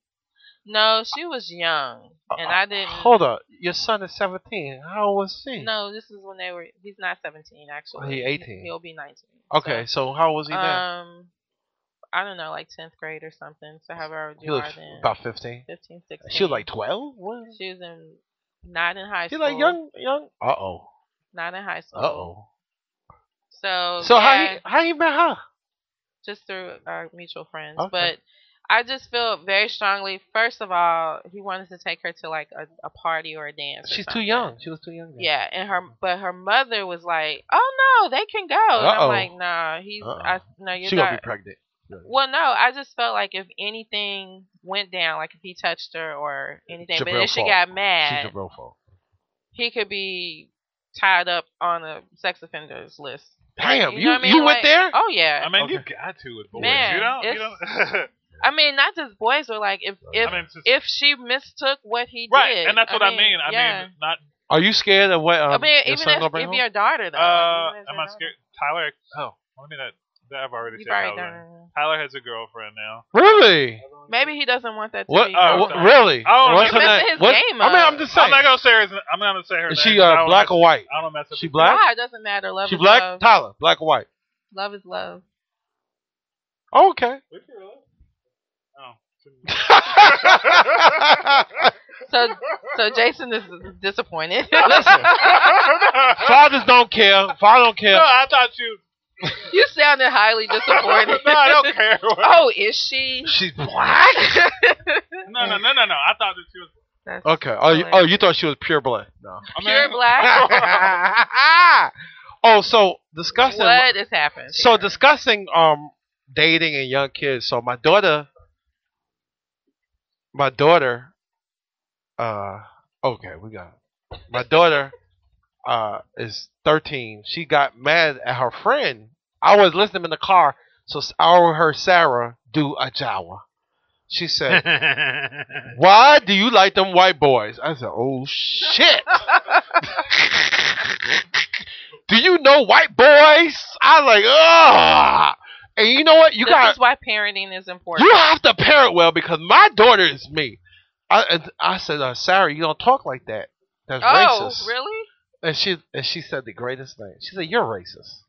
E: No, she was young, and I didn't.
C: Uh, Hold on, your son is seventeen. How old was he?
E: No, this is when they were. He's not seventeen actually.
C: Oh, he 18.
E: He'll be nineteen.
C: Okay, so how old was he
E: So,
C: now?
E: um, I don't know, like tenth grade or something. So however
C: He
E: you are
C: was
E: then.
C: about fifteen.
E: 15, 16.
C: She was like twelve. What?
E: She was in not in high
C: She
E: school.
C: like young, young. Uh oh.
E: Not in high school.
C: Uh oh.
E: So
C: So how
E: yeah,
C: you how you met her?
E: just through our mutual friends.
C: Okay.
E: But I just feel very strongly. First of all, he wanted to take her to like a, a party or a dance. or
C: She's too
E: something.
C: young. She was too young. then.
E: Yeah, and her but her mother was like, "Oh no, they can go." And
C: Uh-oh.
E: I'm like, "Nah, he's
C: Uh-oh.
E: I no, you're
C: She
E: not."
C: gonna be pregnant.
E: Well, no, I just felt like if anything went down, like if he touched her or anything, but
C: Jabril
E: then she
C: fault.
E: got
C: She's
E: mad,
C: a real fault.
E: he could be tied up on a sex offenders list.
C: Damn, you you,
E: know what I mean?
C: went
E: Like-
C: there?
E: Oh yeah.
D: I mean, you
C: Okay.
D: got to with boys.
E: Man,
D: you don't. <laughs> You
E: it's-
D: don't
E: I mean, not just boys, but like if if
D: I mean, it's just-
E: if she mistook what he
D: right,
E: did.
D: and that's what I mean. I mean,
E: yeah.
D: not.
C: Are you scared of what? Um,
E: I mean,
C: your
E: even
C: son gonna
E: if,
C: bring
E: if
C: home?
E: your daughter though.
D: Uh,
E: like, even if
D: am
E: your
D: I
E: daughter-
D: scared? Tyler. Oh, let me not. That I've already
E: You've
D: said.
E: already
D: Tyler.
E: done it.
D: Tyler has a girlfriend now.
C: Really?
E: Maybe he doesn't want that to
C: What? uh,
E: be.
D: Oh,
C: what-
D: sorry.
C: really?
D: I don't
C: What's
D: know.
C: her
E: Messing
C: name?
E: his
C: What?
E: game
C: I mean,
E: up.
C: I'm just saying.
D: I'm not gonna say her. I'm not gonna say her
C: Is
D: name.
C: she
D: 'cause I
C: uh,
D: don't
C: black
D: mess-
C: or white?
D: I don't mess with
C: She
D: people.
C: black?
E: Why? It doesn't matter. Love
C: She
E: is
C: black?
E: love.
C: Tyler, black or white?
E: Love is love.
C: Okay.
D: Oh.
E: So,
C: <laughs>
E: so Jason is disappointed. <laughs>
C: Fathers don't care. Father don't care.
D: <laughs> No, I thought you.
E: you sounded highly
C: <laughs>
E: disappointed.
D: no, I don't care.
E: <laughs> oh, is she?
C: She's black.
D: <laughs> No, no, no, no, no. I thought that she was.
E: That's
C: Okay. Oh, you,
E: hilarious.
C: oh, you thought she was pure black? No.
D: I
E: <laughs> Pure
D: mean-
E: black.
C: oh, so discussing.
E: what has happened?
C: So
E: here?
C: discussing um dating and young kids. So my daughter, my daughter, uh, okay, we got it. my daughter, uh, is thirteen. She got mad at her friend. I was listening in the car, so s- I heard her Sarah do a Jawa. She said,
F: <laughs>
C: "Why do you like them white boys?" I said, "Oh
E: <laughs>
C: shit." do you know white boys? I like, ah. And you know what? You
E: this
C: got
E: is why parenting is important.
C: you have to parent well because my daughter is me. I and I said, uh, Sarah, you don't talk like that. That's
E: oh,
C: racist.
E: really?
C: And she and she said the greatest thing. She said, You're racist.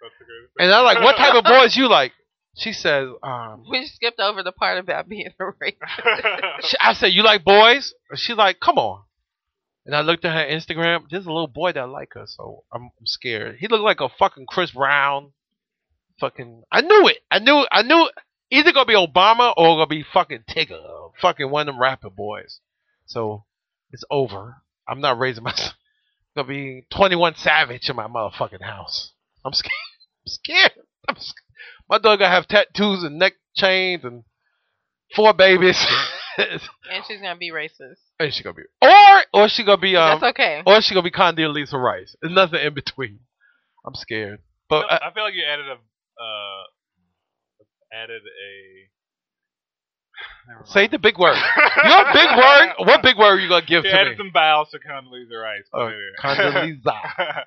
D: That's the greatest thing.
C: And I'm like, What type
D: <laughs>
C: of boys you like? She says, um,
E: We skipped over the part about being a racist.
D: <laughs>
C: she, <laughs> I said, You like boys? And she's like, Come on. And I looked at her Instagram. There's a little boy that like her, so I'm, I'm scared. He looked like a fucking Chris Brown. Fucking, I knew it. I knew. I knew. Either gonna be Obama or gonna be fucking Tigger, or fucking one of them rapper boys. So it's over. I'm not raising <laughs> myself. Gonna be 21 Savage in my motherfucking house. I'm scared. <laughs> I'm scared. I'm scared. My dog gonna have tattoos and neck chains and four babies. <laughs>
E: and she's gonna be racist.
C: And she gonna be or or she gonna be um
E: That's okay.
C: or she gonna be Condoleezza Rice. There's nothing in between. I'm scared, but
D: I,
C: uh,
D: feel like you added a uh, added a. Never
C: say
D: mind.
C: the big word. Your big word. What big word are you gonna give
D: She
C: to
D: added
C: me?
D: some vowels to Condoleezza Rice.
C: Uh,
D: but anyway. <laughs>
C: Condoleezza.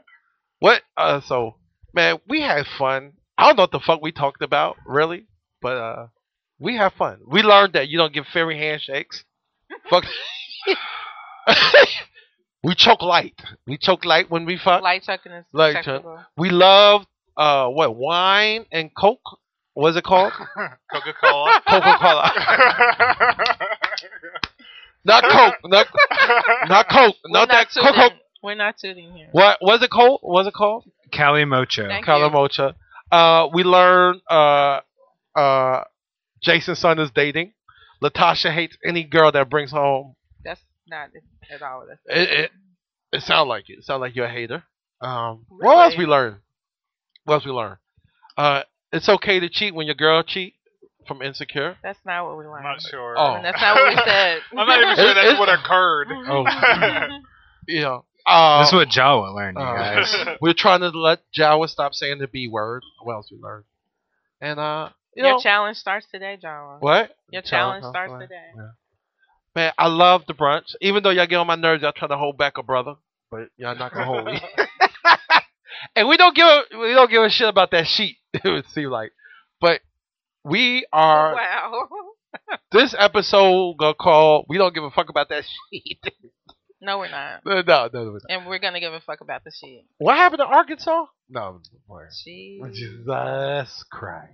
C: What? Uh, so man, we had fun. I don't know what the fuck we talked about really, but uh, we had fun. We learned that you don't give fairy handshakes. Fuck. <laughs> we choke light. We choke light when we fuck.
E: Light chucking is
C: Light chuck.
E: acceptable.
C: We loved uh what wine and coke. What is it called?
D: Coca Cola.
C: Coca
D: <laughs>
C: Cola. not coke. Not not coke.
E: We're
C: Not that
E: tooting.
C: coke.
E: We're not tooting here.
C: What was it called? Was it called?
F: Calimocho.
E: Thank you.
C: Calamocha. Uh, we learned uh uh Jason's son is dating. Latasha hates any girl that brings home.
E: That's not at all. what That's
C: It it, it sound like it. it. Sound like you're a hater. Um, what else we
E: Really?
C: learned? What else we learned? Uh, it's okay to cheat when your girl cheat from insecure.
E: that's not what we
D: I'm
E: learned.
D: not sure.
C: Oh.
E: And that's not what we said.
D: <laughs> I'm
E: <laughs>
D: not even sure that's what occurred.
C: <laughs>
D: <laughs>
C: Oh. Yeah. Uh,
F: That's what Jawa learned, you
C: uh,
F: guys.
C: We're trying to let Jawa stop saying the B word. What else we learned? And uh, you
E: Your
C: know
E: challenge starts today, John.
C: what?
E: Your challenge
C: Challenge,
E: starts
C: huh?
E: today.
C: Man, I love the brunch. Even though y'all get on my nerves, y'all try to hold back a brother, but y'all not gonna hold me. <laughs> and we don't give a we don't give a shit about that sheet. <laughs> It would seem like, but we are
E: Oh, Wow. <laughs>
C: this episode gonna call. We don't give a fuck about that <laughs> sheet.
E: No, we're not.
C: no, no, no.
E: And we're gonna give a fuck about the shit.
C: What happened to Arkansas? No, where?
E: She.
C: Jesus Christ.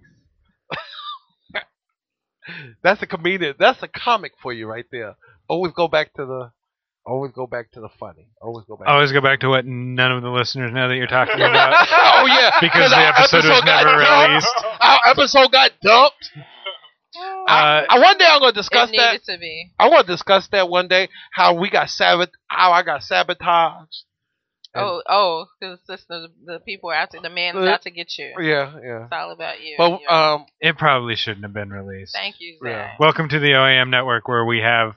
C: <laughs> that's a comedian. That's a comic for you right there. Always go back to the. Always go back to the funny. Always go back.
F: Always go back to what none of the listeners know that you're talking
E: <laughs>
F: about.
C: <laughs> oh yeah,
F: <laughs> Because the
C: our
F: episode was
C: got
F: never
C: dumped.
F: released.
C: Our episode got dumped. I,
F: Uh,
C: I- one day I'm gonna discuss
E: It
C: that.
E: needed to be.
C: I want to discuss that one day. How we got sabot. How I got sabotaged. And-
E: Oh, oh, because the, the people are out to, the man is out to get you.
C: Yeah, yeah.
E: It's all about you.
C: Uh, But
E: You're-
C: um,
F: it probably shouldn't have been released.
E: thank you,
C: yeah.
E: Zach.
F: Welcome to the OAM network where we
E: <laughs>
F: have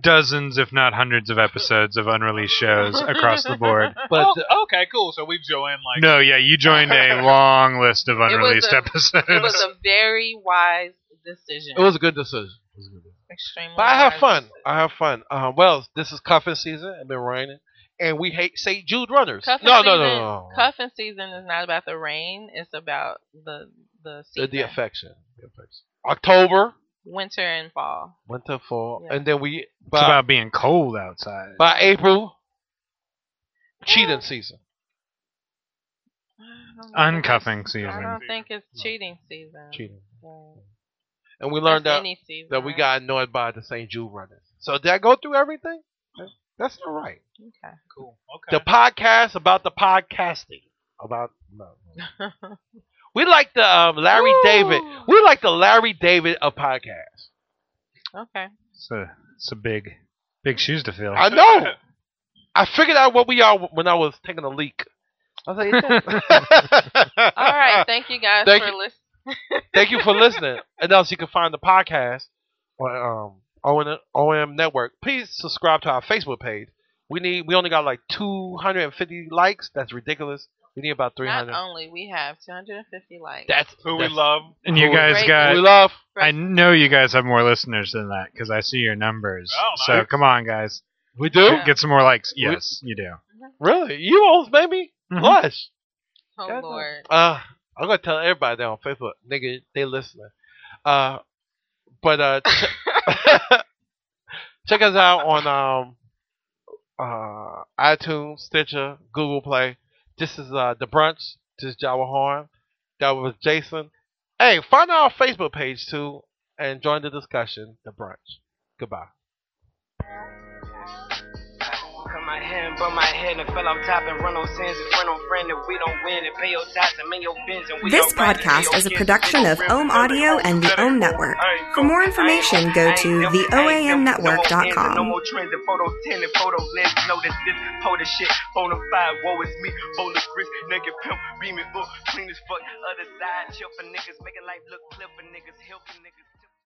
F: dozens, if not hundreds, of episodes of unreleased shows across the
E: <laughs>
F: board.
C: but
D: oh, okay, cool. So we've joined like
F: No, yeah, you joined
E: <laughs>
F: a long list of
E: was
F: unreleased
E: a-
F: episodes.
E: it was a very wise decision.
C: it was a good decision. It was a good decision.
E: extremely.
C: But I have
E: wise
C: fun.
E: decision.
C: I have fun. Uh, well, this is cuffing season. It's been raining, and we hate St. Jude runners.
E: Cuffing
C: no,
E: season,
C: no, no, no, no.
E: Cuffing season is not about the rain. It's about the the
C: the,
E: season.
C: the affection. The affection. October,
E: Winter and fall.
C: winter, fall,
E: Yeah.
C: and then we
F: it's
C: by,
F: about being cold outside.
C: by April, cheating season.
E: I don't know.
F: Uncuffing
E: I
F: season.
E: don't think it's cheating season.
C: Cheating.
E: Right.
C: And we learned
E: That's
C: that
E: any season,
C: that we
E: right?
C: got annoyed by the St. Jude runners. So did I go through everything? That's all right.
E: Okay.
D: cool.
C: The
D: Okay.
C: podcast about the podcasting about no. no. We like the um, Larry
E: Woo!
C: David. We like the Larry David of podcasts.
E: okay.
F: It's a, it's a big, big shoes to fill.
C: I know. I figured out what we are when I was taking a
E: <laughs>
C: leak. <laughs> I was like, <laughs>
E: All right. Thank you guys
C: Thank
E: for
C: you.
E: listening.
C: Thank you for listening. And else you can find the podcast on um, OM Network. Please subscribe to our Facebook page. We need we only got like 250 likes. That's ridiculous. We need about three
E: Not
C: hundred.
E: only we have 250 likes.
C: That's
D: Who
C: that's
D: we love.
F: And you
C: Cool.
F: guys
E: Great.
C: who we
F: got.
C: love.
F: I know you guys have more listeners than that because I see your numbers.
D: Oh,
F: So
D: nice.
F: come on, guys,
C: We do.
E: Yeah.
F: get some more likes. Yes, you do.
C: Really? You almost made me
F: Mhm.
C: blush.
E: oh
C: God.
E: lord.
C: Uh, I'm gonna tell everybody that on Facebook, nigga, they listening. Uh, but uh, ch- <laughs> check us out on um, uh, iTunes, Stitcher, Google Play. This is uh the brunch. This is Jawa Horn. That was Jason. Hey, find our Facebook page too and join the discussion. The brunch. Goodbye.
H: Cut my hand, but my head and fell off top and run on sins and friend on friend and we don't win and pay your tax and make your bins and we
B: This
H: don't ride and
B: podcast
H: pay your
B: is a
H: kids.
B: production of Ohm Audio and the Ohm Network. For more information, go to theoamnetwork.com.
H: No more trends and photo 10 and photo lens. Know that this photo shit, bonafide, woe is me, bonus grip, nigga pimp, beaming up, clean as fuck. Other side, chill for niggas, making life look clip for niggas, helping niggas.